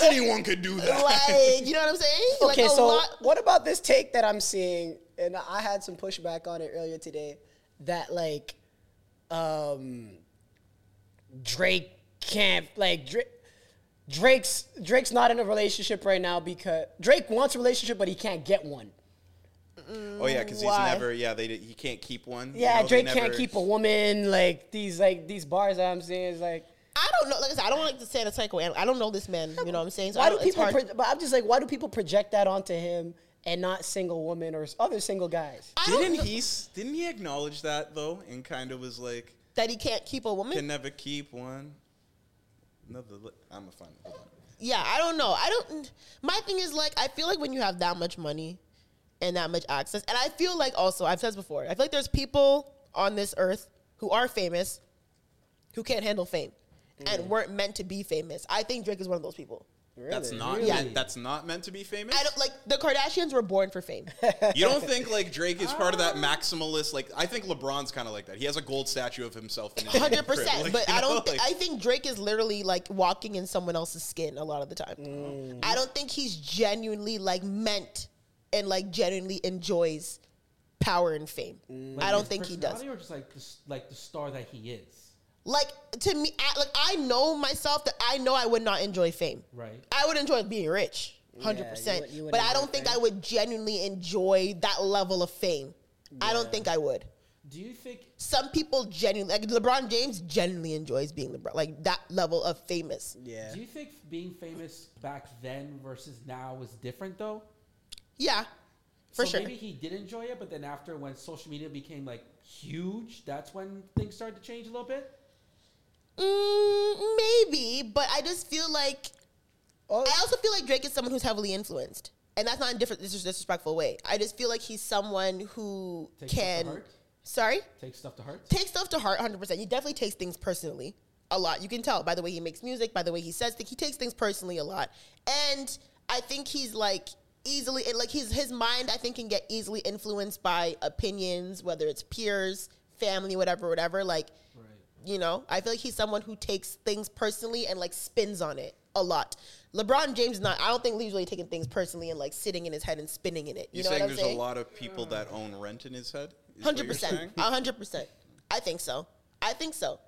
Anyone could do that.
like, you know what I'm saying? Like,
okay,
a
so
lot-
what about this take that I'm seeing? And I had some pushback on it earlier today that like um Drake can't like Drake Drake's Drake's not in a relationship right now because Drake wants a relationship but he can't get one.
oh yeah, because he's
Why?
never. Yeah, they did- he can't keep one. you
Yeah,
know, they
Drake
never-
can't keep a woman. Like these like these bars that I'm seeing is like
I don't know. Like I said, I don't like to say the psycho. I don't know this man. You know what I'm saying? So I
why do
don't- it's
people?
hard-
Pro- but I'm just like why do people project that onto him and not single women or s- other single guys?
I don't
Didn't
know
he? s- Didn't he acknowledge that though, and kind of was like,
that he can't keep a woman?
can never keep one. Another. Li- I'm a fun.
yeah, I don't know. I don't. My thing is like I feel like when you have that much money and that much access, and I feel like also I've said this before. I feel like there's people on this earth who are famous who can't handle fame
Mm.
and weren't meant to be famous. I think Drake is one of those people.
That's not.
Really?
Meant, that's not meant to be famous.
I don't like the Kardashians were born for fame.
You don't think like Drake is part of
Ah.
that maximalist? Like I think LeBron's kind of like that. He has a gold statue of himself. in his
Hundred
crib,
percent,
like,
but
you
I
know,
don't. thi-
like-
I think Drake is literally like walking in someone else's skin a lot of the time.
Mm.
I don't think he's genuinely like meant and like genuinely enjoys power and fame.
Mm.
I don't
His
think he does.
personality Or just like the, s- like the star that he is.
Like to me, I, like I know myself that I know I would not enjoy fame.
Right.
I would enjoy being rich, hundred percent.
would- you would
But I
enjoy
don't think I would genuinely enjoy that level of fame. I don't think I would.
Do you think
some people genuinely like LeBron James genuinely enjoys being LeBron, like that level of famous.
Yeah.
Do you think being famous back then versus now was different though?
Yeah, for
so
sure.
Maybe he did enjoy it, but then after when social media became like huge, that's when things started to change a little bit.
Mm, maybe, but I just feel like
Oh.
I also feel like Drake is someone who's heavily influenced, and that's not in different this is disrespectful way. I just feel like he's someone who
Takes stuff to
can.
heart?
Sorry,
Take stuff to heart.
take stuff to heart, hundred percent. He definitely takes things personally. a lot. You can tell by the way he makes music, by the way he says things. He takes things personally a lot, and I think he's like easily and like his his mind. I think can get easily influenced by opinions, whether it's peers, family, whatever, whatever. Like, you know, I feel like he's someone who takes things personally and like spins on it a lot. LeBron James is not. I don't think he's really taking things personally and like sitting in his head and spinning in it. You
You're
know
saying
what I'm
there's
saying?
a lot of people that own rent in his head? Is what
Hundred
you're
percent.
saying?
hundred percent. I think so. I think so.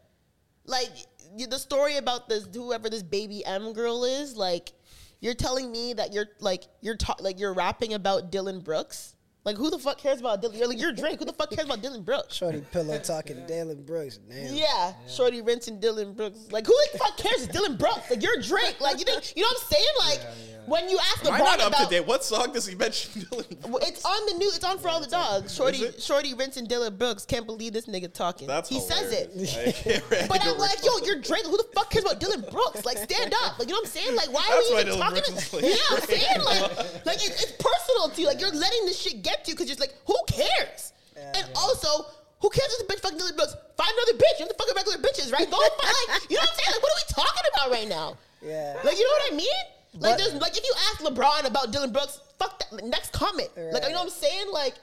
Like y- the story about this whoever this baby M girl is, like you're telling me that you're like you're ta- like you're rapping about Dylan Brooks. Like who the fuck cares about Dylan? You're like you're Drake. Who the fuck cares about Dylan Brooks?
Shorty pillow talking Dylan Brooks. Damn.
Yeah, Shorty Rents and Dylan Brooks. Like who the fuck cares? It's Dylan Brooks. Like you're Drake. Like you think you know what I'm saying? Like when you ask
Am I
LeBron
not up
about
to date? What song does he mention? Dylan
Well, It's on the news. It's on for all the dogs. Shorty,
it?
Shorty, Rince, and Dylan Brooks can't believe this nigga talking.
That's
he
hilarious.
says
I can't
it. But I'm
remember.
like, yo, you're Drake. Who the fuck cares about Dylan Brooks? Like, stand up. Like, you know what I'm saying? Like, why are
That's why
we even
Dylan
talking?
Brooks is
To,
like
yeah, I'm saying like, like it, it's personal to you. Like, you're letting this shit get to you because you're just like, who cares? and also. Who cares if the bitch fucking Dylan Brooks? Find another bitch. You have to fucking regular bitches, right? Go and find, like, you know what I'm saying? Like, what are we talking about right now?
Yeah.
Like, you know what I mean? Like, there's like if you ask LeBron about Dylan Brooks, fuck that. Next comment. Like, you know what I'm saying? Like,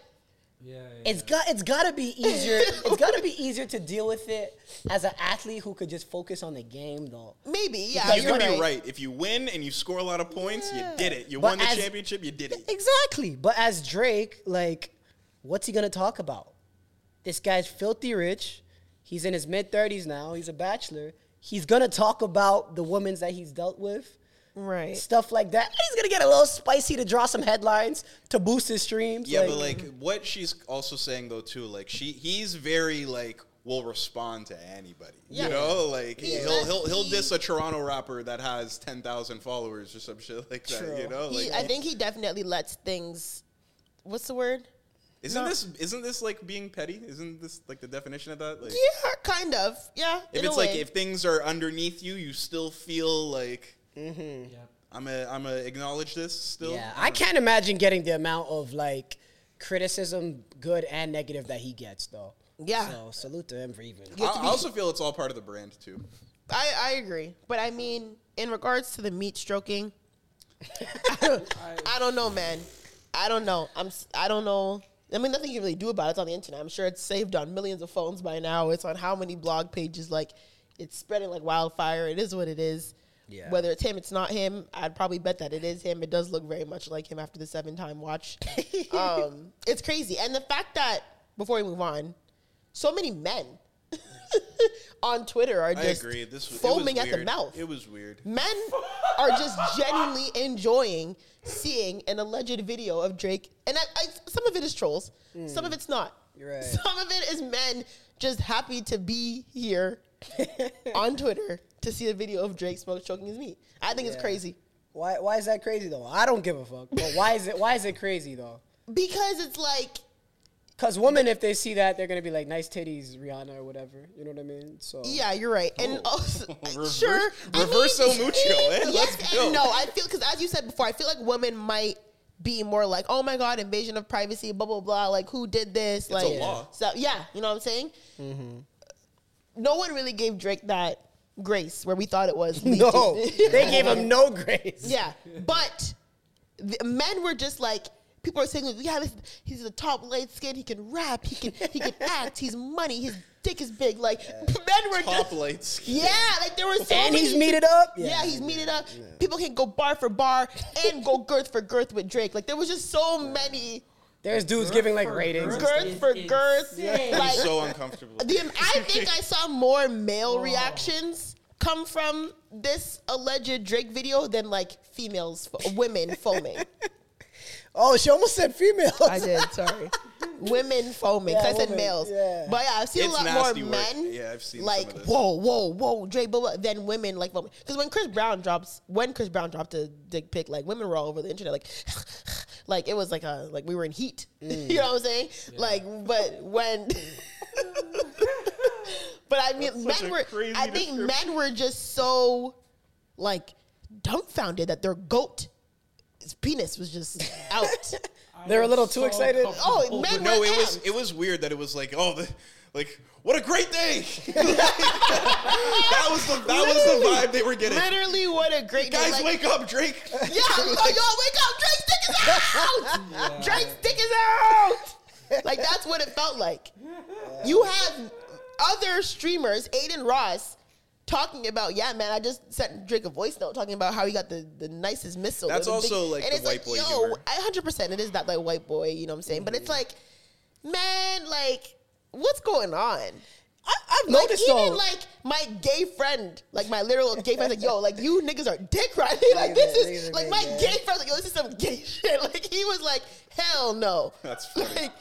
Yeah, yeah.
It's got it's gotta be easier. it's gotta be easier to deal with it as an athlete who could just focus on the game though.
maybe, yeah.
You
you're
could be right. If you win and you score a lot of points, you did it. You
But
won the
as-
championship, you did it.
Exactly. But as Drake, like, what's he gonna talk about? This guy's filthy rich. He's in his mid thirties now. He's a bachelor. He's gonna talk about the women that he's dealt with,
Right.
stuff like that. He's gonna get a little spicy to draw some headlines to boost his streams.
Yeah, but like what she's also saying though too, like she he's very like will respond to anybody.
Yeah.
You know, like he'll
not-
he'll he'll
he-
diss a Toronto rapper that has ten thousand followers or some shit like that. You know, like
He, I think he definitely lets things. What's the word?
isn't this isn't this like being petty? Isn't this like the definition of that? Like
Yeah, kind of. Yeah.
if
in a
it's like
way.
if things are underneath you, you still feel like
Mm-hmm.
Yep.
I'm a I'm a acknowledge this still.
yeah, I can't imagine getting the amount of like criticism, good and negative, that he gets though.
Yeah.
So salute to him for even.
I, I also feel it's all part of the brand too.
I, I agree, but I mean, in regards to the meat stroking, I, don't, I don't know, man. I don't know. I'm. s- I don't know. I mean, nothing you can really do about it. It's on the internet. I'm sure it's saved on millions of phones by now. It's on how many blog pages. Like, it's spreading like wildfire. It is what it is.
Yeah.
Whether it's him, it's not him. I'd probably bet that it is him. It does look very much like him after the seven time watch. um, it's crazy, and the fact that before we move on, so many men on Twitter are
I
just
agree. This was, it was
foaming at the
weird.
mouth.
It was weird.
Men are just genuinely enjoying seeing an alleged video of Drake, and I, I, some of it is trolls, some of it's not.
right.
Some of it is men just happy to be here on Twitter to see a video of Drake smoke choking his meat. I think it's crazy
Why? Why is that crazy though? I don't give a fuck. But why is it? Why is it crazy though?
because it's like
Cause women, if they see that, they're gonna be like, "Nice titties, Rihanna," or whatever. You know what I mean? So
Yeah, you're right. And also,
Oh.
uh,
Reverse-
sure,
reverso mucho, eh?
Yes
Let's go.
and no. I feel because as you said before, I feel like women might be more like, oh my god, invasion of privacy, blah blah blah. Like who did this? like
law. Mm-hmm.
so, yeah, you know what I'm saying. No one really gave Drake that grace where we thought it was.
no, they gave him no grace.
Yeah, but the men were just like people are saying, like, yeah, this, he's the top light skin. He can rap. He can he can act. He's money. His dick is big. Like men were
Top
just
lights.
yeah, like there were so
And
many-
he's meated up?
Yeah,
Yeah,
he's meated up. People can go bar for bar and go girth for girth with Drake. Like there was just so many
There's dudes giving like
for
ratings.
girth.
girth
It's
for girth.
insane.
Like
so uncomfortable.
the, I think I saw more male reactions come from this alleged Drake video than like females, women foaming.
Oh, she almost said females.
I did. Sorry. Women foaming. 'cause
Yeah,
I said
women,
males.
yeah.
But yeah, I've seen
It's
a lot
nasty
more
work.
men.
Yeah, I've seen some
Like,
of this.
whoa, whoa, whoa, Drake, blah, blah, then women, like, because when Chris Brown drops, when Chris Brown dropped a dick pic, like, women were all over the internet, like, like, it was like a, like, we were in heat. you know what I'm saying? Like, but when. But I mean,
such
men
a
were.
crazy
I think
description.
men were just so, like, dumbfounded that their goat, his penis was just out.
They're a little too
So
excited.
comfortable.
oh, men
No,
were
it was
amped.
it was weird that it was like, oh, the, like what a great day. that was the that was the vibe they were getting.
Literally, what a great
Guys,
like-
wake up, Drake.
Yeah, yo, y'all wake up. Drake's dick is out. Drake's dick is out. Like that's what it felt like. You have other streamers, Aiden Ross, talking about, yeah, man, I just sent Drake a voice note talking about how he got the, the nicest missile.
That's
It was a
also, like, the white boy
yo,
humor. Mm.
I- 100%. It is that like white boy, you know what I'm saying? But it's like, man, like, what's going on?
I, I've
Like
noticed
even
though.
like my gay friend, like my literal gay friend's like, yo, like you niggas are dick riding. Like
Niggas
this
are- niggas
is
are
like
gay,
my
yeah.
gay friend's like, yo, this is some gay shit. Like he was like, hell no.
That's funny.
Like,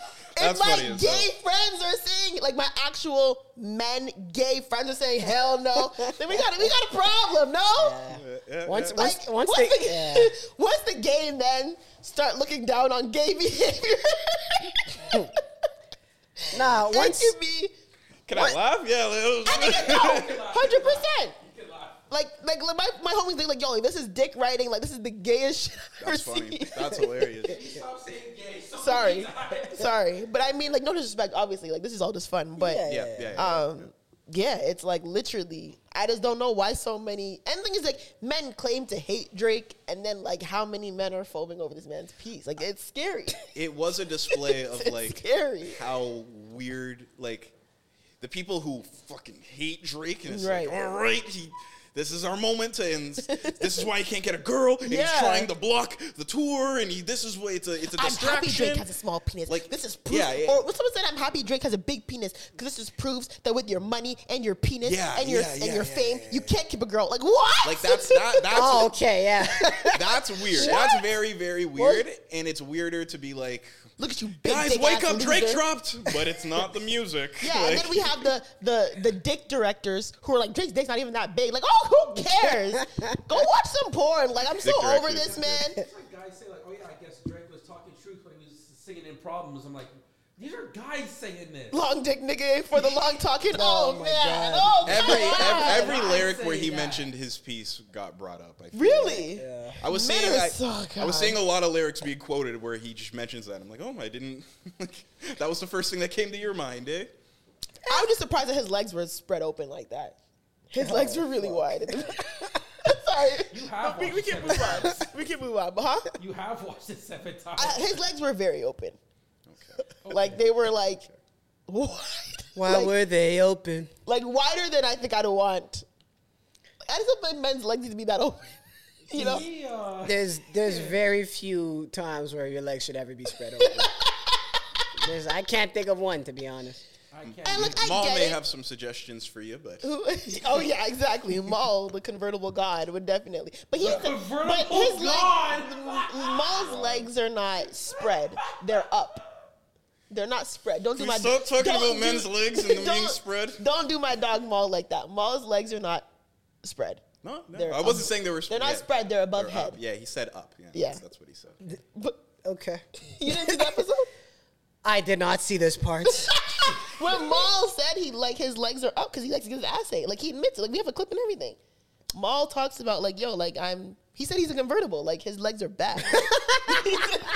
if
That's
my
funny as
gay friends are saying, like my actual men gay friends are saying, hell no, then we got a- we got a problem, no?
once,
Like,
once, once they,
the,
yeah.
once the gay men start looking down on gay behavior,
nah,
it
once
could be
Can I laugh? Yeah.
I think it's no, hundred percent. Like, like like, my, my homies, they like, yo, like, this is dick writing. Like, this is the gayest shit I've ever
That's funny.
seen.
That's hilarious.
Sorry, sorry, but I mean, like, no disrespect. Obviously, like, this is all just fun, but
Yeah.
Yeah, yeah, yeah, yeah.
um, yeah, it's like literally. I just don't know why so many. And the thing is, like, men claim to hate Drake, and then like, how many men are foaming over this man's piece? Like, it's scary.
it was a display of
It's
like
scary.
how weird like the people who fucking hate Drake and it's
Right.
like all right he, this is our moment to end. this is why he can't get a girl and
Yeah.
he's trying to block the tour and he this is why it's a it's a
I'm
distraction
happy Drake has a small penis.
Like,
Like this is proof.
yeah, yeah.
Or when someone said I'm happy Drake has a big penis because this is proves that with your money and your penis
Yeah,
and your
yeah,
and
yeah,
your
yeah,
fame,
yeah,
you can't keep a girl. Like what?
like that's that that's
Oh, okay, yeah.
that's weird that's very very weird and it's weirder to be like
Look at you, big
guys
dick
wake
ass
up Drake
loser.
dropped but it's not the music
Yeah, and
Like-
then we have the the the dick directors who are like Drake's dick's not even that big. Like, oh, who cares? Go watch some porn. Like, I'm so
Dick
over
directors.
this, man.
It's like guys say like, oh yeah, I guess Drake was talking truth when he was singing in problems. I'm like, these are guys saying this.
Long dick nigga for the long talking. Oh,
my
man.
God.
Oh
every
God.
every, every
I'd
lyric where
say
he
that.
mentioned his piece got brought up I feel
really.
I was
Men
seeing
are
I,
so
I was
God.
seeing a lot of lyrics being quoted where he just mentions that. I'm like, oh, I didn't. Like, that was the first thing that came to your mind, eh?
I was just surprised that his legs were spread open like that. His legs were really wide. Sorry. But
have
we, we can move on. We can move on. But huh?
You have watched it seven times.
I, his legs were very open. Like they were like wide.
Why
like,
were they open?
like wider than I think I'd want. Like, I just don't men's legs need to be that open. You know?
He, uh,
There's there's very few times where your legs should ever be spread open. There's, I can't think of one to be honest.
I can't.
And like I
Mom
get
may
it.
have some suggestions for you, but
oh yeah, exactly. Maul, the convertible god, would definitely. But he's
convertible
but his
god!
legs, Maul's legs are not spread; they're up. They're not spread. Don't do
we
my.
stop talking
don't
about men's legs and them being
don't-
spread?
Don't do my dog Maul like that. Maul's legs are not spread.
no, no.
They're
I wasn't
up.
saying they were.
They're not
yeah.
spread. They're above
They're
head.
up. Yeah, he said up. Yeah,
Yeah.
That's, that's what he said.
But
Okay.
you didn't see the episode
I did not see this part.
when Maul said he like his legs are up because he likes to get his ass ate. Like he admits it. Like we have a clip and everything. Maul talks about like yo, like I'm. He said he's a convertible. Like his legs are back.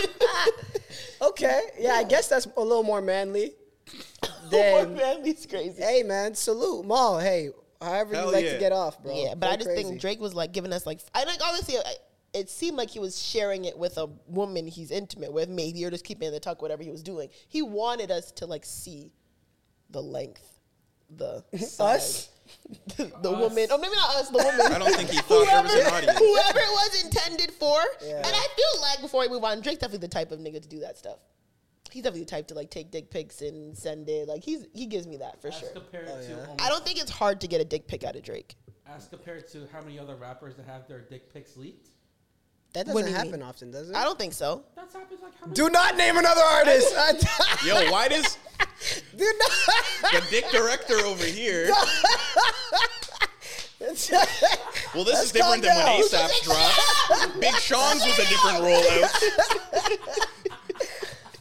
okay. Yeah, I guess that's a little more manly.
Poor
Then,
family's crazy.
hey man, salute, Maul. Hey, however
Hell
you like
yeah.
to get off, bro.
Yeah, but
Go
I just
crazy.
think Drake was like giving us like, I like obviously, I, it seemed like he was sharing it with a woman he's intimate with, maybe or just keeping it in the tuck, whatever he was doing. He wanted us to like see the length, the size,
us.
the, woman, or maybe not us, the woman.
I don't think he thought there was an audience.
Whoever it was intended for, and I feel like before we move on, Drake's definitely the type of nigga to do that stuff. He's definitely the type to like take dick pics and send it. Like he's he gives me that for
as
sure.
compared to um,
I don't think it's hard to get a dick pic out of Drake.
as compared to how many other rappers that have their dick pics leaked.
What
that
do
doesn't
you
happen
mean?
often, does it?
I don't think so.
That's happened like how many?
Do not name another artist. I-
Yo, why does
Do not.
the dick director over here? Well, this is
Let's
different than
calm down.
when ASAP's dropped. Big Sean's was a different rollout.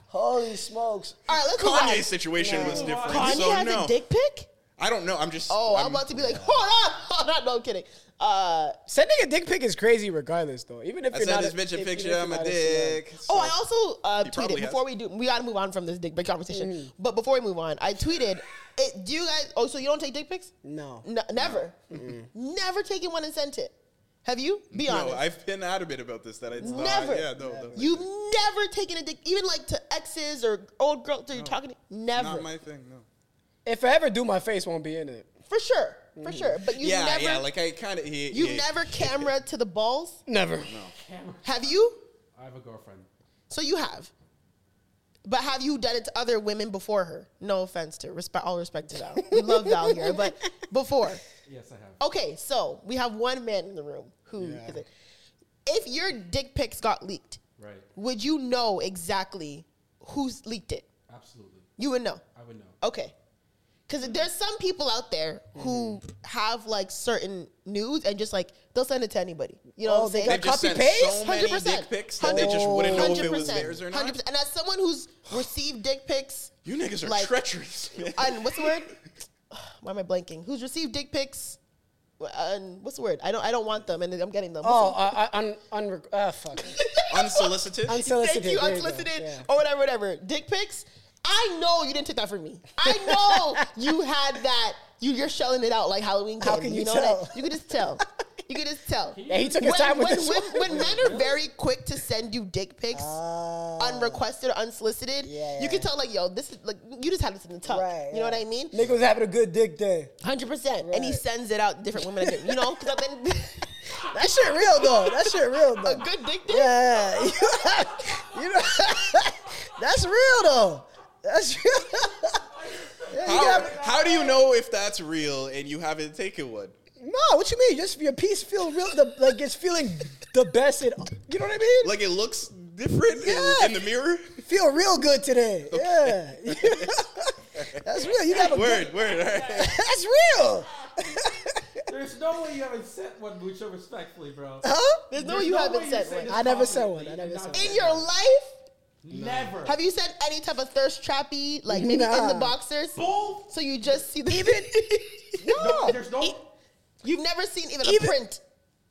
Holy smokes!
All right, let's move on.
Kanye's situation was different.
Kanye
so
has
no,
a dick pic.
I don't know. I'm just.
Oh, I'm, about to be like, hold on, hold on. No, I'm kidding. Uh,
Sending a dick pic is crazy, regardless, though. Even if
I
you're
sent
not
this
a-
bitch
if-
a
even
picture.
if
I'm
you're
a
not
dick.
oh, I also uh,
probably
tweeted
has.
before we do. We got to move on from this dick pic conversation. But before we move on, I tweeted. It, do you guys? Oh, so you don't take dick pics?
No.
N- never, never taken one and sent it. Have you? Be
No,
honest.
I've been adamant about this. That it's not-
Never.
Yeah, no, no.
You've never taken a dick, even like to exes or old girls that you're talking to. Never.
Not my thing. No.
If I ever do, my face won't be in it.
for sure. For sure. But you
yeah,
never.
yeah. Like I kind of. Yeah,
you
yeah.
never camera to the balls.
Never.
Have you?
I have a girlfriend.
So you have. But have you done it to other women before her? No offense to respect, all respect to Val. We love Val here, but before.
Yes, I have.
Okay, so we have one man in the room who is it. If your dick pics got leaked,
Right.
would you know exactly who's leaked it?
Absolutely.
You would know.
I would know.
Okay. Because there's some people out there who
Mm-hmm.
have like certain nudes and just like they'll send it to anybody. You know
Oh,
what I'm
they
saying?
They've just
Copy
sent so
paste?
many dick pics that they just wouldn't know if it was theirs or not.
100%. And as someone who's received dick pics,
You niggas are
Like-
treacherous. Man.
and what's the word? Why am I blanking? Who's received dick pics? And what's the word? I don't. I don't want them, and I'm getting them. What's
Oh, uh, un, un, uh, fuck.
Unsolicited.
Unsolicited.
Thank you,
there go.
unsolicited
Yeah.
or whatever, whatever. Dick pics. I know you didn't take that from me. I know you had that. You, you're shelling it out like Halloween. Candy.
can you
know
tell?
That? You can just tell. You can just tell.
Yeah, he took his time with
when,
this
when,
one.
when men are very quick to send you dick pics, unrequested or unsolicited,
Oh. Yeah,
you can
yeah.
tell like, yo, this is like you just had this in the tuck.
Right,
you know what
yeah.
I mean?
Nigga was having a good dick day.
Hundred percent. And he
Right.
sends it out to different women. at different- You know, because I've been
That shit real though. That shit real though.
a good dick. pic?
Yeah, you know, that's real though. That's real.
How, how do you know if that's real and you haven't taken one?
No, what you mean? Just your piece feel real. The, like it's feeling the best. It you know what I mean?
Like it looks different in-
Yeah.
in the mirror.
feel real good today. Yeah, that's real. You got a good.
Word, word. All right.
That's real.
There's no way you haven't sent one, Mucho, respectfully, bro.
Huh?
There's no way you haven't sent one.
I never sent one. I never sent
In your life,
Never.
Have you said any type of thirst trappy, like maybe in the
Nah.
boxers?
Bull.
So you just see the
Even-
no. E,
There's no.
You've never seen even,
Even-
a print.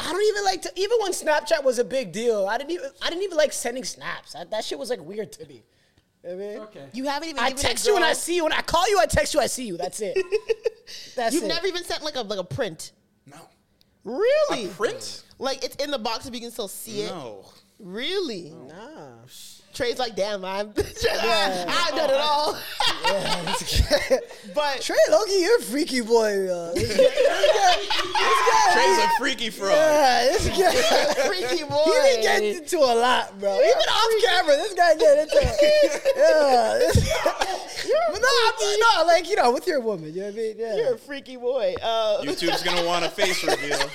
I don't even like to. Even when Snapchat was a big deal, I didn't even. I didn't even like sending snaps. I, that shit was like weird to me. You know what I mean,
Okay.
You haven't even.
I
given a
text you when I
girl-
see you. When I call you, I text you. I see you. That's it. That's
You've
it.
never even sent like a like a print.
No.
Really?
A print?
Like it's in the box, but you can still see it.
No.
Really? Nah. Trey's like, damn, I'm. I've done it all. but
Trey Loki, you're a freaky boy. yo. This guy,
Trey's a freaky frog.
this guy,
freaky boy.
he been getting into a lot, bro. Even off camera, this guy getting into. Yeah, this, but no, I'm, no, like you know, with your woman, you know what I mean? Yeah.
You're a freaky boy. Uh,
YouTube's gonna want a face reveal.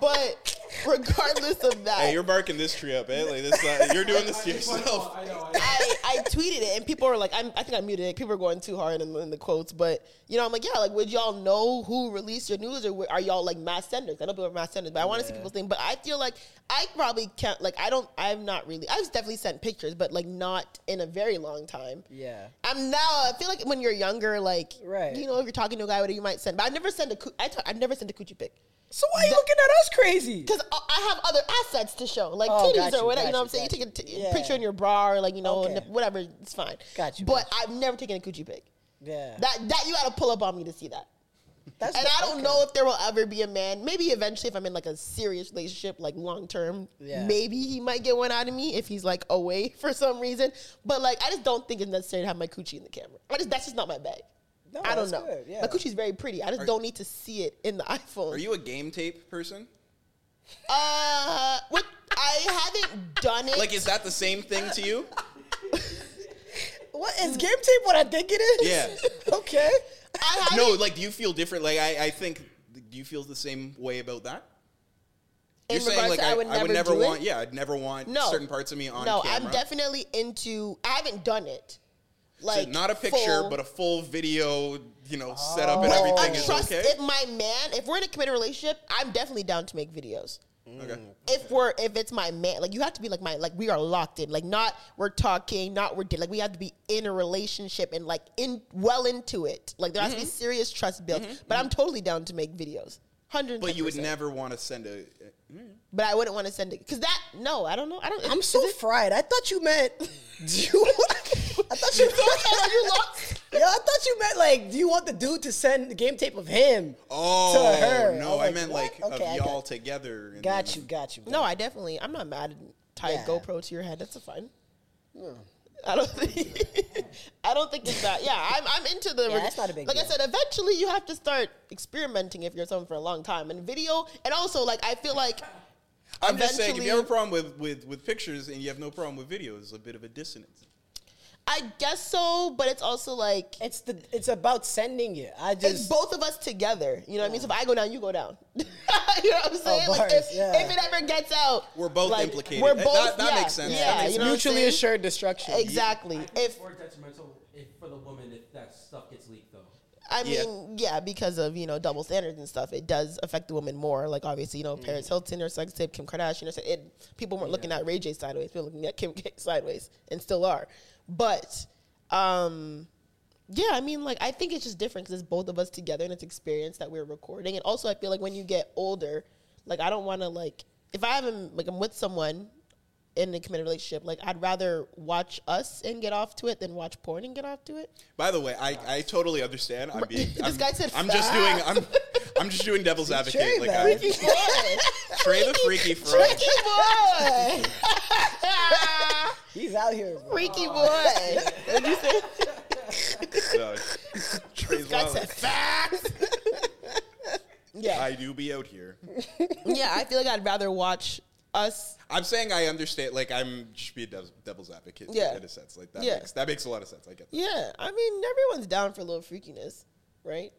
but regardless of that,
Hey, you're barking this tree up, eh? Like this, uh, you're doing this to yourself.
I know. I know.
I, I tweeted it and people were like, I'm, I think I muted it. People were going too hard in, the- in the quotes, but you know, I'm like, yeah, like, would y'all know who released your news or were- are y'all like mass senders? I know people are mass senders, but I want to see people's thing. But I feel like I probably can't, like, I don't, I'm not really, I've definitely sent pictures, but like not in a very long time.
Yeah.
I'm now, I feel like when you're younger, like,
Right.
you know, if you're talking to a guy, whatever you might send, but I never send a, coo- I t- I never sent a coochie pic.
So why are you looking at us crazy?
Because I have other assets to show, like
Oh,
titties
got
or
you,
whatever.
got
You know what
you,
I'm saying? You
got
take a t-
you. Yeah.
picture in your bra or like you know
Okay.
n- whatever, it's fine.
Got you,
But
got
I've never taken a coochie pic.
Yeah.
That that you gotta pull up on me to see that.
That's
And I don't
okay.
know if there will ever be a man. Maybe eventually, if I'm in like a serious relationship, like long term,
Yeah.
maybe he might get one out of me if he's like away for some reason. But like, I just don't think it's necessary to have my coochie in the camera. I just that's just not my bag.
No,
I don't
Oh, that's
know.
good, yeah.
My coochie's very pretty. I just don't need to see it in the iPhone.
Are you a game tape person?
Uh, what? I haven't done it.
Like, is that the same thing to you?
What is game tape? What I think it is?
Yeah.
okay.
I haven't.
No, like, do you feel different? Like, I, I think, do you feel the same way about that?
In
You're saying
regards
like
to
I,
I would never
never
do it?
want, yeah, I'd never want
no.
certain parts of me on
No,
camera.
I'm definitely into. I haven't done it.
So
Like
not a picture, but a full video, you know, setup and
with
everything
a
is
trusted
okay.
my man. If we're in a committed relationship, I'm definitely down to make videos.
Mm. Okay.
if we're if it's my man like you have to be like my like we are locked in like not we're talking not we're di- like we have to be in a relationship and like in well into it like there has
Mm-hmm.
to be serious trust built but i'm totally down to make videos 100
But you would never want to send a.
but i wouldn't want to send it because that no i don't know i don't
I'm
is
so
it-
fried. I thought you meant. Do you? I thought you.
Are you lost?
Yeah, I thought you meant like, do you want the dude to send the game tape of him
Oh
to her?
no,
was
I meant
what?
like
I
of
got-
y'all together. and
Got
then-
you, got you.
no i definitely i'm not mad at tie
Yeah.
a gopro to your head that's a fine I don't think I don't think it's that. Yeah, I'm I'm into the
Yeah, that's not a big
like I
deal.
said. Eventually, you have to start experimenting if you're someone for a long time. And video, and also like I feel like
I'm just saying, if you have a
eventually-
problem with, with, with pictures and you have no problem with videos, it's a bit of a dissonance.
I guess so, but it's also like
It's the. It's about sending it. I
it's
just.
both of us together. You know what I mean? So if I go down, you go down. you know what I'm saying? like
Oh, bars,
if,
yeah.
if it ever gets out,
We're both
like,
implicated.
We're
That-
both.
that- that
yeah,
makes sense.
Yeah,
That makes
you know what I'm
mutually
saying?
assured destruction.
Exactly. If
more detrimental if, for the woman if that stuff gets leaked though.
I
Yeah.
mean, yeah. because of you know double standards and stuff, it does affect the woman more. Like obviously, you know, Paris Hilton or sex tape, Kim Kardashian or se- it. People weren't looking at Ray J sideways; people looking at Kim K sideways, and still are. But, um, yeah, I mean, like I think it's just different because it's both of us together and it's experience that we're recording. And also, I feel like when you get older, like I don't want to like if I haven't like I'm with someone in a committed relationship, like I'd rather watch us and get off to it than watch porn and get off to it.
By the way, I, I totally understand. I'm being,
This
I'm,
guy said
I'm just doing
facts.
I'm I'm just doing devil's advocate.
Trey,
Like
man.
I,
Freaky
Trey the freaky frog.
Freaky boy.
He's out here. Bro.
Freaky boy.
So, Trey's
God
wild.
said facts. yeah.
I do be out here.
yeah, I feel like I'd rather watch us.
I'm saying I understand. Like I'm just being dev- devil's advocate.
Yeah.
in a sense, like that.
Yeah.
Makes, that makes a lot of sense. I get that.
Yeah, I mean, everyone's down for a little freakiness, right?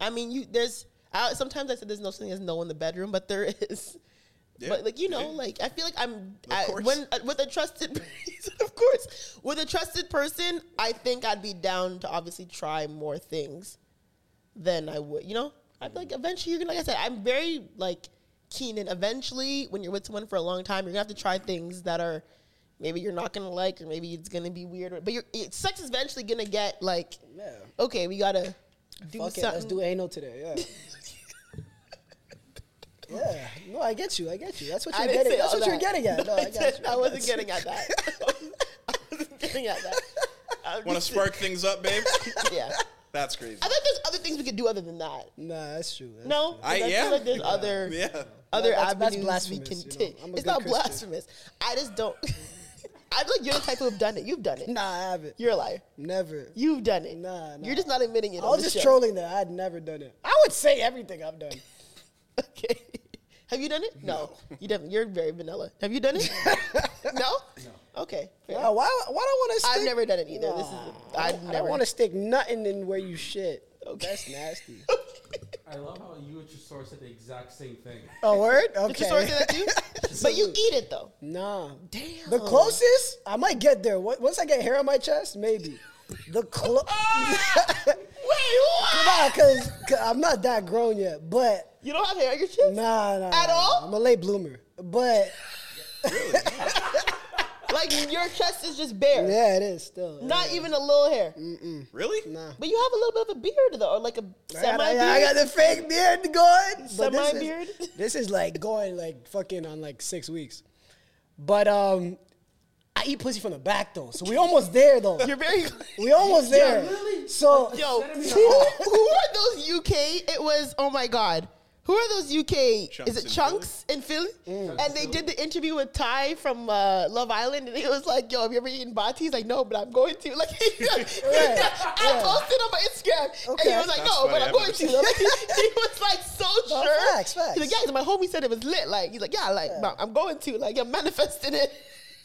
I mean, you there's. I, sometimes I said there's no such thing as no in the bedroom, but there is.
Yeah.
But like you know,
Yeah.
like I feel like I'm
Of
I,
course.
when uh, with a trusted, of course, with a trusted person, I think I'd be down to obviously try more things than I would. You know, I feel like eventually you're gonna, like I said, I'm very like keen, and eventually when you're with someone for a long time, you're gonna have to try things that are maybe you're not gonna like, or maybe it's gonna be weird. But you're, it, sex is eventually gonna get like,
Yeah.
okay, we gotta do
Fuck it,
something.
let's do anal today. Yeah. yeah. No, I get you. I get you. That's what
I
you're
didn't
getting.
say
That's
all
what you're
that.
getting at. No, I got
didn't-
you.
I wasn't getting at that. I wasn't getting at that. I'm
Want to
just-
spark things up, babe?
Yeah.
That's crazy.
I think there's other things we could do other than that.
Nah, that's true. That's
No,
true.
I-
feel
yeah.
like there's other
Yeah.
other
That's- that's
avenues we
blasphemous,
can
you know.
take.
I'm a
It's
good
not
Christian.
blasphemous. I just don't. I feel like you're the type who have done it. You've done it.
Nah, I haven't.
You're a liar.
Never.
You've done it.
Nah, nah.
You're just not admitting it.
I
on
was
this
just
show.
trolling that. I had never done it. I would say everything I've done.
Okay. Have you done it? No. You definitely. You're very vanilla. Have you done it? no. Okay. fair.
Nah, why? Why do I want to?
I've never done it either. This is.
I
I've
don't,
never.
want to stick nothing in where you shit.
Okay.
That's nasty.
I love how you and your source said the exact same thing.
A word?
Did your story say
Okay.
that too? but you eat it though.
Nah.
Damn.
The closest I might get there. Wa- Once I get hair on my chest, maybe. The clo-
Wait,
Come on, cause, 'cause I'm not that grown yet. But
You don't have hair on your chest?
nah, nah.
At
nah.
all?
I'm a late bloomer. But
Like your chest is just bare.
yeah, it is still.
Not even a little hair.
really?
But you have a little bit of a beard though, or like a
I got,
semi
I, got- I got
beard.
the fake beard going. but this is-
Semi-beard?
This is like going like fucking on like six weeks. But um, I eat pussy from the back though, so we almost there though.
You're very.
we almost there. So
Yo, who, who are those UK? It was oh my god. Who are those UK?
Chunks
is it
and
Chunks and Philly?
Mm.
And they did the interview with Ty from uh, Love Island, and he was like, "Yo, have you ever eaten bati?" He's like, "No, but I'm going to." Like, he, I posted on my Instagram, and
Okay.
he was like,
That's
"No, but
funny,
I'm
I've
going
never
to."
seen
Like, he, he was like so
No,
sure.
facts, facts.
He's like, "Yeah, my homie said it was lit." Like, he's like, "Yeah, like I'm going to." Like, I'm manifesting it.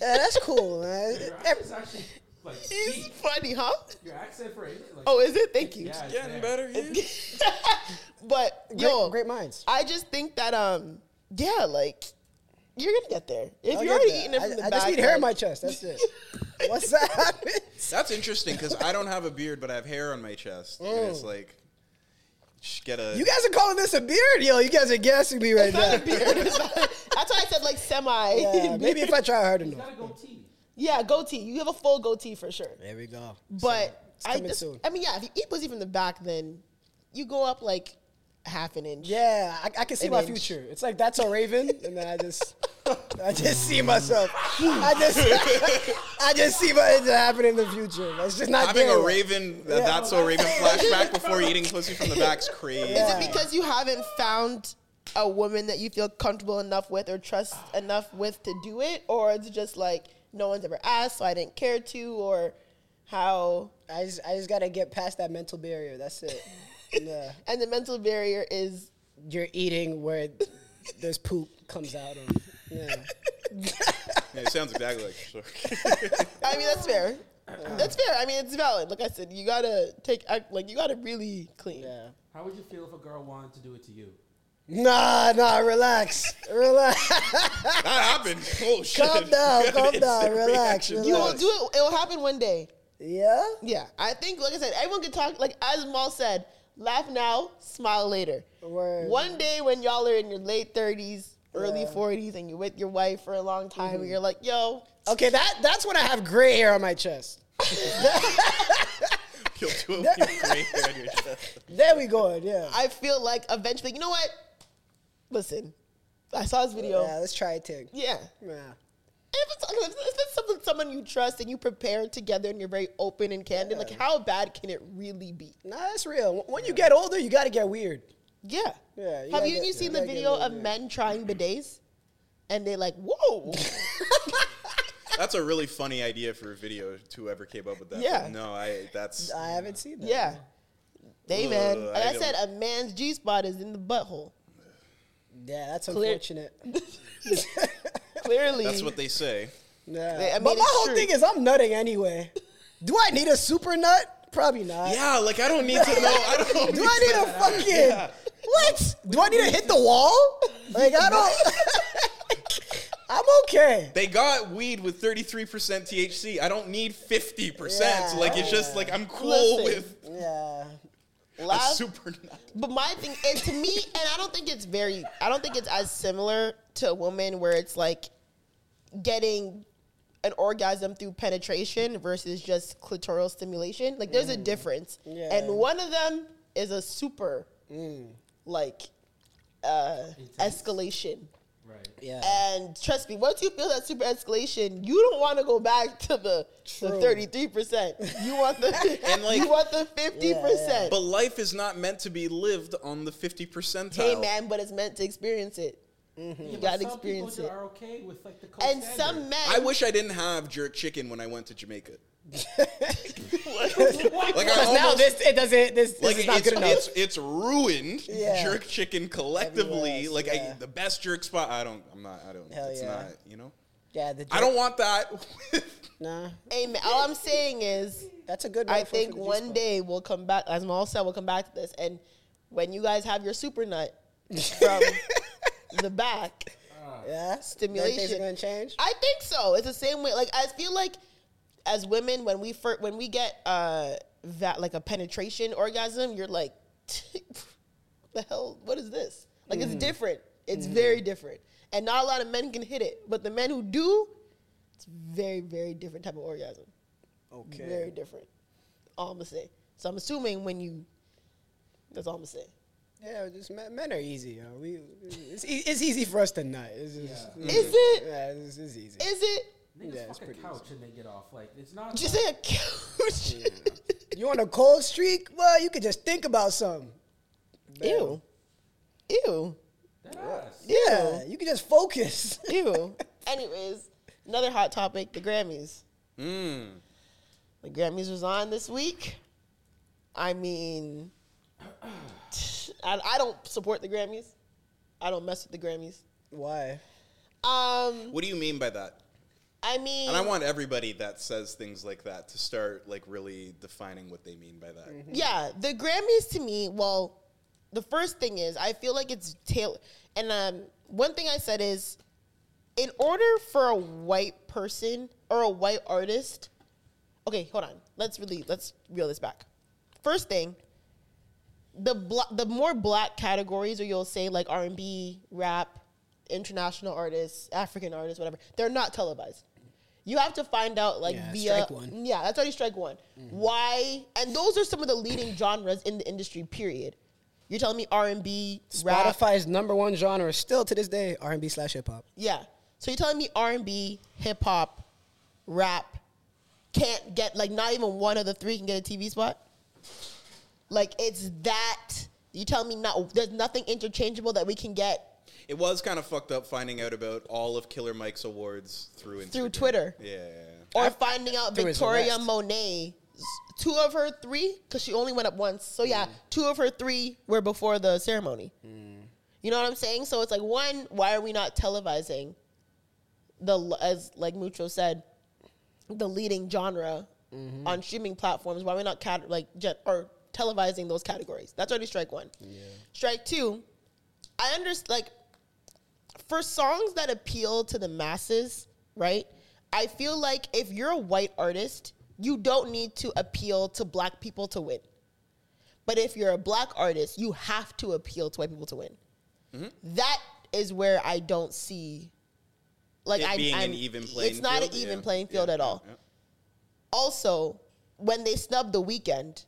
yeah, that's cool, man.
Your accent's actually like
He's
deep.
funny, huh?
your accent for Asian, like,
Oh, is it? Thank you.
yeah, it's
Getting
there.
better. Yeah.
But yo,
great minds.
I just think that um, yeah, like you're gonna get there if you're
I'll get
already
there.
eating it from
I,
the
I
back.
just need hair in my
like-
chest. That's it. What's that happen?
That's interesting because I don't have a beard, but I have hair on my chest. And
Mm.
it's like, just get a.
You guys are calling this a beard, yo? You guys are gassing me
It's
right
not
now.
a beard. It's not, That's why I said like semi.
Yeah, maybe if I try hard enough.
Yeah, goatee. You have a full goatee for sure.
There we go.
But I,
coming
just,
soon.
I mean, yeah, if you eat pussy from the back, then you go up like half an inch.
Yeah, I, I can see
An
my
inch.
future. It's like that's a raven, and then I just, I just see myself. I just, I just see my, it happen in the future. It's just not
Having
there
a
yet.
raven, a that's so raven flashback before eating pussy from the back's crazy.
Is it because you haven't found a woman that you feel comfortable enough with or trust enough with to do it, or it's just like no one's ever asked, so I didn't care to, or how?
I just, I just gotta get past that mental barrier. That's it. Yeah,
And the mental barrier is
you're eating where there's poop comes out of. Yeah,
Yeah, it sounds exactly like your story.
I mean, that's fair. That's fair. I mean, it's valid. Like I said, you gotta take act- like you gotta really clean.
yeah.
How would you feel if a girl wanted to do it to you?
Nah, nah, relax, relax.
That happened. Oh shit.
Calm down,
Got an
calm
instant
down, relax,
reaction.
You will do it. It will happen one day.
Yeah.
Yeah, I think like I said, everyone can talk. Like as Mal said, laugh now, smile later.
Word.
One day when y'all are in your late thirties, early forties, and you're with your wife for a long time,
Mm-hmm.
and you're like, "Yo,
Okay, that that's when I have gray hair on my chest.
You'll do it with your gray hair on your chest.
There we go. Yeah.
I feel like eventually, you know what? Listen, I saw this video.
Yeah, let's try it too.
Yeah,
Yeah.
if it's, if it's something someone you trust and you prepare together and you're very open and candid, like how bad can it really be?
Nah, that's real. When you get older, you gotta get weird.
Yeah.
Yeah, you
Have
gotta
you,
get-
you seen
you
the
gotta get
video
rid
of
of it.
men trying bidets? And they like, whoa.
That's a really funny idea for a video. to Whoever came up with that?
Yeah.
No, I. That's.
I haven't seen that.
yeah. They,
Ugh,
man.
I
Like I,
don't-
said, a man's G spot is in the butthole.
Yeah, that's
Clear-
unfortunate.
Clearly.
That's what they say.
Yeah.
I mean,
but my
it's
whole
true.
thing is I'm nutting anyway. Do I need a super nut? Probably not.
Yeah, like I don't need to know. I don't.
Do I need a fucking what? Do I need to hit the wall? Like I don't I'm okay.
They got weed with 33% THC. I don't need 50%.
Yeah.
like, it's just like I'm cool
Listen.
with
Yeah.
a
Laugh.
super nut.
But my thing, and to me, and I don't think it's very, I don't think it's as similar to a woman where it's like getting an orgasm through penetration versus just clitoral stimulation. Like there's a difference.
Yeah.
And one of them is a super, like, uh, escalation.
Right.
Yeah.
And trust me, once you feel that super escalation, you don't want to go back to the
True.
thirty three percent. You want the
And, like-
you want the fifty percent.
But life is not meant to be lived on the 50 percentile.
Hey man, but it's meant to experience it.
Mm-hmm.
You
But
gotta
some people
experience it.
are okay with like the cold
And some men,
I wish I didn't have jerk chicken when I went to Jamaica. like I almost,
now this it doesn't this,
like
this is not
it's,
good enough.
it's it's ruined
Yeah.
jerk chicken collectively.
Everywhere else,
like
yeah.
I, the best jerk spot. I don't. I'm not. I don't.
Hell
it's
yeah.
not. You know.
yeah, the
I don't want that.
nah.
amen. All I'm saying is,
That's a good
I
metaphor for
think
the
one
G-spot.
day we'll come back. As Mal said, we'll come back to this. And when you guys have your super nut from the back,
Yeah.
stimulation.
Then things are gonna change.
I think so. It's the same way. Like I feel like as women, when we first, when we get uh that like a penetration orgasm, you're like, the hell, what is this? Like it's different. It's very different, and not a lot of men can hit it. But the men who do, it's very very different type of orgasm.
Okay.
Very different. All I'm gonna say. So I'm assuming when you, that's all I'm gonna say.
Yeah, just men, men are easy. Yo. We it's, e- it's easy for us to nut. It's just, yeah.
Is it?
Yeah, it's, it's
Is
easy.
it?
Niggas
Yeah, it's
fuck a
pretty
couch and they get off. Like it's not.
Just say a couch.
You on a cold streak? Well, you could just think about something.
Ew. Ew.
that ass.
Yeah, you could just focus.
Ew. Anyways, another hot topic: the Grammys.
Hmm.
The Grammys was on this week. I mean, I, I don't support the Grammys. I don't mess with the Grammys.
Why?
Um,
what do you mean by that?
I mean,
And I want everybody that says things like that to start like really defining what they mean by that.
yeah, the Grammys to me. Well, the first thing is I feel like it's tail. And um, one thing I said is, in order for a white person or a white artist, okay, hold on. Let's really let's reel this back. First thing, the bla- the more black categories, or you'll say like R and B, rap, international artists, African artists, whatever, they're not televised. You have to find out like
Yeah,
via
strike one. Mm.
yeah, that's already strike one. Why? And those are some of the leading genres in the industry. Period. You're telling me R and B, rap,
Spotify's number one genre still to this day R and B slash hip hop.
yeah. So you're telling me R and B, hip hop, rap can't get like not even one of the three can get a TV spot? Like it's that you tell me not there's nothing interchangeable that we can get
It was kind of fucked up finding out about all of Killer Mike's awards through Instagram.
through Twitter.
Yeah.
Or finding out
through his
Victoria
arrest.
Monet. Two of her three, because she only went up once. So yeah, two of her three were before the ceremony. You know what I'm saying? So it's like one, why are we not televising the l- as like Mucho said, the leading genre on streaming platforms? Why are we not cat- like jet or televising those categories? That's already strike one. Strike two, I understand like for songs that appeal to the masses, right? I feel like if you're a white artist, you don't need to appeal to black people to win. But if you're a black artist, you have to appeal to white people to win.
Mm-hmm.
That is where I don't see like
It
I'm,
being an
I'm-
even playing
It's not an
field,
even
yeah,
playing field
yeah,
at all.
yeah, yeah.
Also, when they snub the weekend,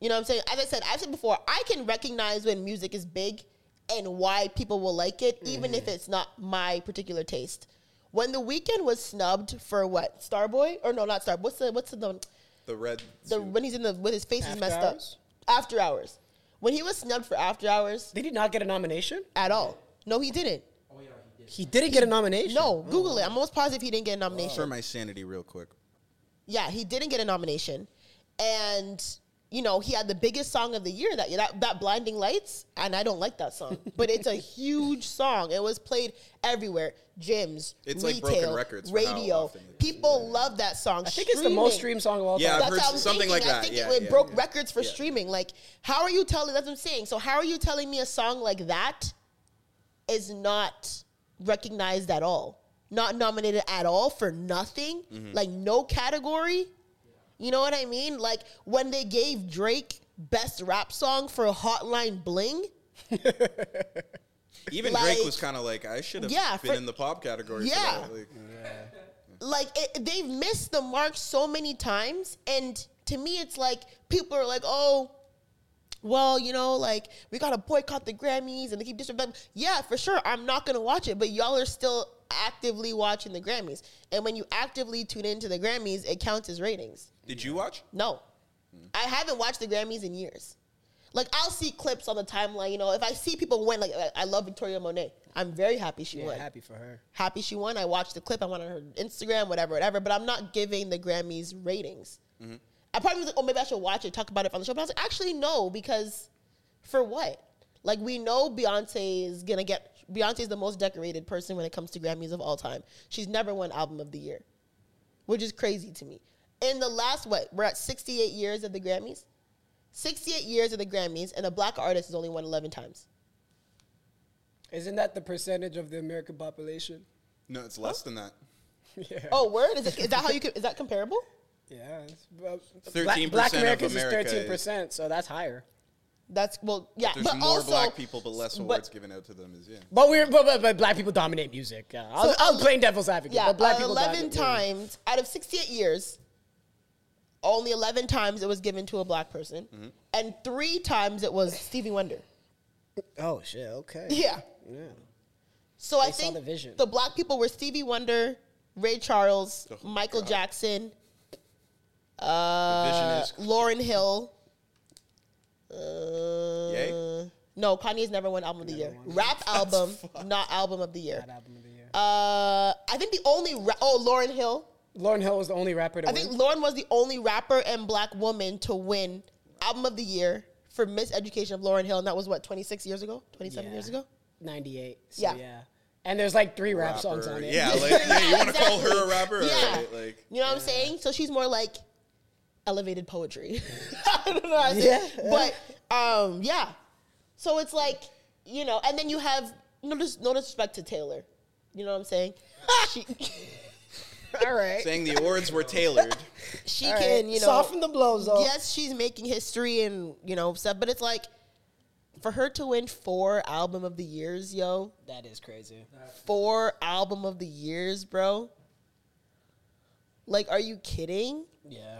you know what I'm saying? As I said, I've said before, I can recognize when music is big and why people will like it, even
Mm-hmm.
if it's not my particular taste. When the weekend was snubbed for what Starboy or no, not Starboy. What's the what's the the,
The red. suit.
when he's in the when his face is
After
messed
Hours?
up? After Hours. When he was snubbed for After Hours
Did he not get a nomination?
at all? No, he didn't.
He didn't get a nomination.
No, Google it. I'm almost positive he didn't get a nomination.
For my sanity, real quick.
yeah, he didn't get a nomination, and you know he had the biggest song of the year that year, that, that blinding lights, and I don't like that song, but it's a huge song. It was played everywhere, gyms,
It's like
retail,
broken records for how
radio.
often it-
People love that song.
I think it's the most
streaming.
streamed song of all
Yeah,
time.
I've
That's
heard
what I'm
something
thinking.
like
I
that.
think
Yeah,
it, it
yeah,
broke
yeah.
records for
Yeah.
streaming. Like, how are you telling? That's what I'm saying. So, how are you telling me a song like that is not recognized at all, not nominated at all for nothing,
Mm-hmm.
like no category? You know what I mean? Like when they gave Drake best rap song for Hotline Bling.
Even
Like-
Drake was kind of like, I should have
Yeah,
been
for-
in the pop category.
Yeah.
For that. Like,
like it, they've missed the mark so many times and to me it's like people are like oh well you know like we gotta boycott the grammys and they keep disrespecting yeah for sure i'm not gonna watch it but y'all are still actively watching the grammys and when you actively tune into the grammys it counts as ratings
did you watch?
no. I haven't watched the Grammys in years. Like I'll see clips on the timeline, you know. If I see people win, like I- I love Victoria Monet. I'm very happy she won.
happy for her.
Happy she won. I watched the clip. I went on her Instagram, whatever, whatever. But I'm not giving the Grammys ratings. I probably was like, oh, maybe I should watch it, talk about it on the show. But I was like, actually, no, because for what? Like we know Beyonce is gonna get. Beyonce is the most decorated person when it comes to Grammys of all time. She's never won Album of the Year which is crazy to me. In the last what we're at 68 years of the Grammys, 68 years of the Grammys, and a black artist has only won 11 times.
Isn't that the percentage of the American population?
No, it's less than that.
yeah.
Oh, word is, it, is that how you could, is that comparable?
Yeah. it's- well,
13%
black
of
Americans is
America is-
thirteen percent, so that's higher.
That's well, yeah,
There's
but
more
also
black people, but less
but-
awards given out to them. Is yeah.
But we're but, but, but black people dominate music. Yeah, I'll,
So,
I'll
uh,
blame devil's advocate.
Yeah,
but black
uh,
people
11
dominate.
times out of 68 years, only 11 times it was given to a black person,
Mm-hmm.
and three times it was Stevie Wonder.
Oh shit. Okay.
Yeah. So I
saw
think
the vision.
the black people were Stevie Wonder, Ray Charles,
Oh,
Michael Jackson,
The vision
Uh,
is
Lauren Hill. Uh,
Yay.
No, Kanye's never won album of the year. Rap album, not album of the year.
Album of the year.
Uh, I think the only ra- oh Lauren Hill.
Lauren Hill was the only rapper to
I
win.
think Lauren was the only rapper and black woman to win album of the year for Miseducation of Lauren Hill, and that was what 26 years ago, 27 years
Yeah.
ago.
98. So
Yeah.
yeah. And there's like three rap songs
rapper.
on it.
Yeah, like yeah, you want to call her a rapper?
Yeah.
Alright, like
You know what I'm saying? So she's more like elevated poetry. I don't know. How to
Yeah.
yeah. But um, yeah. So it's like you know, and then you have no, dis- no disrespect to Taylor. You know what I'm saying? she
All right.
saying the awards were tailored.
she
All right.
can you know
Soften the blows, though.
Yes, she's making history and you know stuff, but it's like for her to win four album of the years, yo,
That is crazy.
four album of the years, bro. Like, are you kidding?
Yeah.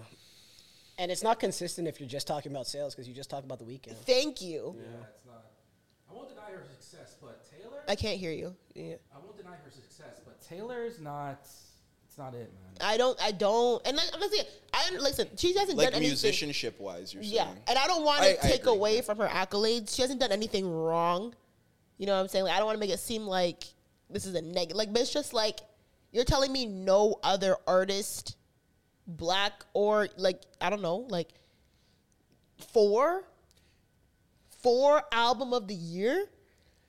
And it's not consistent if you're just talking about sales because you just talk about the weekend.
Thank you.
That's not. I won't deny her success, but Taylor.
I can't hear you. Yeah.
I won't deny her success, but Taylor's not. It's not it, man.
I don't. I don't. And like, I'm not saying. I listen. She hasn't
Like
done anything.
musicianship wise, you're saying.
Yeah, and I don't want to
I- I
take
agree.
away from her accolades. She hasn't done anything wrong. You know what I'm saying? Like, I don't want to make it seem like this is a negative. Like, but it's just like you're telling me no other artist, black or like I don't know, like four, four album of the year.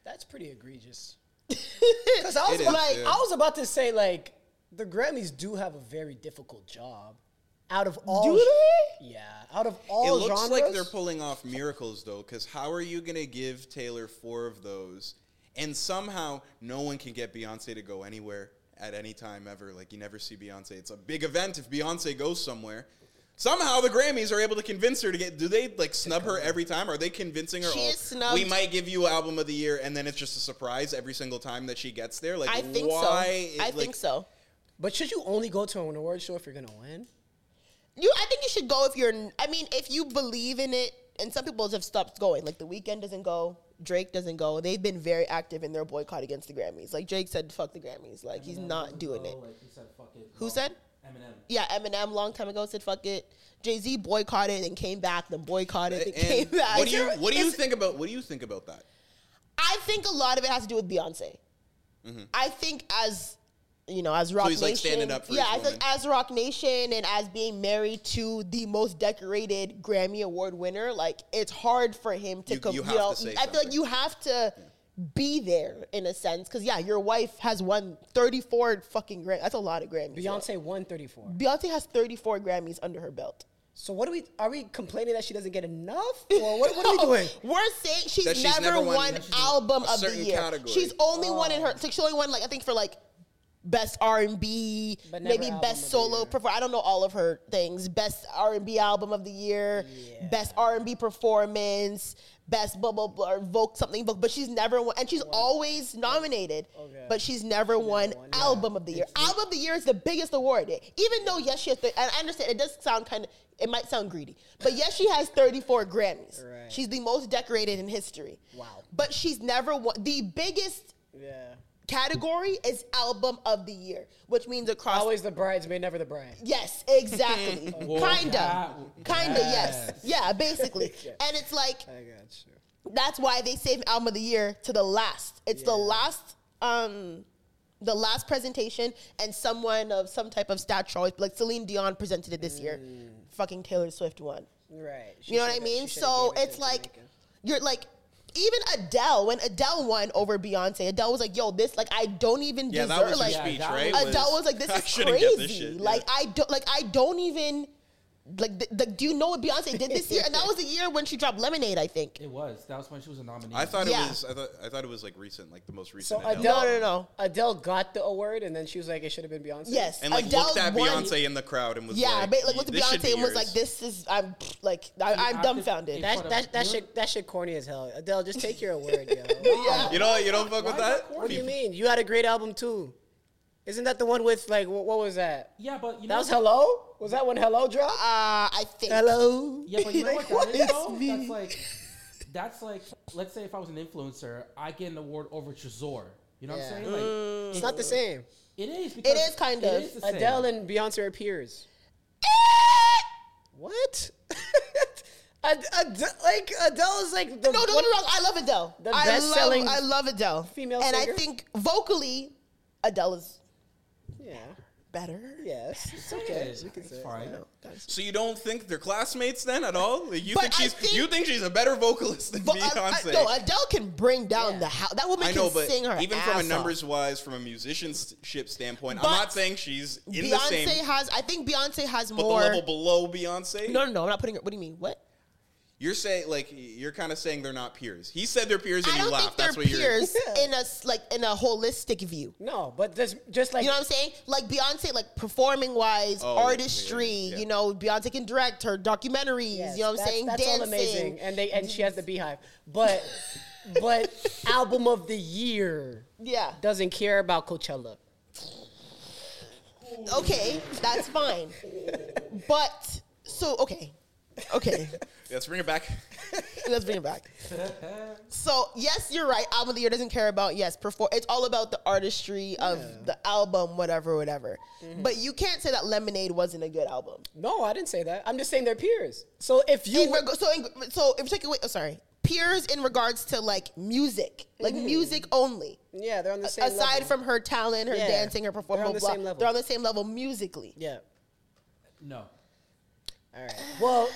That's pretty egregious. Because I was
It is,
like,
yeah.
I was about to say like the Grammys do have a very difficult job. Out of all,
Do they?
Yeah, out of all
it looks
genres,
like they're pulling off miracles though because how are you going to give taylor four of those and somehow no one can get beyonce to go anywhere at any time ever like you never see beyonce it's a big event if beyonce goes somewhere somehow the grammys are able to convince her to get do they like snub her every time are they convincing her
She
oh,
is snubbed.
we might give you album of the year and then it's just a surprise every single time that she gets there like
I think
why
so. I
like,
think so.
but should you only go to an award show if you're gonna win?
You, I think you should go if you're. I mean, if you believe in it, and some people have stopped going. Like the weekend doesn't go, Drake doesn't go. They've been very active in their boycott against the Grammys. Like Drake said, "Fuck the Grammys." Like he's not doing it.
Like you said, fuck it.
Who said?
Eminem.
Yeah, Eminem long time ago said "fuck it." Jay Z boycotted and came back, then boycotted and, came
and
back.
what do you what do you
It's-
think about what do you think about that
I think a lot of it has to do with Beyonce. I think as you know, as Rock
Mm-hmm. he's,
Nation,
like, standing up for
yeah,
his
I think
woman.
as Rock Nation and as being married to the most decorated Grammy Award winner, like it's hard for him to,
You-
com-
you
you
have to
know,
say
I feel
something.
like you have to be there in a sense because yeah, your wife has won thirty four fucking Grammys. That's a lot of Grammys. yo.
Beyonce won 34.
Beyonce has thirty four Grammys under her belt.
So what do we? Are we complaining that she doesn't get enough, or what, what are we doing?
Oh, We're saying she's,
That she's
never,
never won-
won
that she's
album
a
of the
certain
year.
category. Oh.
She's only won in her. Like, she only won like I think for like best R and B,
But never
maybe
album of
best
the
solo.
year.
Perform- I don't know all of her things. Best R and B album of the year, best R and B performance, best blah blah blah, or vote something. But but she's never won, and she's always nominated. But she's never won album of the year. Album of the year is the biggest award. Even though yes, she has. Th- and I understand it does sound kind of. It might sound greedy, but yes, she has 34 Grammys.
Right.
She's the most decorated in history.
Wow.
But she's never won. The biggest
Yeah,
category is album of the year, which means across.
always the bridesmaid, never the bride.
Yes, exactly. kinda,
that-
kinda. Yes,
Yes.
yeah, basically. And it's like
I got you.
that's why they save album of the year to the last. It's the last, um, the last presentation, and someone of some type of stature, always- like Celine Dion presented it this year.
Mm.
Fucking Taylor Swift won.
Right. She
You know what I
should've-
mean?
she should've
So
gave it to
it's like
Jamaica.
you're like even Adele when Adele won over Beyonce, Adele was like, "Yo, this like I don't even
yeah
deserve
that was her
like
speech
that
right
was-
Adele was like, "This
I
is
shouldn't get
crazy.
this shit, yeah.
Like I don't like I don't even like th- like do you know what Beyonce did this year? And that was the year when she dropped Lemonade, I think.
It was. That was when she was a nominee.
I thought
Yeah.
it was. I thought. I thought it was like recent, like the most
So
recent.
Adele,
No, no, no.
Adele got the award, and then she was like, "It should have been Beyonce."
Yes,
And like
Adele
looked at
won.
Beyonce in the crowd and was
Yeah,
like,
but like looked at
"This should be
Beyonce and was
yours."
like, "This is I'm pfft, like I, I'm
acted-
dumbfounded."
That's-
That, that, that shit that shit corny as hell. Adele, just take your award, yo.
You know, you don't fuck with that.
what do you mean? You had a great album too. Isn't that the one with like what, what was that?
Yeah, but you
That
know
was Hello. Was that when Hello dropped?
uh, I think
Hello.
Yeah, but you know
Like,
what that is
what?
though? That's like that's like let's say if I was an influencer, I get an award over Trezor. You know what I'm saying? Like
It's not the same.
it is because
Mm. is kind of.
the same.
Adele and Beyonce are peers. What? Ad- Ad- like Adele is like
No,
the
don't
one-
get me wrong. I love Adele.
The
I
best-selling
love, I love Adele.
female
and
singer?
I think vocally, Adele is
Yeah.
better.
Yes. It's okay.
It's
You can say it.
fine.
So you don't think they're classmates then at all? You
But
think
I
she's
think-
you think she's a better vocalist than
But I, I,
Beyonce? I,
no, Adele can bring down the house. That woman
know,
can
but
sing her
even
ass
from a
off.
numbers wise, from a musicianship standpoint,
But
I'm not saying she's in
Beyonce
the same,
has. I think Beyonce has
but the
more.
level below Beyonce.
no, no, no. I'm not putting her. What do you mean? What?
You're saying like you're kind of saying they're not peers. He said they're peers, and
I
you
don't
laughed.
think
That's
they're
what you're.
peers in a s- like in a holistic view.
No, but just just like
You know what I'm saying? Like Beyonce, like performing wise,
Oh,
artistry.
yeah, yeah.
You know, Beyonce can direct her documentaries.
Yes,
you know what I'm
that's-
saying?
That's
Dancing.
all amazing, and they and she has the beehive. But but album of the year
Yeah.
doesn't care about Coachella.
Okay, that's fine. But so okay, okay,
Let's bring it back.
let's bring it back. So yes, you're right. Album of the year doesn't care about yes perform. It's all about the artistry of the album, whatever, whatever.
Mm-hmm.
But you can't say that Lemonade wasn't a good album.
No, I didn't say that. I'm just saying they're peers. So if you
In
were-
reg- so in, so if you take away, oh, sorry, peers in regards to like music, like music only.
Mm-hmm. yeah, they're on the same.
Aside
level.
from her talent, her
Yeah.
dancing, her performance,
They're on the
blah,
same level.
they're on the same level musically.
yeah,
No.
all right. Well,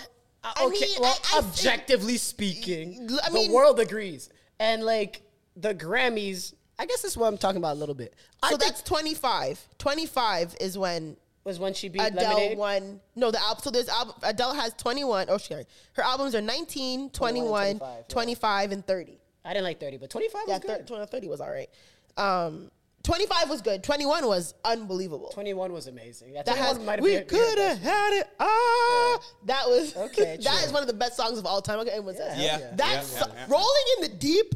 uh,
I
okay.
mean,
well,
I- I-
objectively speaking,
I
the
mean-
world agrees, and like the Grammys. I guess that's what I'm talking about a little bit. I
So
think
that's 25. 25 is when
was when she beat
Adele
Lemonade.
won. No, the album. So there's album. Adele has 21. Oh, sorry. Her albums are 19, 21,
25,
25,
yeah.
and 30.
I didn't like 30, but 25
Yeah,
was good.
thir- 20 30 was all right. Um, 25 was good. 21 was unbelievable.
21 was amazing. Yeah,
That
21
has
might have
we
been-
could
yeah,
have had it all. That was
Okay,
that
true.
is one of the best songs of all time. Okay, everyone says
Yeah. Yeah.
that
Yeah,
so-
yeah.
rolling in the deep.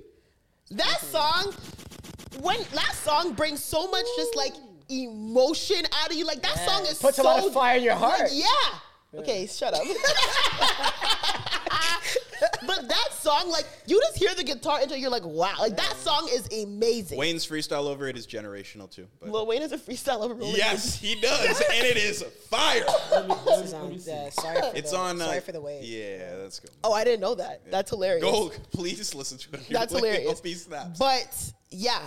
That
Mm-hmm.
song, when that song brings so much just like emotion out of you. Like that song is
Puts a
so,
lot of fire in your heart.
Like, yeah. Okay, shut up. but that song, like you just hear the guitar until you're like, wow, like that song is amazing.
Wayne's freestyle over it is generational too. But.
Lil Wayne is a freestyle over Rolling.
Yes, he does, and it is fire.
This is on, yeah, sorry for
It's
the,
on. Uh,
Sorry for the wait.
Yeah, that's good.
Oh, I didn't know that. That's hilarious.
Go, please listen to it.
That's
Like,
hilarious.
hope he snaps.
But yeah,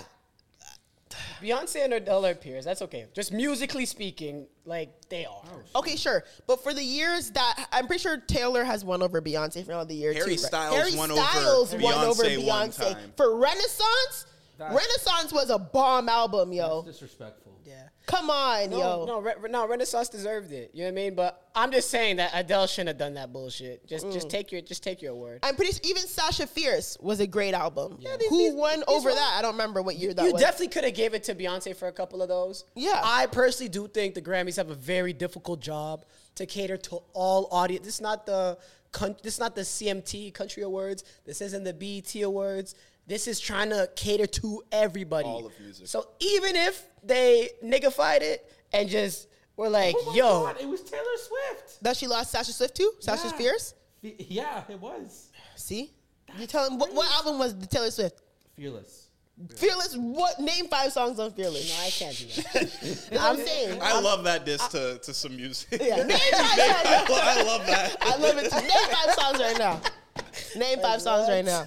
Beyonce and Adele are peers. That's okay. Just musically speaking, like they are.
okay, sure. But for the years that I'm pretty sure Taylor has won over Beyonce for another year.
Harry
too, right?
Styles
Harry
won over
Styles won over
Beyonce one
Beyonce
time.
for Renaissance. Renaissance was a bomb album, yo.
Disrespectful.
Yeah.
Come on,
No,
yo.
no, re, no, Renaissance deserved it. You know what I mean? But I'm just saying that Adele shouldn't have done that bullshit. Just,
Mm.
just take your, just take your word.
I'm pretty sure even Sasha Fierce was a great album.
these-
Who
these-
won
these
over
were-
that? I don't remember what year that
you
was.
definitely could have gave it to Beyonce for a couple of those.
Yeah.
I personally do think the Grammys have a very difficult job to cater to all audience. This is not the coun- this is not the CMT Country Awards. This isn't the BET Awards. This is trying to cater to everybody. All of music. So even if they niggified it and just were like,
Oh my
"Yo,
God, it was Taylor Swift.
that she lost Sasha Swift too. Sasha
Yeah.
Fierce.
Fe- Yeah, it was.
See, you tell him what, what album was the Taylor Swift?
Fearless.
Fearless. What name five songs on Fearless?
no, I can't do that."
You know what I'm saying.
I love that diss to, to some music.
Yeah. Name five
I,
songs.
lo- I love that.
I love it. Too. Name five songs right now. Name five songs right now.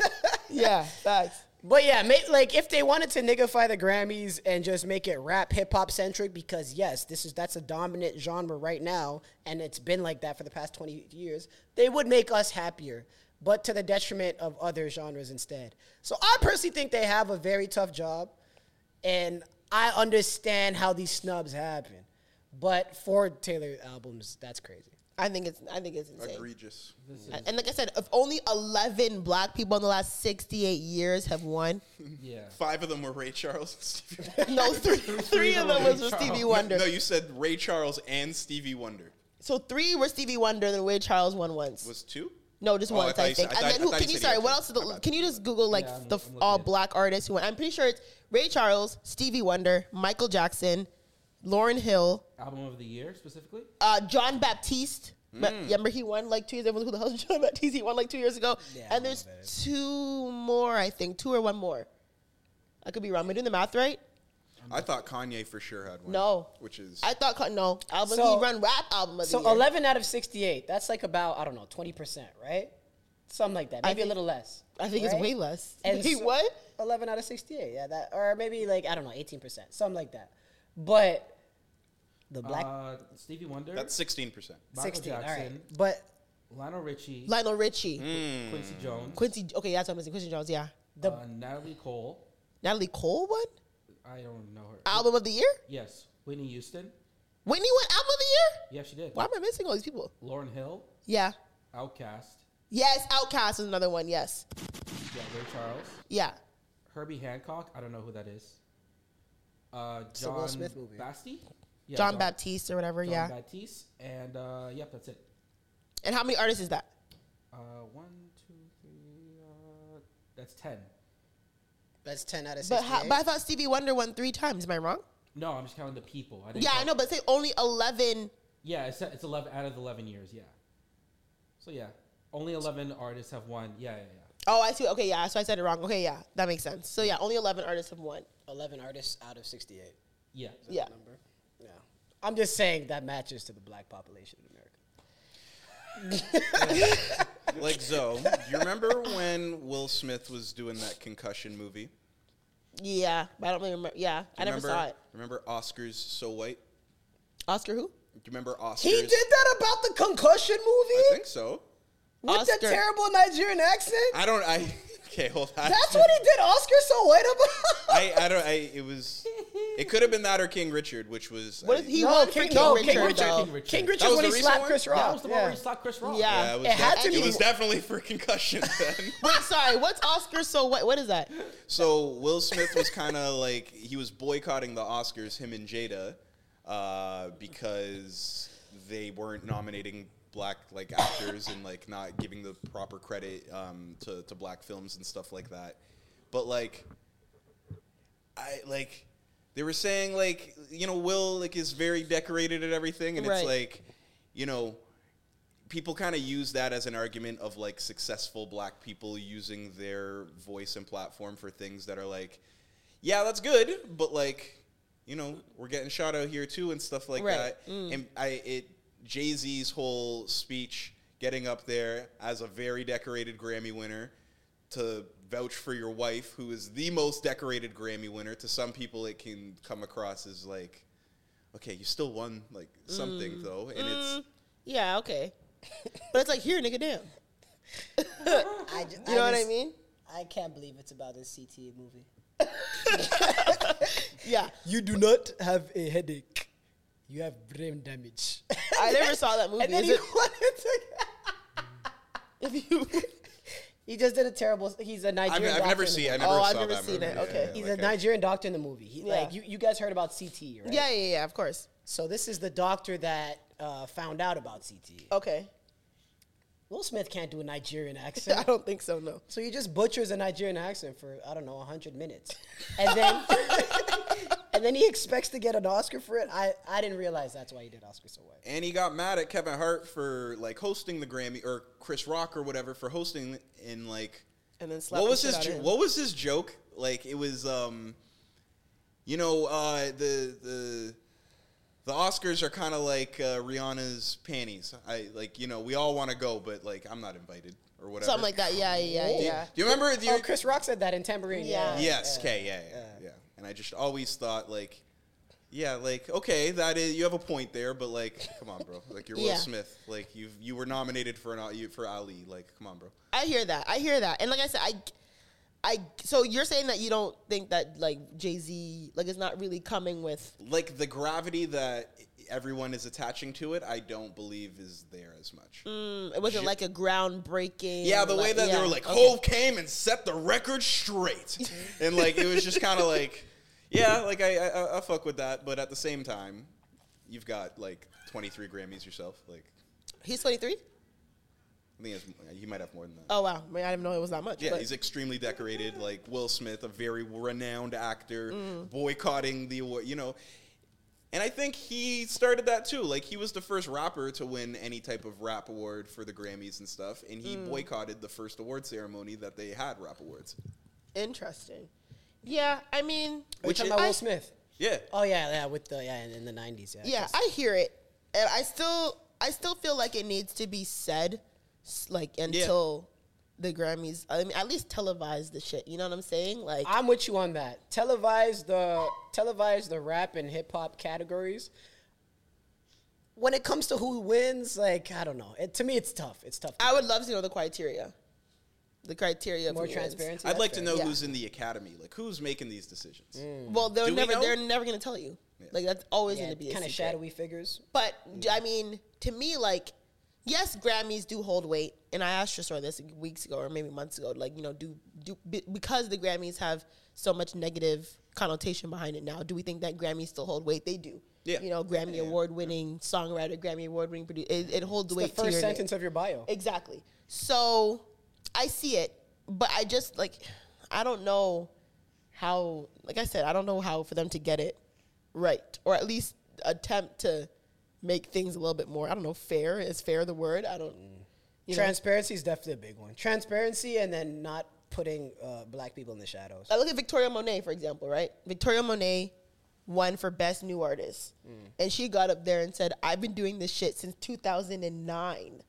Yeah, facts.
But yeah, ma- like if they wanted to niggify the Grammys and just make it rap hip hop centric, because yes, this is that's a dominant genre right now, and it's been like that for the past twenty years. They would make us happier, but to the detriment of other genres instead. So I personally think they have a very tough job, and I understand how these snubs happen. But for Taylor albums, that's crazy.
I think it's I think it's insane.
Egregious.
And like I said, if only eleven black people in the last sixty-eight years have won,
Yeah.
Five of them were Ray Charles and Stevie Wonder.
no, three three of them was with Stevie Wonder.
No, you said Ray Charles and Stevie Wonder.
So three were Stevie Wonder, then Wade Charles won once.
Was two?
no, just
Oh, I
once
thought
I,
you
think.
said- I thought-
and
I
then who?
thought
Can
you
you
said he
sorry?
had
What
two.
else? Is
My
the,
bad.
can you just Google like
Yeah, I'm-
the
I'm looking
all
at it.
black artists who won? I'm pretty sure it's Ray Charles, Stevie Wonder, Michael Jackson, Lauren Hill,
Album of the year specifically.
uh, John Baptiste.
Hmm.
But remember, he won like two years. Everyone who the hell is John Baptiste? He won like two years ago. and there's two more, I think, two or one more. I could be wrong. Am I doing the math right?
I thought Kanye for sure had one.
No.
Which is
I thought Con- no album.
So-
he run rap album of
So
the year.
eleven out of sixty-eight. That's like about I don't know twenty percent, right? Something like that. Maybe a
think-
little less.
I think
right?
it's way less.
And
Wait,
so-
what?
11 out of 68. Yeah, that or maybe like I don't know, 18%, something like that. But the black
Uh, Stevie Wonder.
that's sixteen percent.
Michael
16, all right.
Jackson.
But
Lionel Richie.
Lionel Richie,
Hmm.
Quincy Jones.
Quincy. Okay, that's what I'm missing. Quincy Jones. Yeah,
the
uh, Natalie Cole.
Natalie Cole won
I don't know her.
album of the year.
yes. Whitney Houston.
Whitney won album of the year.
Yeah, she did.
Why am I missing all these people?
Lauren Hill.
Yeah,
Outcast.
Yes, Outcast is another one. Yes.
Yeah, Ray Charles.
Yeah.
Herbie Hancock. I don't know who that is. Uh, John
a Will Smith movie.
Basti. Yeah,
John Baptiste or whatever.
John
yeah.
Baptiste. And uh, yep, that's it.
and how many artists is that?
Uh, one, two, three. Uh, that's ten.
That's ten out of
But,
sixty-eight.
how, but I thought Stevie Wonder won three times. Am I wrong?
No, I'm just counting the people. I didn't
Yeah, I
count-
know, but say only 11.
Yeah, it's, it's eleven out of eleven years. Yeah. So yeah, only eleven artists have won. Yeah, yeah, yeah.
Oh, I see. Okay, yeah, so I said it wrong. Okay, yeah, that makes sense. So, yeah, only 11 artists have won.
Eleven artists out of sixty-eight.
Yeah.
Yeah.
Yeah, I'm just saying that matches to the black population in America.
Like Zoe, do you remember when Will Smith was doing that concussion movie?
Yeah, but I don't really remember. Yeah, I never
remember,
saw it.
Remember Oscars So White?
Oscar who?
Do you remember Oscars?
He did that about the concussion movie
I think so.
with that
Oscar.
terrible Nigerian accent.
I don't. I okay. Hold on.
That's what he did. Oscar so white about.
I, I don't. I, it was. It could have been that or King Richard, which was.
What
I-
if he won for King, Richard, though?
King Richard.
King Richard
was
when
the
he
recent
slapped
one?
Chris
That
Rock.
That was the one where he slapped Chris Rock.
Yeah.
Yeah, it, was
It had
def-
to
it
be-
was definitely for concussion then.
Wait, sorry, what's Oscar so what? What is that?
so Will Smith was kind of like he was boycotting the Oscars, him and Jada, uh, because they weren't nominating black like actors and like not giving the proper credit um, to to black films and stuff like that. But like, I like they were saying like you know Will like is very decorated at everything, and
Right.
it's like you know people kind of use that as an argument of like successful black people using their voice and platform for things that are like, yeah, that's good, but like, you know, we're getting shot out here too and stuff like
Right.
that. And I it Jay Z's whole speech getting up there as a very decorated Grammy winner to vouch for your wife who is the most decorated Grammy winner to some people it can come across as like okay you still won like something though and it's
Yeah, okay. But it's like, here, nigga, damn.
I ju-
You know what I
just-
mean?
I can't believe it's about a
E
CT movie.
Yeah.
You do not have a headache. You have brain damage.
I never saw that movie.
And then
Is
he
it-
wanted to.
if you,
He just did a terrible. He's a
I've,
Nigerian.
I've
doctor
never
in the
seen. I
movie.
never
Oh,
saw
I've never
that
seen
movie.
it.
Yeah,
Okay.
yeah,
He's
like
a
I-
Nigerian doctor in the movie. He,
Yeah.
Like you, you guys heard about CT, right?
yeah, yeah, yeah, of course.
So this is the doctor that uh, found out about CT.
Okay.
Will Smith can't do a Nigerian accent.
I don't think so, no.
So he just butchers a Nigerian accent for I don't know hundred minutes, and then and then he expects to get an Oscar for it. I, I didn't realize that's why he did Oscar so white.
And he got mad at Kevin Hart for like hosting the Grammy or Chris Rock or whatever for hosting in like.
And then slap
What was
the shit
his
out of
jo-
him.
What was his joke? Like it was, um, you know, uh, the the the Oscars are kind of like uh, Rihanna's panties. I like you know we all want to go, but like I'm not invited or whatever.
Something like that. Yeah, yeah, yeah, yeah.
Do you remember? Do you,
Oh, Chris Rock said that in Tambourine. Yeah.
Yeah.
Yes. Okay. Yeah. Yeah. Yeah. And I just always thought like, yeah, like okay, that is you have a point there, but like, come on, bro. Like you're Will
Yeah.
Smith. Like you you were nominated for an Al- you- for Ali. Like come on, bro.
I hear that. I hear that. And like I said, I, I. So you're saying that you don't think that like Jay Z, like it's not really coming with.
Like the gravity that everyone is attaching to it, I don't believe is there as much.
It wasn't like a groundbreaking.
Yeah, the way that they
Mm. yeah.
were like,
Okay. Mm-hmm.
Hove came and set the record straight, and like it was just kind of like, yeah, like I, I- I I fuck with that, but at the same time, you've got like 23 Grammys yourself, like.
he's 23.
I think it's, he might have more than that.
Oh wow, I, mean, I didn't know it was that much.
yeah,
but-
he's extremely decorated, like Will Smith, a very renowned actor,
Mm.
boycotting the award, you know. And I think he started that too. Like he was the first rapper to win any type of rap award for the Grammys and stuff, and he
Mm.
boycotted the first award ceremony that they had rap awards.
interesting. Yeah, I mean,
Are you
Which
talking
it-
about
I-
Will Smith?
Yeah.
Oh yeah, yeah, with the yeah in, in the nineties. Yeah.
yeah, I hear it, and I still, I still feel like it needs to be said, s- like until the Grammys. I mean, at least televise the shit. You know what I'm saying? Like,
I'm with you on that. Televise the televise the rap and hip hop categories. When it comes to who wins, like I don't know. It, to me, it's tough. It's tough.
I would love to know the criteria, the criteria.
More
for wins.
transparency.
I'd
that's
like
fair.
to know
Yeah. Mm,
who's in the academy, like who's making these decisions.
Well, they're
Do we
never
know?
they're never gonna tell you. Like that's always
Yeah,
gonna be a
kind of
secret.
shadowy figures.
But d- I mean, to me, like yes, Grammys do hold weight, and I asked Trisor this weeks ago or maybe months ago. Like, you know, do do be- because the Grammys have so much negative connotation behind it now. Do we think that Grammys still hold weight? They do.
Yeah.
You know, Grammy award winning songwriter, Grammy award winning producer. It, it holds
The
weight. to
first
your name.
sentence of your bio.
Exactly. So I see it, but I just like I don't know how like I said, I don't know how for them to get it right or at least attempt to make things a little bit more, I don't know, fair. Is fair the word? I don't
Mm.
you know.
Transparency is definitely a big one. Transparency and then not putting uh, black people in the shadows.
I look at Victoria Monet, for example, right? Victoria Monet won for Best New Artist.
Mm.
And she got up there and said, I've been doing this shit since 2009.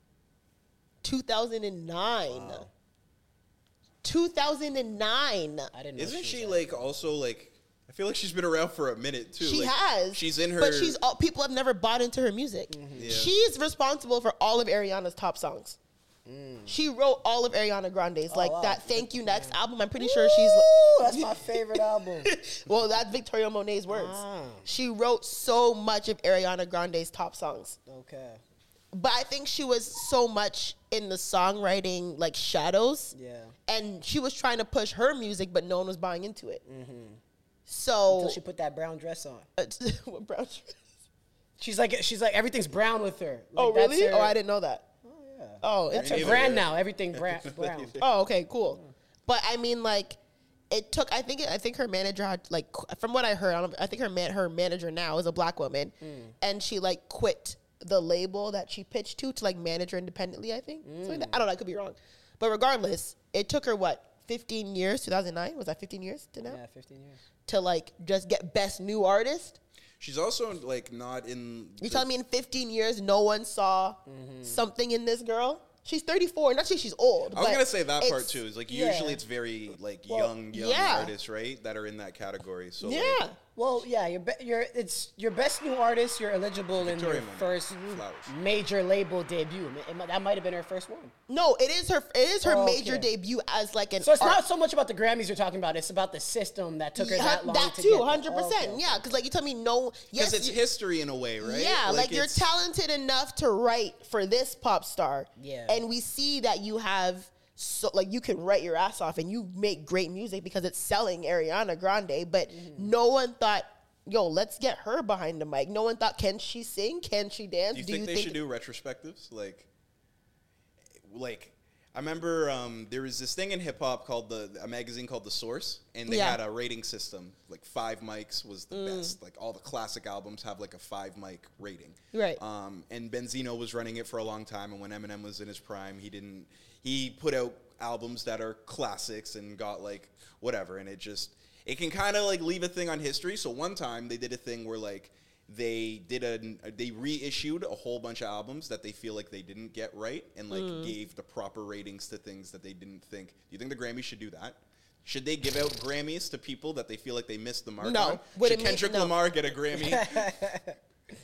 2009. 2009.
I didn't. Know
Isn't she
was
like also like? I feel like she's been around for a minute too.
She
Like,
has.
She's in her. Mm-hmm.
But she's all, people have never bought into her music. She's responsible for all of Ariana's top songs.
Mm.
She wrote all of Ariana Grande's, like that "Thank You" next album. I'm pretty sure she's.
Ooh, Oh, that's my favorite album.
Well, that's Victoria Monet's words.
Ah.
She wrote so much of Ariana Grande's top songs.
Okay.
But I think she was so much in the songwriting like shadows.
Yeah.
And she was trying to push her music, but no one was buying into it.
Mm-hmm.
So
Until she put that brown dress on.
what brown?
She's like, she's like, everything's brown with her. Like,
Oh
that's
really?
Her,
Oh, I didn't know that. Oh,
That's
it's
her brand Mm. now. Everything bra- brown.
oh okay, cool. But I mean, like, it took. I think. I think her manager had like, qu- from what I heard, I, don't, I think her man, her manager now is a black woman,
Mm.
and she like quit the label that she pitched to to like manage her independently. I think. Something like that. I don't know. I could be wrong, but regardless, it took her what. 15 years 2009 was that 15 years to now
Yeah, 15 years.
to like just get best new artist
she's also like not in.
you
the-
telling me in 15 years no one saw something in this girl? She's 34. Not saying she's old.
Mm-hmm. I was
but
gonna say that part
it's-
too. Is like
yeah.
usually it's very like young young
yeah.
artists right that are in that category. So like,
Yeah.
Well, yeah, your be- your it's your best new artist. You're eligible
Victoria
in your
Monet,
first
Flowers.
major label debut. It mi- that might have been her first one.
No, it is her it is her
Oh,
major
okay.
debut as like an
So it's
art-
not so much about the Grammys you're talking about. It's about the system that took her
Yeah,
that long. to
too,
get
100%.
there. Oh, okay.
Yeah, cuz like you tell me no yes
Because it's
you-
history in a way, right?
Yeah, like, you're
it's-
talented enough to write for this pop star.
Yeah.
And we see that you have so like you can write your ass off and you make great music because it's selling Ariana Grande, but
Mm-hmm.
no one thought, yo, let's get her behind the mic. No one thought, can she sing? Can she dance?
Do you think they should do retrospectives? Like, like I remember um, there was this thing in hip hop called the a magazine called The Source, and they
Yeah. Mm.
had a rating system. Like five mics was the best. Like all the classic albums have like a five mic rating.
Right.
Um, and Benzino was running it for a long time, and when Eminem was in his prime, he didn't. He put out albums that are classics and got like whatever, and it just it can kind of like leave a thing on history. So one time they did a thing where like they did a they reissued a whole bunch of albums that they feel like they didn't get right and like
Mm.
gave the proper ratings to things that they didn't think. Do you think the Grammys should do that? Should they give out Grammys to people that they feel like they missed the mark
No.
on?
Would it
should
make-
Kendrick
no.
Lamar get a Grammy?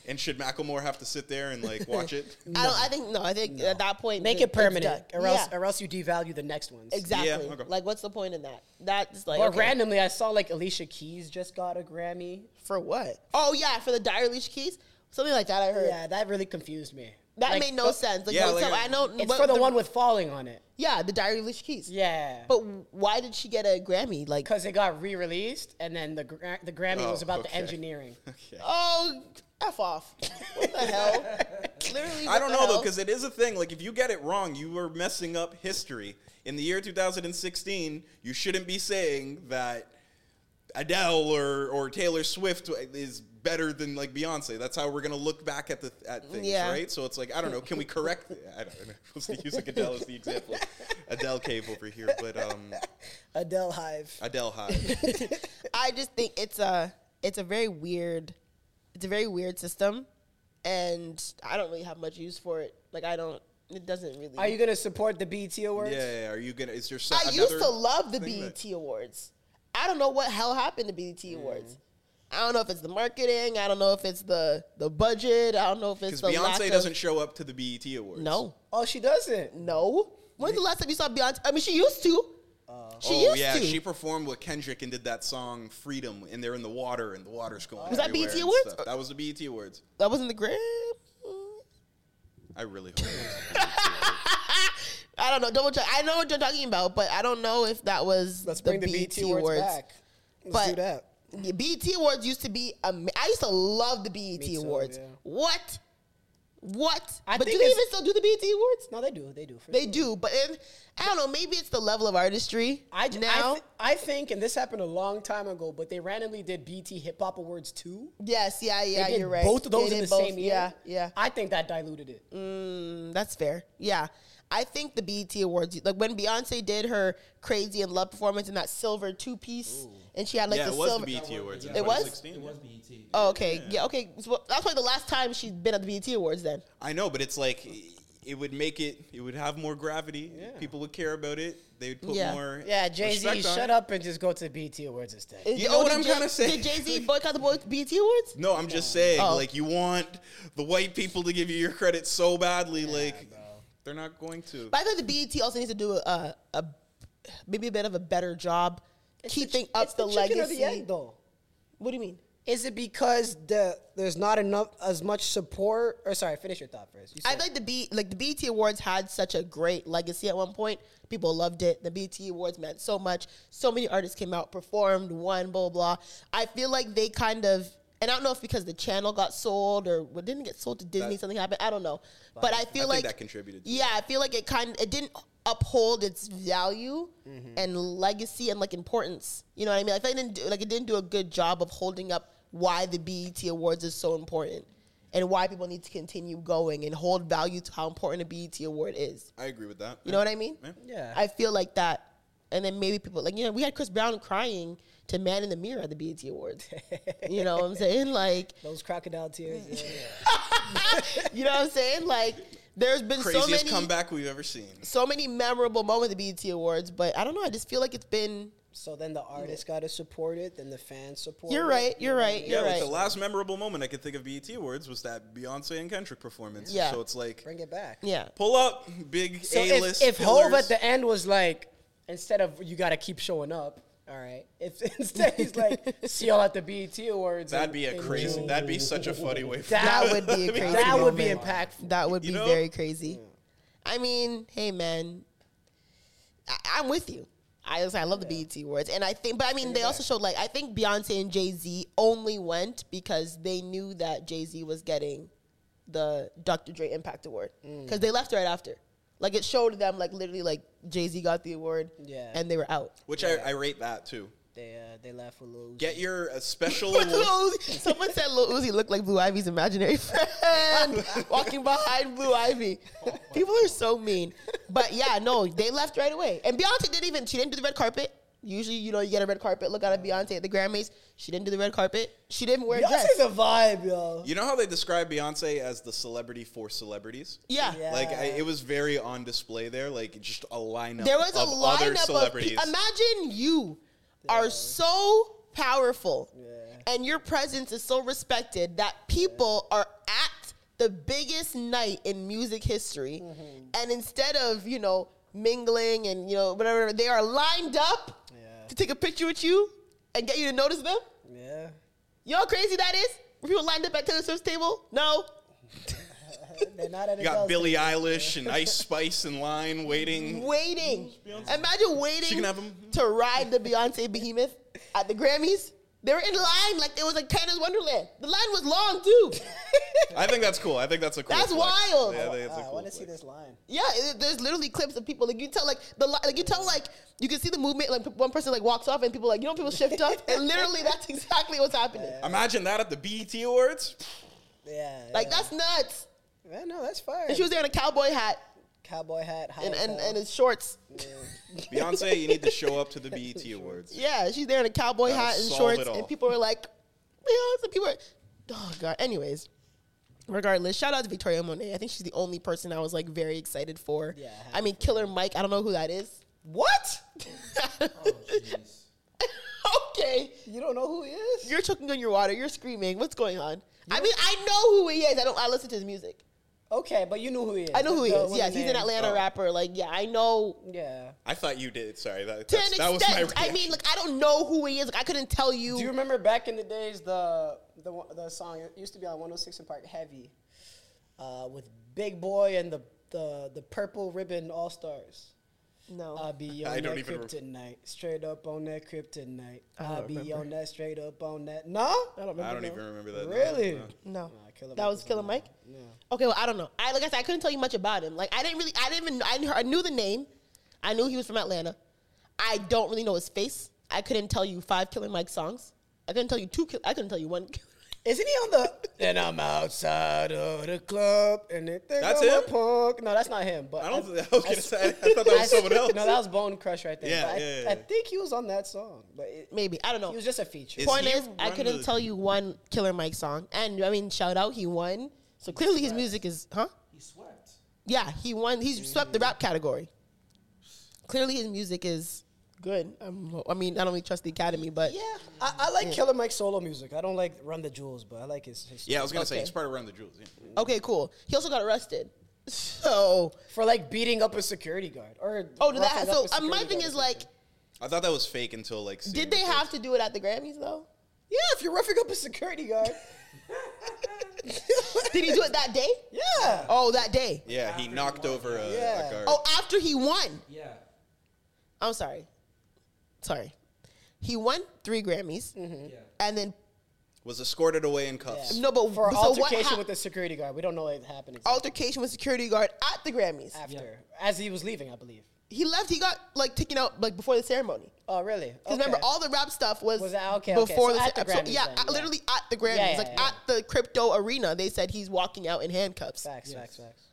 and should Macklemore have to sit there and like watch it?
I don't. I think no. I think at that point,
Make
the-
it permanent,
it's done.
or else
Yeah,
or else you devalue the next ones.
exactly.
Yeah, okay.
Like, what's the point in that? That's like
Or
okay.
randomly, I saw like Alicia Keys just got a Grammy.
for what? Oh yeah, for the Dire Leash Keys, something like that. I heard
Yeah, that really confused me.
that
Like,
made no
the-
sense. Like,
Yeah,
no,
like
so
a-
I know
It's
but
for the, one with falling on it.
yeah, the Dire Leash Keys.
Yeah.
but why did she get a Grammy? Like,
because it got re-released, and then the gra- the Grammy
Oh,
was about the
okay.
engineering.
oh, f off. What the hell? Literally,
I don't know though, because it is a thing. Like, if you get it wrong, you are messing up history. In the year 2016, you shouldn't be saying that Adele or, or Taylor Swift is better than like Beyonce. That's how we're gonna look back at the at things,
Yeah.
right? So it's like I don't know. Can we correct? I don't know. I'm supposed to use like Adele as the example. Adele cave over here, but um,
Adele Hive.
Adele high.
I just think it's a it's a very weird it's a very weird system, and I don't really have much use for it. Like, I don't. It doesn't really.
Are you gonna support the BET Awards?
Yeah, yeah. Are you gonna? Is there some?
I used to
another
love the
thing
BET
that- Mm.
Awards. I don't know what hell happened to BET Awards. I don't know if it's the marketing. I don't know if it's the the budget. I don't know if it's
Because
the lack
Beyonce
of-
doesn't show up to the BET Awards.
no,
Oh, she doesn't.
no. When's the last time you saw Beyonce? I mean, she used to. she
oh
used
yeah,
to.
she performed with Kendrick and did that song "Freedom," and they're in the water, and the water's going.
Was that E
everywhere
BET
and
Awards?
stuff. That was the BET Awards.
that wasn't the Grammy.
I really hope. it
I don't know. Double check. I know what you're talking about, but I don't know if that was E
Let's bring the BT,
E
words, back. Let's
But-
do that.
The BET E Awards used to be. Am- I used to love the BET
too,
Awards.
yeah.
What? What?
I
but do
think
they
it's-
even still do the BET Awards?
No, they do. They do. For
They
sure.
do, but in, I don't know. Maybe it's the level of artistry.
I j- I,
now.
thi- I think, and this happened a long time ago, but they randomly did BT Hip Hop Awards too.
yes. Yeah. Yeah.
they did
You're right.
Both of those
They
in the
did both,
same year.
Yeah. Yeah. Um,
I think that diluted it.
That's fair. Yeah. I think the BET Awards, like when Beyonce did her crazy in love performance in that silver two piece, and she had like
yeah,
the
it was
silver.
the BT Awards. in
It was?
2016.
It was BET.
Oh, okay. Yeah. okay. So that's probably the last time she's been at the BET Awards. Then
I know, but it's like it would make it. It would have more gravity. People would care about it. They would put
Yeah.
more.
Yeah, Jay Z,
respect on
shut
it.
up and just go to BT Awards instead.
Is-
You know what
did
I'm
Jay-
kinda saying.
Did Jay Z boycott the boy- BET Awards?
No, I'm just saying.
Oh.
Like you want the white people to give you your credit so badly, like they're not going to.
But I think the BET also needs to do a, a maybe a bit of a better job keeping
It's
up the,
chicken
legacy.
or the egg, though.
What do you mean?
Is it because the there's not enough as much support? Or sorry, finish your thought first. You
I
said-
think the B like the BET Awards had such a great legacy at one point. People loved it. The BET Awards meant so much. So many artists came out, performed, won, blah blah. blah. I feel like they kind of and I don't know if because the channel got sold or well, it didn't get sold to Disney, something happened. I don't know, but I feel
think
like
that contributed to it.
yeah, I feel like it kind it didn't uphold its value
Mm-hmm.
and legacy and like importance. You know what I mean? Like, it didn't do, like it didn't do a good job of holding up why the BET Awards is so important and why people need to continue going and hold value to how important a BET award is.
I agree with that.
You know what I mean?
Yeah.
I feel like that. And then maybe people like you know we had Chris Brown crying to Man in the Mirror at the BET Awards. you know what I'm saying? Like
those crocodile tears. yeah, yeah.
you know what I'm saying? Like there's been
Craziest
so many
comeback we've ever seen.
so many memorable moments at the BET Awards, but I don't know. I just feel like it's been.
So then the artist got to support it, then the fans support.
You're
it.
right. You're right.
Yeah,
You're
like
right.
the last memorable moment I could think of BET Awards was that Beyonce and Kendrick performance.
Yeah.
So it's like
Bring it back.
yeah.
pull up big
So
A list.
if, if Hove at the end was like, instead of you got to keep showing up, all right. If instead he's like, see y'all at the BET Awards.
that'd
in-
be a
in
crazy.
June."
That'd be such a funny way. For
That would be a crazy.
That would be
moment.
impactful.
That would be
You know? Hmm.
very crazy. I mean, hey man, I, I'm with you. I just, I love the BET Awards, and I think, but I mean, they also showed like I think Beyonce and Jay Z only went because they knew that Jay Z was getting the Dr. Dre Impact Award
Hmm.
because they left right after. Like it showed them like literally like Jay Z got the award,
Yeah.
and they were out.
Which I, I rate that too.
They uh, they laugh with Lil Uzi.
Get your uh, special
What's
award.
Lil Uzi? Someone said Lil Uzi looked like Blue Ivy's imaginary friend walking behind Blue Ivy. People are so mean. But yeah, no, they left right away. And Beyonce didn't even, she didn't do the red carpet. Usually, you know, you get a red carpet look out of Beyonce at the Grammys. She didn't do the red carpet. She didn't wear a dress.
Beyonce's a vibe, yo.
You know how they describe Beyonce as the celebrity for celebrities?
yeah.
Like I, it was very on display there, like just a lineup.
There was a
of other
lineup of
celebrities.
people. Imagine you are so powerful and your presence is so respected that people are at the biggest night in music history. And instead of, you know, mingling and, you know, whatever, they are lined up to take a picture with you and get you to notice them.
Yeah.
You know how crazy that is? Were people lined up at Taylor Swift's table? No.
They're not at
you
a
got
Delta.
Billie Eilish and Ice Spice in line waiting.
Waiting. Imagine waiting
She can have 'em.
to ride the Beyonce behemoth at the Grammys. They were in line like it was like Canada's Wonderland. The line was long too.
I think that's cool. I think that's a cool.
That's
flex.
wild.
Yeah, I think it's a
Wow, I
cool
want to see
flex.
this line.
yeah, it- there's literally clips of people like you tell like the li- like you tell like you can see the movement like one person like walks off and people like you know people shift up and literally that's exactly what's happening.
Imagine that at the BET Awards.
Yeah.
Like that's nuts.
yeah, no, that's fire.
And she was there in a cowboy hat
Cowboy hat, high
and
as
and,
hell.
and his shorts.
Beyonce, you need to show up to the BET Awards.
Yeah, she's there in a cowboy
That'll
hat and
solve
shorts,
it all.
and people were like, "Yeah." Some people, are, oh god. Anyways, regardless, shout out to Victoria Monet. I think she's the only person I was like very excited for.
Yeah, I
I mean, Killer Mike. I don't know who that is. What?
Oh,
Oh,
okay,
you don't know who he is?
you're choking on your water. You're screaming. What's going on? I mean, I know who he is. I don't. I listen to his music.
Okay, but you knew who he is.
I know who he
The-
is.
with
Yes,
the
he's an
name.
Atlanta
Oh.
rapper. Like, yeah, I know
Yeah.
I thought you did. Sorry, that,
to an
that's- that was my.
extent. I mean, like, I don't know who he is. Like, I couldn't tell you.
Do you oh remember back in the days the the one- the song it used to be on 106 and Park Heavy? uh, with Big Boy and the the, the Purple Ribbon All Stars.
No.
I be on
I don't
that
even rem-
kryptonite, straight up on that kryptonite. I,
don't
be
remember.
on that straight up on that. No,
I don't remember.
I don't
no.
even remember that. now.
really.
No.
No.
Nah, Killer
that
Mike
was
was
Killer
on
Mike? Okay, well, I don't know. I like I said, I couldn't tell you much about him. Like I didn't really I didn't even I knew, I knew the name. I knew he was from Atlanta. I don't really know his face. I couldn't tell you five Killer Mike songs. I couldn't tell you two Kill- I couldn't tell you one
Isn't he on the? and I'm outside of the club, and they think
That's
I'm
him?
a punk. No, that's not him. But
I don't.
I,
think I was gonna say. I thought that was someone else.
No, that was Bone Crush right there.
Yeah,
But I,
yeah, yeah.
I think he was on that song, but it,
maybe. I don't know.
he was just a feature.
Is
Point
he
is, I
run
couldn't
the-
tell you one Killer Mike song. And I mean, shout out, he won. So clearly his music is, huh?
He swept.
Yeah, he won. He swept the rap category. Clearly his music is good. I'm, I mean, I don't really trust the Academy, but
yeah, I, I like Killer Mike's solo music. I don't like Run the Jewels, but I like his. his
Yeah, I was gonna say
Okay.
he's part of Run the Jewels. Yeah.
okay, cool. He also got arrested. So,
for like beating up a security guard or
oh, did that.
roughing up
So
a
uh, my
security
thing
guard
is
or something.
like,
I thought that was fake until like. seeing
did they
the-
have to do it at the Grammys though?
yeah, if you're roughing up a security guard,
Did he do it that day?
yeah.
Oh, that day.
Yeah, he knocked over a,
Yeah.
a guard.
Oh, after he won.
Yeah.
I'm sorry. Sorry. He won three Grammys,
Mm-hmm.
Yeah.
and then
Was escorted away in cuffs.
no, but
For
so
altercation
what hap- Oh,
with the security guard, we don't know what happened exactly
altercation with security guard at the Grammys.
after, as he was leaving, I believe.
He left. He got like taken out like before the ceremony.
Oh, really?
Because remember, all the rap stuff was,
Was that- okay, okay.
before
So
the,
at the
so-
Grammys
yeah,
then,
at-
yeah.
literally at the Grammys,
Yeah, yeah,
like
yeah.
at the crypto arena. They said he's walking out in handcuffs.
facts, facts, facts.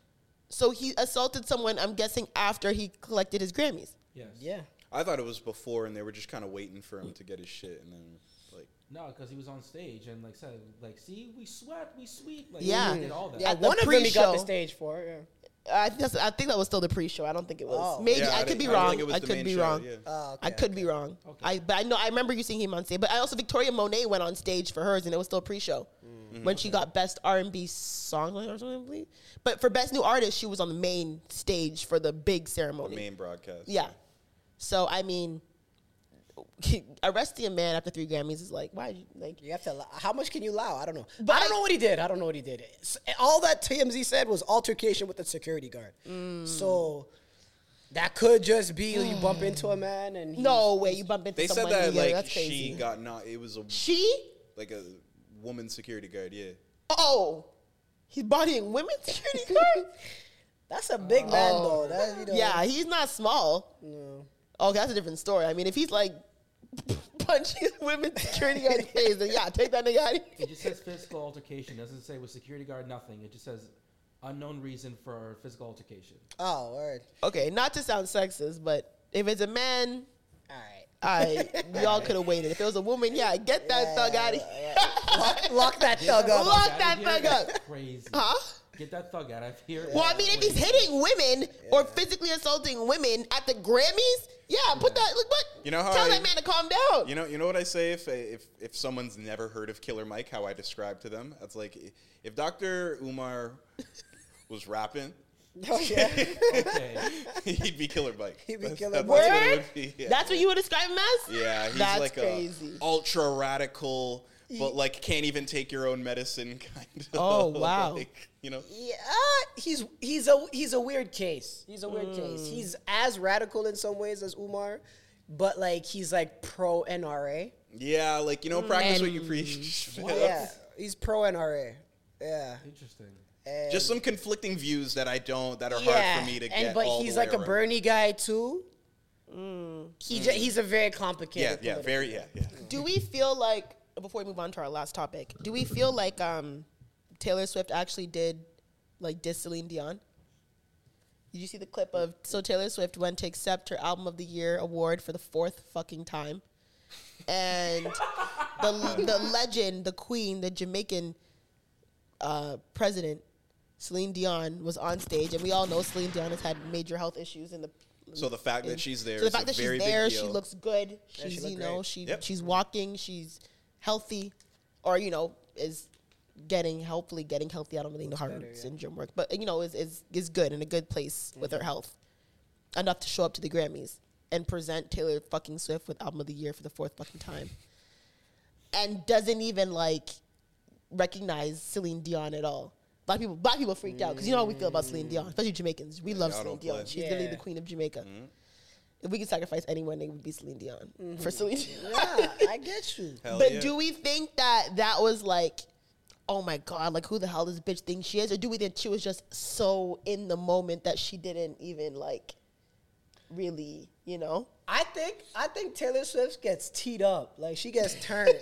So he assaulted someone. I'm guessing after he collected his Grammys.
Yes.
Yeah.
I thought it was before, and they were just kind of waiting for him to get his shit, and then like.
No, because he was on stage and like said, like, see, we sweat, we sweep. Like,
Yeah.
He did all that.
Yeah.
Yeah,
At the
one of them he got
pre-show-
the stage for. Yeah.
I think that's, I think that was still the pre-show. I don't think it was.
Oh.
Maybe
Yeah,
I,
I
could
didn't-
be
I don't
wrong.
think it was
I
the
could
main
be
show,
wrong.
yeah.
I could be wrong. I but I know I remember you seeing him on stage. But I also Victoria Monet went on stage for hers, and it was still pre-show
Mm-hmm.
when she got best R and B song or something. I believe. But for best new artist, she was on the main stage for the big ceremony.
Main broadcast.
Yeah. So I mean, arresting a man after three Grammys is like why? you- Like
You have to. allow- How much can you allow? I don't know.
But
I don't
I-
know what he did. I don't know what he did. It's- all that TMZ said was altercation with the security guard.
Mm.
So that could just be you bump into a man and he,
no way you bump into
They said
someone.
that
yeah,
like
that's
she
crazy.
got not. It was a
she?
like a woman security guard. Yeah.
Oh, he's bodying women security guard.
That's a big man though. That, you know,
Oh. Yeah, he's not small. Okay, that's a different story. I mean, if he's like punching a women security guard's face, then yeah, take that nigga out. of here.
It just says physical altercation. Doesn't say with security guard nothing. It just says unknown reason for physical altercation.
Oh, word.
Okay, not to sound sexist, but if it's a man,
All right.
I y'all could have waited. If it was a woman, yeah, get that thug out of here.
Lock, lock that thug up.
Lock
Outta
that
here,
thug
that's
up.
Crazy.
Huh?
Get that thug out of here.
Well, I mean, if he's hitting women or physically assaulting women at the Grammys, yeah, put that. Look, what?
You know how
Tell
I-
that man to calm down.
You know, you know what I say if if if someone's never heard of Killer Mike, how I describe to them. That's like if Dr. Umar was rapping,
Okay.
he'd be Killer Mike.
Oh, He'd be
That's-
Killer Mike.
that's what it
Word?
would be, yeah.
That's what you would describe him as?
Yeah, he's
That's
like
crazy.
a ultra radical, but like can't even take your own medicine kind of.
Oh, wow.
like, you know,
Yeah, Uh, he's he's a he's a weird case. He's a weird
Mm.
case. He's as radical in some ways as Umar, but like he's like pro NRA.
yeah, like you know, practice what you preach.
Mm. Yeah, he's pro NRA. Yeah,
Interesting.
Just some conflicting views that I don't that are
yeah.
hard for me to
and
get.
but
all the
he's
way
like a
around.
Bernie guy too.
Mm.
He ju- he's a very
Yeah,
complicated.
yeah,
political-
very yeah, yeah.
Do we feel like before we move on to our last topic, do we feel like um, Taylor Swift actually did like diss Celine Dion? Did you see the clip of so Taylor Swift went to accept her album of the year award for the fourth fucking time, and the the legend, the queen, the Jamaican uh, president, Celine Dion was on stage, and we all know Celine Dion has had major health issues in the
So the fact that she's there
so the
is
fact
a
that
very
she's
big
there, she
deal.
looks good. She's
she looked
you know
great.
she
Yep.
she's walking. She's healthy, or you know is getting hopefully getting healthy. I don't really know how syndrome works, but you know is is is good in a good place with
Mm-hmm.
her health, enough to show up to the Grammys and present Taylor fucking Swift with album of the year for the fourth fucking time, and doesn't even like recognize Celine Dion at all. Black people, black people freaked out because you know how we feel about Celine Dion, especially Jamaicans. We love Celine Dion. She's literally the queen of Jamaica.
Mm-hmm.
If we could sacrifice anyone, it would be Celine Dion for Celine Dion.
Yeah, I get you.
Hell
but
yeah.
do we think that that was like, oh my god, like who the hell this bitch thinks she is, or do we think she was just so in the moment that she didn't even like really, you know?
I think I think Taylor Swift gets teed up. Like she gets turned.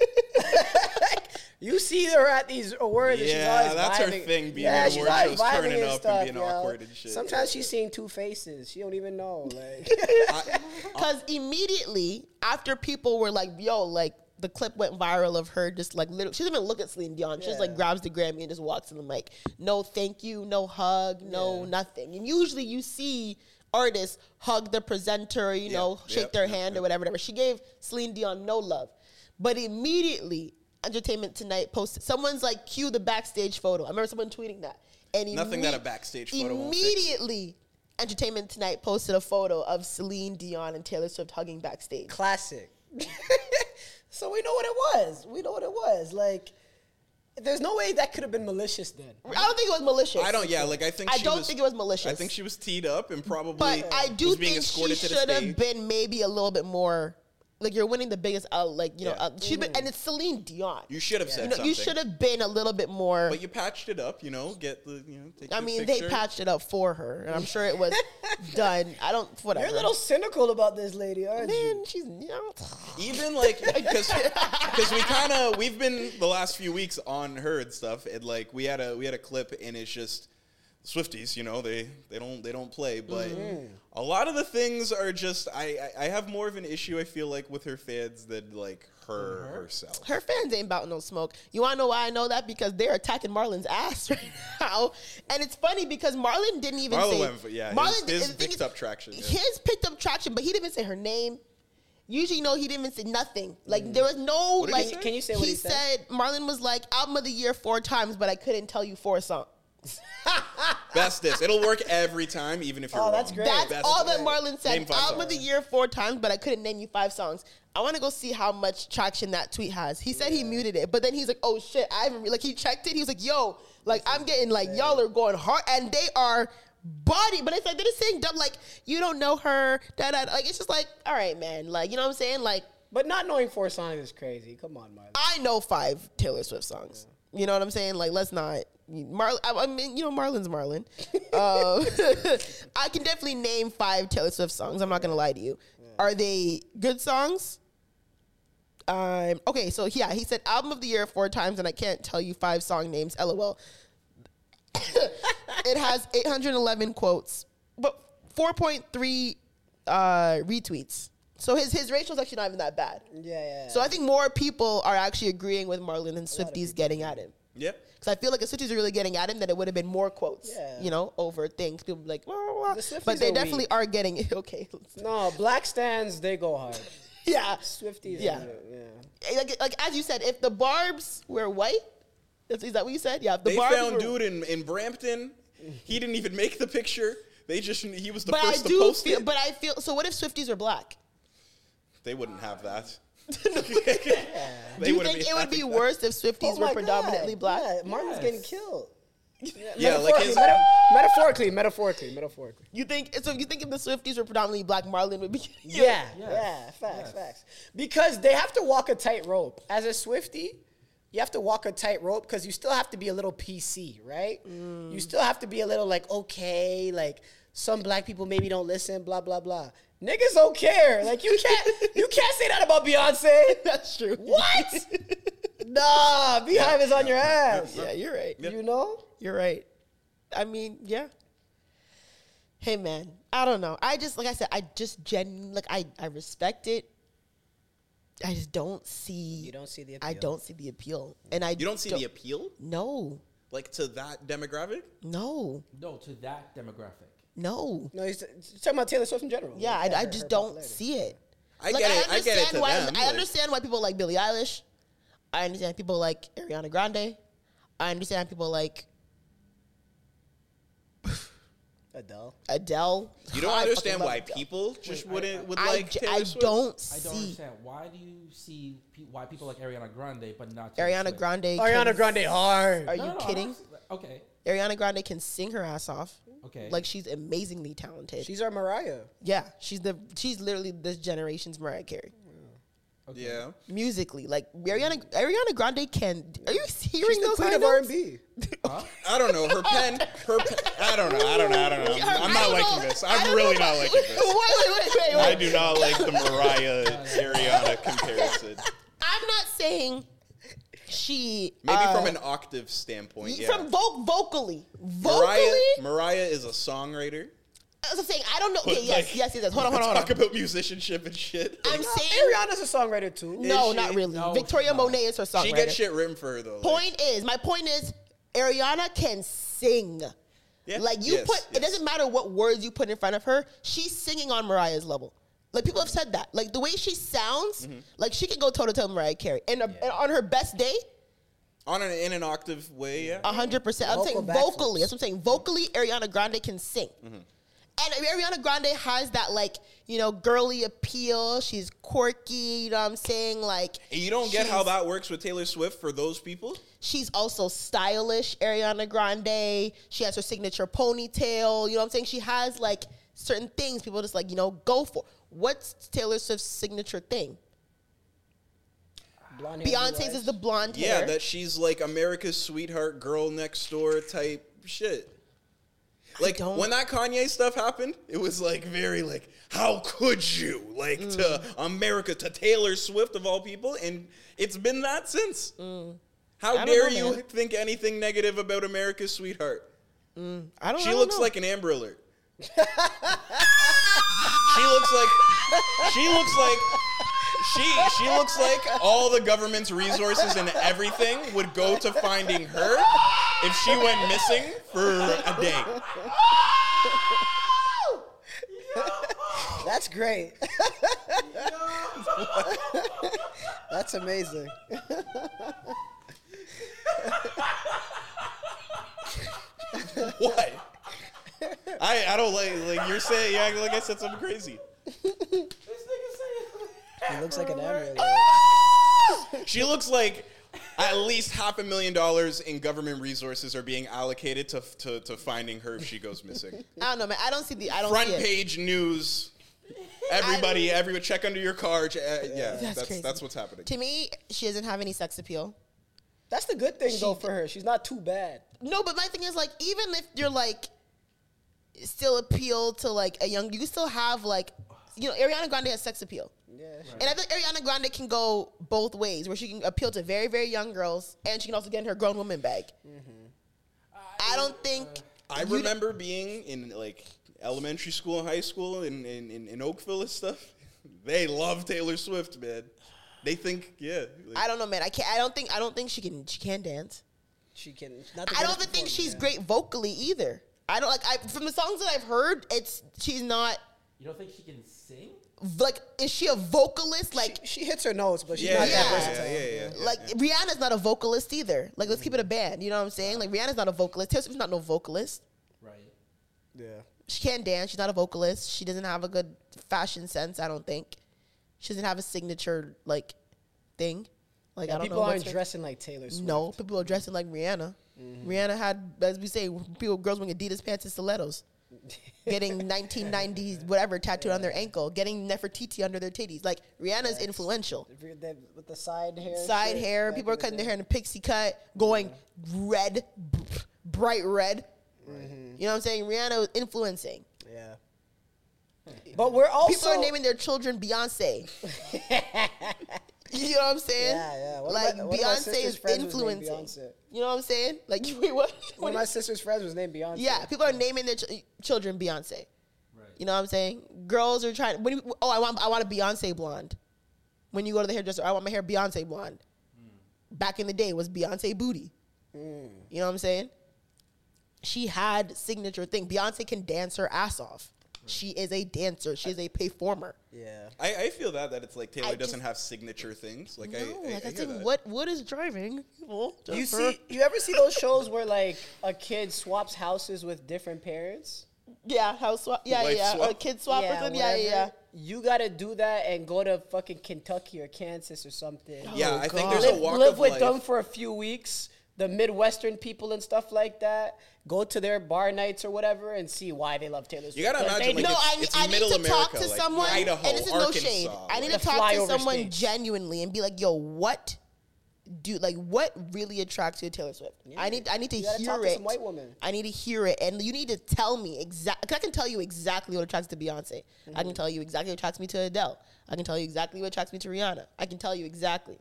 you see her at these awards. and she's
Yeah,
always
that's her
vibing.
thing, being at
she's
award
always
shows,
vibing
turning
and
up and
stuff,
being
yo.
awkward and shit.
Sometimes she's seeing two faces. She don't even know. Like
Because immediately after people were like, yo, like the clip went viral of her just like literally, she doesn't even look at Celine Dion. She just like grabs the Grammy and just walks to the mic. No thank you, no hug, no nothing. And usually you see artists hug the presenter, you know, shake
yep,
their
yep,
hand or whatever, whatever. She gave Celine Dion no love. But immediately, Entertainment Tonight posted, someone's like, cue the backstage photo. I remember someone tweeting that. And
Nothing
imme-
that a backstage photo won't fix.
Immediately, Entertainment Tonight posted a photo of Celine Dion and Taylor Swift hugging backstage.
classic. so we know what it was. We know what it was. Like there's no way that could have been malicious then.
I don't think it was malicious.
I don't. Yeah, like I think
I
she
don't
was-
think it was malicious.
I think she was teed up and probably.
But I do
was being
think she
escorted to the
should have
stage.
been maybe a little bit more. Like you're winning the biggest out, like you know,
Yeah. Mhm.
out, she'd been, and it's Celine Dion.
You should have
You,
said
know,
something.
you should have been a little bit more.
But you patched it up, you know. Get the you know. Take
I
the
mean,
picture.
they patched it up for her, and I'm sure it was done. I don't. Whatever.
You're a little cynical about this lady, aren't you?
man. She's you know,
even like because we kind of we've been the last few weeks on her and stuff and like we had a we had a clip and it's just swifties you know they they don't they don't play but
Mm-hmm.
a lot of the things are just I, I i have more of an issue i feel like with her fans than like her herself
Mm-hmm. her fans ain't about no smoke. You wanna know why I know that? Because they're attacking Marlon's ass right now. And it's funny because Marlon didn't even
Marlon
say
went for- yeah, his-
did-
his
the thing
picked
is,
up traction, yeah.
His picked up traction, but he didn't even say her name. Usually, no, he didn't even say nothing. Like there was no
Mm. did he
like.
say?
Can you say what he said?
said? Marlon was like album of the year four times, but I couldn't tell you four songs.
best this it'll work every time even if you're
Oh, that's
wrong.
great.
That's
Best
all that
this.
Marlon
Name
said.
five
Album of the
songs.
year four times, but I couldn't name you five songs. I want to go see how much traction that tweet has. He said he muted it, but then he's like, "Oh shit, I haven't re-" like he checked it. He was like, "Yo, like I'm getting like y'all are going hard, and they are body." But it's like they're just saying dumb like you don't know her, da da. da. Like it's just like, all right, man, like you know what I'm saying? Like
But not knowing four songs is crazy. Come on, Miley.
I know five Taylor Swift songs. You know what I'm saying? Like, let's not. Marl, I, I mean, you know, Marlon's Marlon. Um, I can definitely name five Taylor Swift songs. I'm not gonna lie to you. Are they good songs? Um, okay, so yeah, he said album of the year four times, and I can't tell you five song names. LOL. it has 811 quotes, but 4.3 uh, retweets. So his his ratio's actually not even that bad.
Yeah, yeah.
So I think more people are actually agreeing with Marlon than Swifties getting at him.
yep
Because I feel like if Swifties are really getting at him, then it would have been more quotes,
Yeah.
you know, over things. People be like, blah, blah, blah.
The
but
Swifties
they
are
definitely
weak.
are getting okay.
No, black stands they go hard.
yeah,
Swifties,
Yeah. Eh,
yeah, yeah.
like, like as you said, if the Barb's were white, is, is that what you said? Yeah, if the
they
Barb's
found
were,
dude in in brampton he didn't even make the picture they just he was the
but I
first to
do
post
feel,
it
but I feel. So what if Swifties are black?
they wouldn't have that
Do you think it would be worse if Swifties were predominantly black?
Oh Yeah, Martin's getting killed.
Yeah, like his,
Meta- metaphorically, metaphorically, metaphorically.
You think so? You think if the Swifties were predominantly black, Marlon would be getting
Yeah, yeah, facts, facts. Because they have to walk a tightrope. As a Swifty, you have to walk a tightrope because you still have to be a little PC, right? You still have to be a little like, okay, like some black people maybe don't listen, blah blah blah. Niggas don't care. Like you can't, you can't say that about Beyonce.
That's true.
What?
Ah,
nah, Beehive is on your ass.
Yeah, you're right.
You know?
You're right. I mean, yeah. Hey man, I don't know. I just like I said, I just genuinely like I I respect it. I just don't see. You
don't see the
I
appeal.
don't see the appeal, and I
You don't see the appeal,
No,
like to that demographic.
no,
No, to that demographic.
no.
No, he's he's talking about Taylor Swift in general.
Yeah,
Like,
I, I
her-
just
her
don't
popularity.
see it.
I get it. I get it to
why
them,
I
like-
understand why people like Billie Eilish. I understand people like Ariana Grande. I understand people like
Adele.
Adele.
You don't
I fucking
understand
love
why
Adele.
people just wouldn't would
I,
like
j-
Taylor
I
Swift.
don't
I
see
don't understand why do you see pe- why people like Ariana Grande but not Taylor
Ariana
Swift?
Grande.
Ariana
can-
Grande hard.
Are
No,
you
no, I'm
kidding?
just- Okay,
Ariana Grande can sing her ass off.
Okay.
Like she's amazingly talented.
She's our Mariah.
yeah, she's the she's literally this generation's Mariah Carey.
Yeah.
Musically, like Ariana Ariana Grande can. Are you hearing
She's the
those
queen of R
idols?
and B.
I don't know. Her pen. Her. Pen, I don't know. I don't know. I don't know.
Her
I'm, I'm not
idol-
liking this.
I
I'm
don't
really
know
not
what-
liking this.
wait, wait, wait, wait.
I do not like the Mariah Ariana comparison.
I'm not saying she
Maybe
uh,
from an octave standpoint. Yeah.
from vo- vocally vocally.
Mariah, Mariah is a songwriter.
I was saying I don't know.
But,
Okay, yes,
like,
yes, yes, yes. Hold on, hold on,
Talk
hold on.
about musicianship and shit.
I'm saying
Ariana's a songwriter too.
no,
she?
not really.
No,
Victoria
she's not.
Monet is her songwriter.
she gets shit written for her though. Like,
Point is, my point is, Ariana can sing.
Yeah.
Like you
Yes,
put, it
yes.
doesn't matter what words you put in front of her. She's singing on Mariah's level. Like people have said that. Like the way she sounds,
Mm-hmm.
like she can go toe to toe Mariah Carey, and, uh, and on her best day,
on an in an octave way. Yeah.
hundred percent. I'm saying vocally. That's what I'm saying. Vocally, Ariana Grande can sing.
Mm-hmm.
And Ariana Grande has that like you know girly appeal. She's quirky. You know what I'm saying? Like
And you don't get how
she's-
that works with Taylor Swift for those people.
She's also stylish, Ariana Grande. She has her signature ponytail. You know what I'm saying? She has like certain things people just like, you know, go for. What's Taylor Swift's signature thing?
Blonde hair, blue
Beyonce's
eyes.
is the blonde
Yeah,
hair.
that she's like America's sweetheart girl next door type shit. Like
don't-
when that Kanye stuff happened, it was like very like, how could you like
Mm.
to America to Taylor Swift of all people? And it's been that since. How
Mm. I don't
dare
know,
you
man.
think anything negative about America's sweetheart?
I don't I
She
don't
looks
know.
like an Amber Alert. she looks like she looks like she she looks like all the government's resources and everything would go to finding her if she went missing for a day.
That's great. That's amazing.
What? I I don't like like you're saying you act like I said something crazy.
It looks like an Amber.
She looks like at least half a million dollars in government resources are being allocated to to, to finding her if she goes missing.
I don't know, man. I don't see the I don't
front
see it.
page news. Everybody, everyone, check under your car. che- uh, yeah, that's that's,
crazy.
what's happening.
To me, she doesn't have any sex appeal.
That's the good thing though for her. She's not too bad.
No, but my thing is like, even if you're like still appeal to like a young, you still have like, you know, Ariana Grande has sex appeal. Yeah. And I think Ariana Grande can go both ways, where she can appeal to very, very young girls, and she can also get in her grown woman bag. I don't think.
I remember being in like elementary school, high school, in in, in, in Oakville and stuff. They love Taylor Swift, man. They think, yeah. like-
I don't know, man. I can't. I don't think. I don't think she can. She can dance.
She can. Not the
I don't
greatest
even think
performer,
she's
yeah.
great vocally either. I don't like. I from the songs that I've heard, it's she's not
You don't think she can sing?
like. Is she a vocalist? Like
She hits her notes, but she's
yeah,
not
yeah,
that
yeah,
versatile.
yeah, yeah, yeah.
Like Rihanna's not a vocalist either. Like let's keep it a band. You know what I'm saying? Like Rihanna's not a vocalist. Taylor Swift's not no vocalist.
Right.
She can't dance. She's not a vocalist. She doesn't have a good fashion sense. I don't think. She doesn't have a signature like thing. Like I don't
People
know.
aren't
what's her-
dressing like Taylor Swift.
No, people are dressing like Rihanna.
Mm-hmm.
Rihanna had, as we say, people girls wearing Adidas pants and stilettos, getting 1990s whatever tattooed on their ankle, getting Nefertiti under their titties. Like Rihanna's influential.
If you're that- With the side hair. and
side
shit,
hair.
back
People are
in the
cutting their
day.
hair in a pixie cut, going red, b- bright red. You know what I'm saying? Rihanna was influencing.
Yeah. But we're also.
People are naming their children Beyonce. you know what I'm saying?
Yeah, yeah. One of my-
like
one of my
Beyonce
sister's
is
friends was named
influencing.
Beyonce.
You know what I'm saying? Like you wait, what?
One of my sister's friends was named Beyonce.
yeah, people are naming their ch- children Beyonce. You know what I'm saying? Girls are trying. When you, oh, I want I want a Beyonce blonde. When you go to the hairdresser, I want my hair Beyonce blonde.
Hmm.
Back in the day, it was Beyonce booty. You know what I'm saying? She had signature thing. Beyonce can dance her ass off. She is a dancer. She is a performer.
Yeah.
I, I feel that that it's like Taylor
I
doesn't
just-
have signature things. Like
no,
I, I,
Oh, like
I
I,
hear
said,
that.
what what is driving people? to
You
her?
see, you ever see those shows where like a kid swaps houses with different parents?
yeah, house swap, yeah,
Wife
yeah,
swap?
or kid swap or something, yeah, yeah, yeah.
whatever. You gotta do that and go to fucking Kentucky or Kansas or something.
Oh,
Yeah, I think there's a
live,
walk
live
of
with
life.
them for a few weeks, the Midwestern people and stuff like that go to their bar nights or whatever and see why they love Taylor Swift.
You gotta
'Cause
imagine,
they
no,
like, it's-
I, need-
it's
I need
middle
to talk
America,
to
like
someone,
Idaho,
and this is
Arkansas,
no shade. I
like-
need
The
to talk to
flyover
someone
states.
genuinely and be like, "Yo, what do like what really attracts you to Taylor Swift?" I need I need to
gotta
hear
talk
it.
to some white woman.
I need to hear it, and you need to tell me exactly. I can tell you exactly what attracts to Beyonce. I
Mm-hmm.
can tell you exactly what attracts me to Adele. I can tell you exactly what attracts me to Rihanna. I can tell you exactly.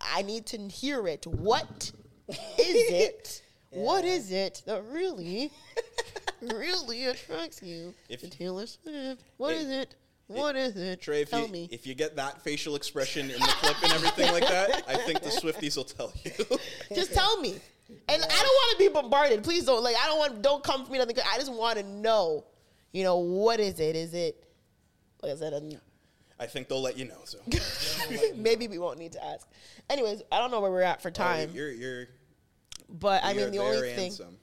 I need to hear it. What is it? What is it that really, really attracts you
If-
to Taylor Swift? What is it? What is it?
Trey, if
Tell
you,
me.
if you get that facial expression in the clip and everything like that, I think the Swifties will tell you.
just tell me. And I don't want to be bombarded. Please don't. Like I don't want. Don't come for me. Nothing. I just want to know. You know what is it? Is it? Like I said, a-
I think they'll let you know. So
maybe we won't need to ask. Anyways, I don't know where we're at for time,
you're you're.
but I
you're
mean the
there
only
and
thing
some.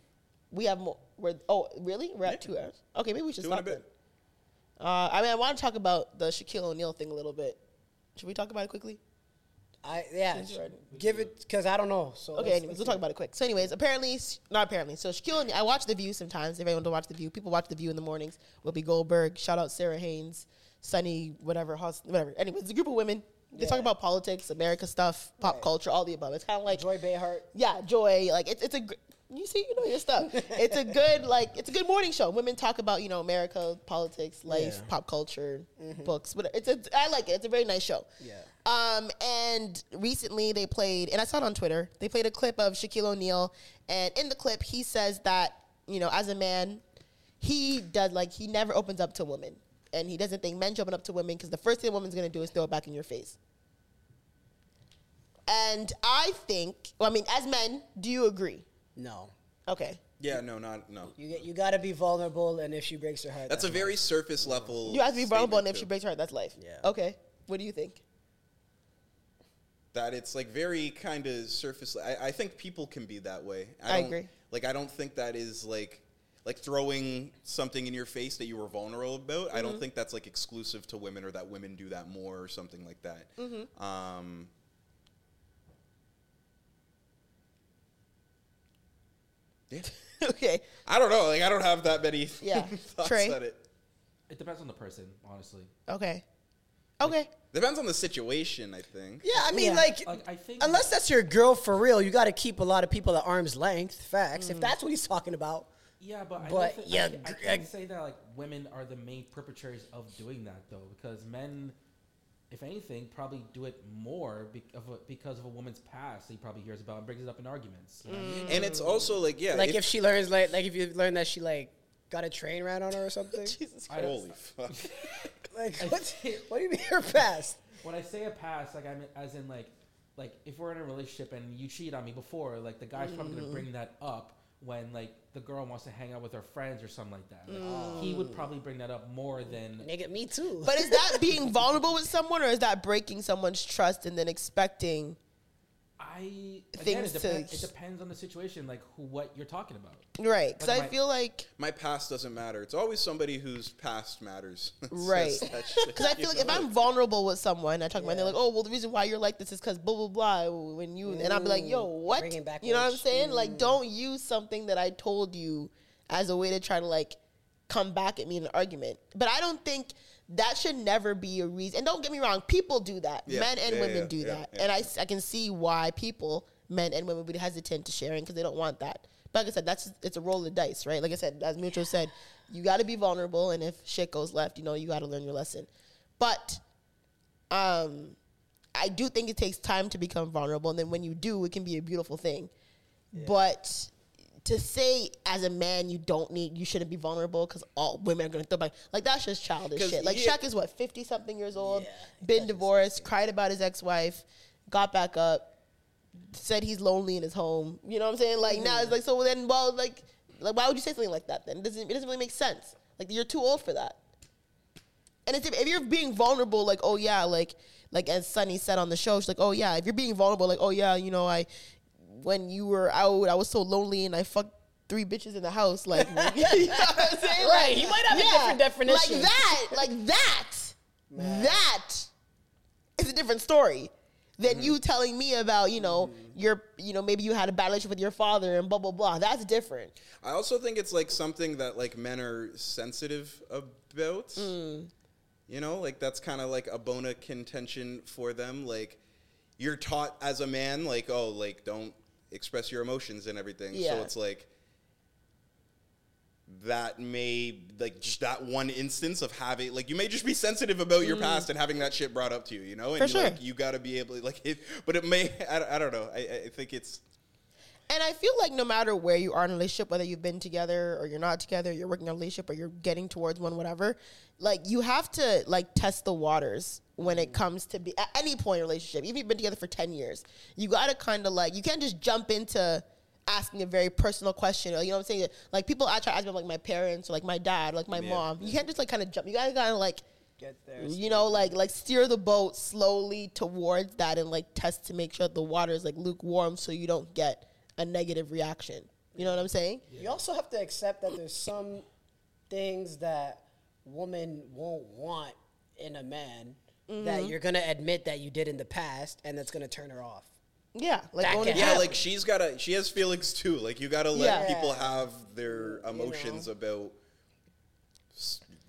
we have more. We're oh really? We're at two hours. Okay, maybe we should
Two and a
stop
bit.
it. Uh, I mean, I want to talk about the Shaquille O'Neal thing a little bit. Should we talk about it quickly?
I yeah, give it because I don't know. So
Okay,
let's-
anyways, we'll talk about it quick. So, anyways, apparently, not apparently. So, Shaquille, O'Neal- I watch The View sometimes. If anyone don't watch The View, people watch The View in the mornings. Whoopi Goldberg, shout out Sarah Haynes, Sunny, whatever, Hus- whatever. Anyways, it's a group of women. They talk about politics, America stuff, pop culture, all the above. It's kind of like
Joy Behart.
yeah, joy. Like it's it's a gr- you see you know your stuff. It's a good like it's a good morning show. Women talk about you know America, politics, life, pop culture, books. But it's a I like it. It's a very nice show. Yeah. Um and recently they played and I saw it on Twitter. They played a clip of Shaquille O'Neal and in the clip he says that you know as a man he does like he never opens up to women and he doesn't think men should open up to women because the first thing a woman's gonna do is throw it back in your face. And I think, well, I mean, as men, do you agree?
No,
Okay.
Yeah, no, not no.
you get you gotta be vulnerable, and if she breaks her heart,
That's a very surface level.
You have to be vulnerable, and
statement,
if she
too.
breaks her heart, that's life.
Yeah.
Okay. What do you think?
that it's like very kind of surface. I, I think people can be that way.
I
don't-
agree.
Like I don't think that is like like throwing something in your face that you were vulnerable about. I
Mm-hmm.
don't think that's like exclusive to women or that women do that more or something like that.
Mm-hmm.
Um, yeah.
okay.
I don't know. Like I don't have that many
Yeah.
thoughts
Trey?
on it.
It depends on the person, honestly.
Okay. Okay.
Depends on the situation, I think.
Yeah, I mean,
Yeah.
like,
Like, I think-
unless that's your girl for real, you got to keep a lot of people at arm's length. Facts. If that's what he's talking about,
Yeah, but, I
But,
don't think,
yeah,
I, I
gr-
can't
I-
say that like women are the main perpetrators of doing that though, because men, if anything, probably do it more be- of a, because of a woman's past. He probably hears about and brings it up in arguments. you know what I mean?
And it's also like yeah,
like, if, she learns, like, like if you learn that she like got a train ran on her or something,
holy fuck.
like what? What do you mean her past?
When I say a past, like I mean, as in like, like if we're in a relationship and you cheat on me before, like the guy's probably
Mm.
gonna bring that up when like the girl wants to hang out with her friends or something like that. Like, He
Mm.
would probably bring that up more than
Nigga, me too.
But is that being vulnerable with someone, or is that breaking someone's trust and then expecting?
I. Again,
Things
it,
to-
depends, it depends on the situation, like who, what you're talking about.
Right. Because
Like
I
my-
feel like.
my past doesn't matter. It's always somebody whose past matters. that says
Right.
that shit,
Because I
you
feel like
know?
if I'm vulnerable with someone, I talk about, it, they're like, oh, well, the reason why you're like this is because blah blah blah. When you and I'll be like, yo, what?
bringing back
you know what
old
I'm saying?
Mm.
Like, don't use something that I told you as a way to try to like come back at me in an argument. But I don't think that should never be a reason. And don't get me wrong, people do that.
Yeah,
Men and
yeah,
women
yeah,
do
yeah,
that,
yeah.
and I, s- I can see why people, men and women, would be hesitant to sharing because they don't want that. But like I said, that's it's a roll of the dice, right? Like I said, as Mutual said, you got to be vulnerable, and if shit goes left, you know you got to learn your lesson. But um, I do think it takes time to become vulnerable, and then when you do, it can be a beautiful thing. But to say as a man you don't need, you shouldn't be vulnerable because all women are gonna throw back like that's just childish
'Cause
shit. Like
yeah.
Shaq is what fifty something years old, been divorced, cried about his ex wife, got back up, said he's lonely in his home. You know what I'm saying? Like now
Mm-hmm.
it's like so then well like like why would you say something like that then? It doesn't it doesn't really make sense. Like you're too old for that. And it's, if you're being vulnerable, like oh yeah, like like as Sunny said on the show, she's like oh yeah, if you're being vulnerable, like oh yeah, you know I when you were out, I was so lonely and I fucked three bitches in the house. Like you know what I'm saying?
Right,
Like,
he might have a different
Like
definition.
that, like that, that is a different story. than
Mm-hmm.
you telling me about you know your you know maybe you had a bad relationship with your father and blah blah blah. That's different.
I also think it's like something that like men are sensitive about.
Mm.
You know, like that's kind of like a bone of contention for them. Like you're taught as a man, like oh, like don't express your emotions and everything.
Yeah.
So it's like that may like just that one instance of having like you may just be sensitive about your past and having that shit brought up to you. You know, and
Mm. For
you, like
sure.
you got to be able like it, but it may I, I don't know. I, I think it's
And I feel like no matter where you are in a relationship, whether you've been together or you're not together, you're working on a relationship or you're getting towards one, whatever, like you have to like test the waters when it comes to be at any point in a relationship. Even if you've been together for 10 years, you gotta kind of like, you can't just jump into asking a very personal question. Or, you know what I'm saying? Like people, I try to ask me about, like my parents or like my dad, like my mom. You can't just like kind of jump. You gotta kind of like,
Get there.
you know, like like steer the boat slowly towards that and like test to make sure the water is like lukewarm so you don't get a negative reaction. You know what I'm saying?
You also have to accept that there's some things that women won't want in a man that you're gonna admit that you did in the past, and that's gonna turn her off.
Yeah, like
That
going
can
to
Yeah,
happen.
like she's gotta. She has feelings too. Like you gotta let
Yeah.
people have their emotions about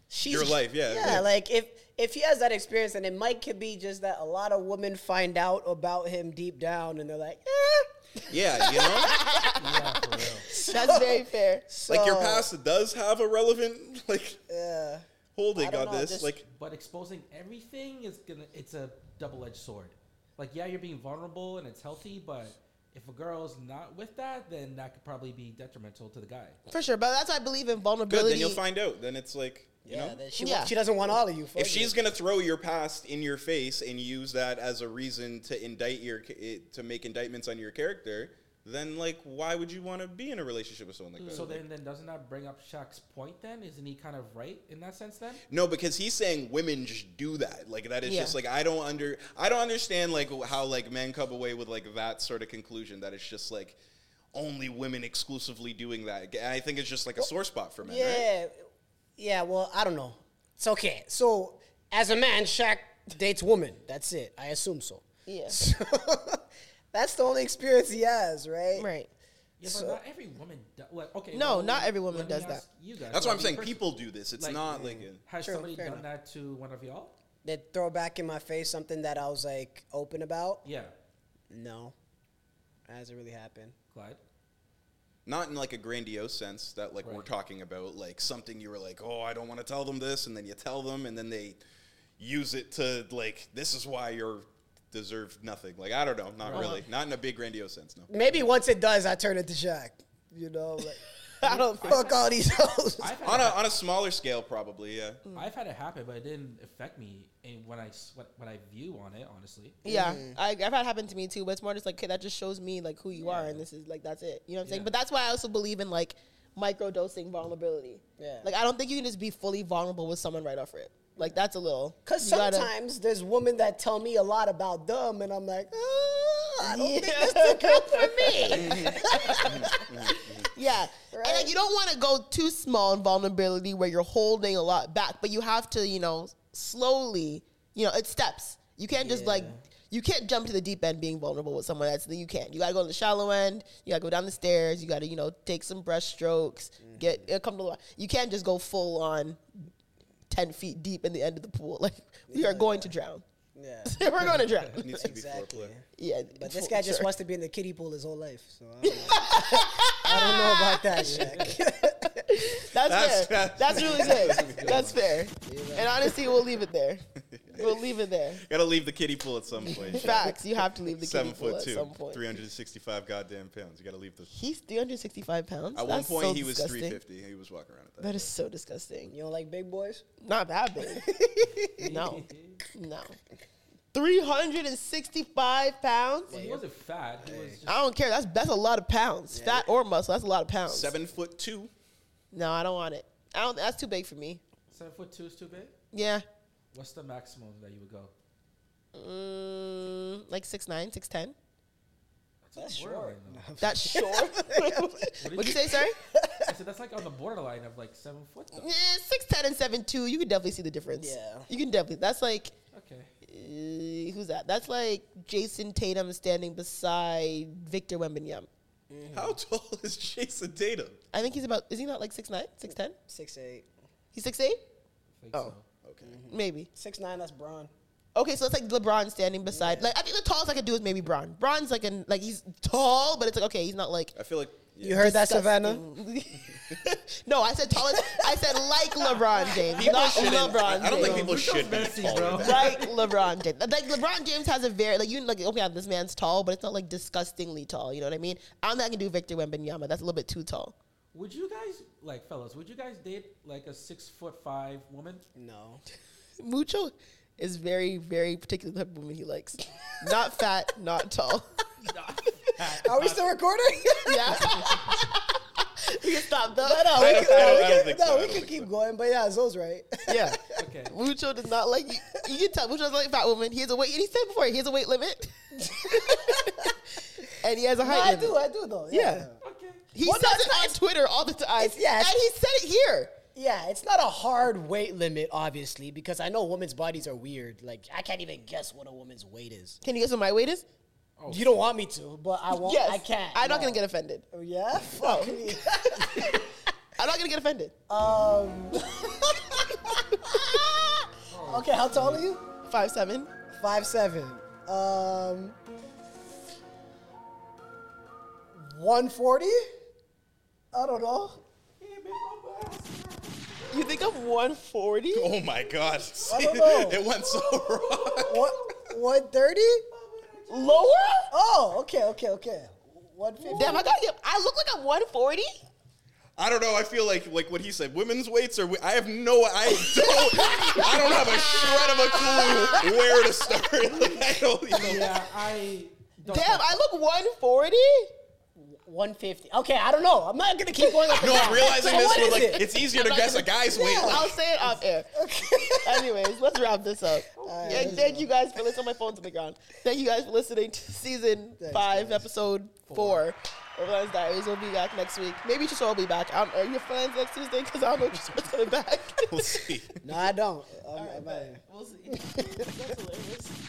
She's,
Your life, yeah,
yeah.
yeah.
like if if he has that experience, and it might could be just that a lot of women find out about him deep down, and they're like, eh.
yeah, you know,
that's very fair.
like your past does have a relevant like holding on this.
just-
like
But exposing everything is gonna it's a double edged sword. Like yeah, you're being vulnerable and it's healthy, but if a girl's not with that, then that could probably be detrimental to the guy.
For sure, but that's why I believe in vulnerability.
good, then you'll find out. Then it's like you know,
that she,
Yeah.
she doesn't want all of you. fuck
if
it.
she's gonna throw your past in your face and use that as a reason to indict your ca- it- to make indictments on your character, then like why would you want to be in a relationship with someone like that?
So then, then doesn't that bring up Shaq's point? Then isn't he kind of right in that sense? Then
No, because he's saying women just do that. Like that is
Yeah.
just like I don't under I don't understand like how like men come away with like that sort of conclusion that it's just like only women exclusively doing that. And I think it's just like a sore spot for men. Right?
yeah, yeah. Well, I don't know. It's okay. So as a man, Shaq dates women. That's it. I assume so.
Yeah.
So, that's the only experience he has, right?
right.
yeah, but not every woman. Do, like, okay,
No,
well,
not every
let
woman
me
does
ask
that.
You guys,
That's why I'm
be
saying
pers-
people do this. It's
like,
not like a,
Has
True,
somebody
fair
done
enough.
that to one of y'all?
They throw back in my face something that I was like open about.
Yeah,
No, that hasn't really happened.
Clyde.
not in like a grandiose sense that like we're talking about like something you were like, "Oh, I don't want to tell them this." And then you tell them and then they use it to like this is why you're deserve nothing. Like I don't know, not really. Not in a big grandiose sense, no.
Maybe once it does, I turn it to Shaq. You know, like, I don't fuck all these hoes.
I've had,
On
it
a
hap-
on a smaller scale probably, yeah.
I've had it happen, but it didn't affect me. And when I s- what- when I view on it, honestly,
Yeah,
Mm.
I, I've had it happen to me too, but it's more just like, okay, that just shows me like who you are, and this is like that's it. You know what I'm saying? But that's why I also believe in like microdosing vulnerability.
Yeah.
Like I don't think you can just be fully vulnerable with someone right off it. Like that's a little
Because
you gotta-
sometimes there's women that tell me a lot about them, and I'm like, "Ah, I don't think
Yeah.
that's the girl for me.
Yeah. And like, you don't want to go too small in vulnerability where you're holding a lot back, but you have to, you know, slowly, you know, it's steps. You can't just like, you can't jump to the deep end being vulnerable with someone else. You can't. You got to go to the shallow end. You got to go down the stairs. You got to, you know, take some breath strokes, get, uh, come to the, you can't just go full on 10 feet deep in the end of the pool. Like, we are going to drown.
yeah,
We're going to drown.
Needs to be
exactly.
foreplay.
Yeah.
But this
for
guy just
sure.
wants to be in the kiddie pool his whole life, so I don't know, I don't know about that, Shaq.
That's, fair.
That's- that's-
That's really good. That's fair. And honestly, we'll leave it there. We'll leave it there.
Gotta leave the kiddie pool at some point.
Facts. You have to leave the
Seven
kiddie pool
foot
at
two,
some point.
365 goddamn pounds. You gotta leave the.
He's 365 pounds.
At one
That's
point,
so
he was
disgusting.
350. He was walking around at that.
That is so disgusting.
You don't like big boys?
Not that big. no. No. 365 pounds?
Well, he wasn't fat. He was just
I don't care. That's that's a lot of pounds. Fat or muscle, that's a lot of pounds.
Seven foot two.
No, I don't want it. I don't that's too big for me.
seven foot two is too big.
Yeah.
What's the maximum that you would go?
Mm, like 6'9, 6'10.
That's short.
That's short. What'd you say, sorry?
I said that's like on the borderline of like seven foot. Though.
Yeah, six ten and seven two. You can definitely see the difference.
Yeah.
you can definitely. That's like
Okay.
Uh, who's that? That's like Jason Tatum standing beside Victor Wembanyama.
How tall is Jason Tatum?
I think he's about. Is he not like six nine, six ten?
Six eight,
He's six eight,
I think oh. so.
maybe.
six nine. That's Braun.
Okay, so it's like LeBron standing beside. Like I think the tallest I could do is maybe Bron. Bron's like an like he's tall, but it's like okay, he's not like.
I feel like yeah.
You heard that, Savannah?
no, I said tallest. I said like LeBron James, not
shouldn't-
LeBron.
I don't think
James.
people should be taller. than-
like LeBron James. Like LeBron James has a very like you like okay, this man's tall, but it's not like disgustingly tall. You know what I mean? I'm not gonna do Victor Wembanyama. That's a little bit too tall.
Would you guys like fellas? Would you guys date like a six foot five woman?
No.
Mucho is very very particular type of woman he likes. Not fat, not tall.
Are we still recording?
Yeah. you can stop though.
no,
I
we
don't-
could,
I don't-
no,
I don't
we
think
could, no,
so, I
we
don't
could
think
keep going. But yeah, Zoe's right.
Yeah.
Okay.
Mucho does not like you, you can tell Mucho doesn't like fat women. He has a weight and he said before he has a weight limit. and he has a height
No, I
limit.
do, I do though.
Yeah.
Okay.
He
Well, no,
says
it's
it on Twitter all the time.
It's- yeah,
And
it's-
he said it here.
Yeah, it's not a hard weight limit, obviously, because I know women's bodies are weird. Like, I can't even guess what a woman's weight is.
Can you guess what my weight is?
You don't want me to, but I won't.
Oh, yes.
I can't.
I'm not
no. Oh,
going to get offended.
Yeah, fuck me.
I'm not going to get offended.
Um. okay, how tall are you?
Five seven.
Five seven. Um, one forty. I don't know.
You think I'm 140?
Oh my god!
I don't know.
it went so wrong.
What? One thirty?
Lower?
Oh, okay, okay, okay. One fifty.
Damn, I gotta get. I look like I'm 140.
I don't know. I feel like like what he said. Women's weights are. we- I have no. I don't. I don't have a shred of a clue where to start. Like, I don't. You know,
Yeah, I. Don't
Damn, I look 140.
One fifty. Okay, I don't know. I'm not gonna keep going. Like
No, I'm realizing
What
this.
is
With, like,
it?
it's easier to guess a guy's weight.
I'll
Like,
say it off air. Anyways, let's wrap this up. and thank you guys for listening. My phone's on the ground. Thank you guys for listening to season five, episode four. Overland's Diaries will be back next week. Maybe Chisora will be back. I'm, are your plans next Tuesday? Because I don't know if Chisora's coming back.
we'll see.
No, I don't. I'm, I'm out of here.
we'll see. That's hilarious.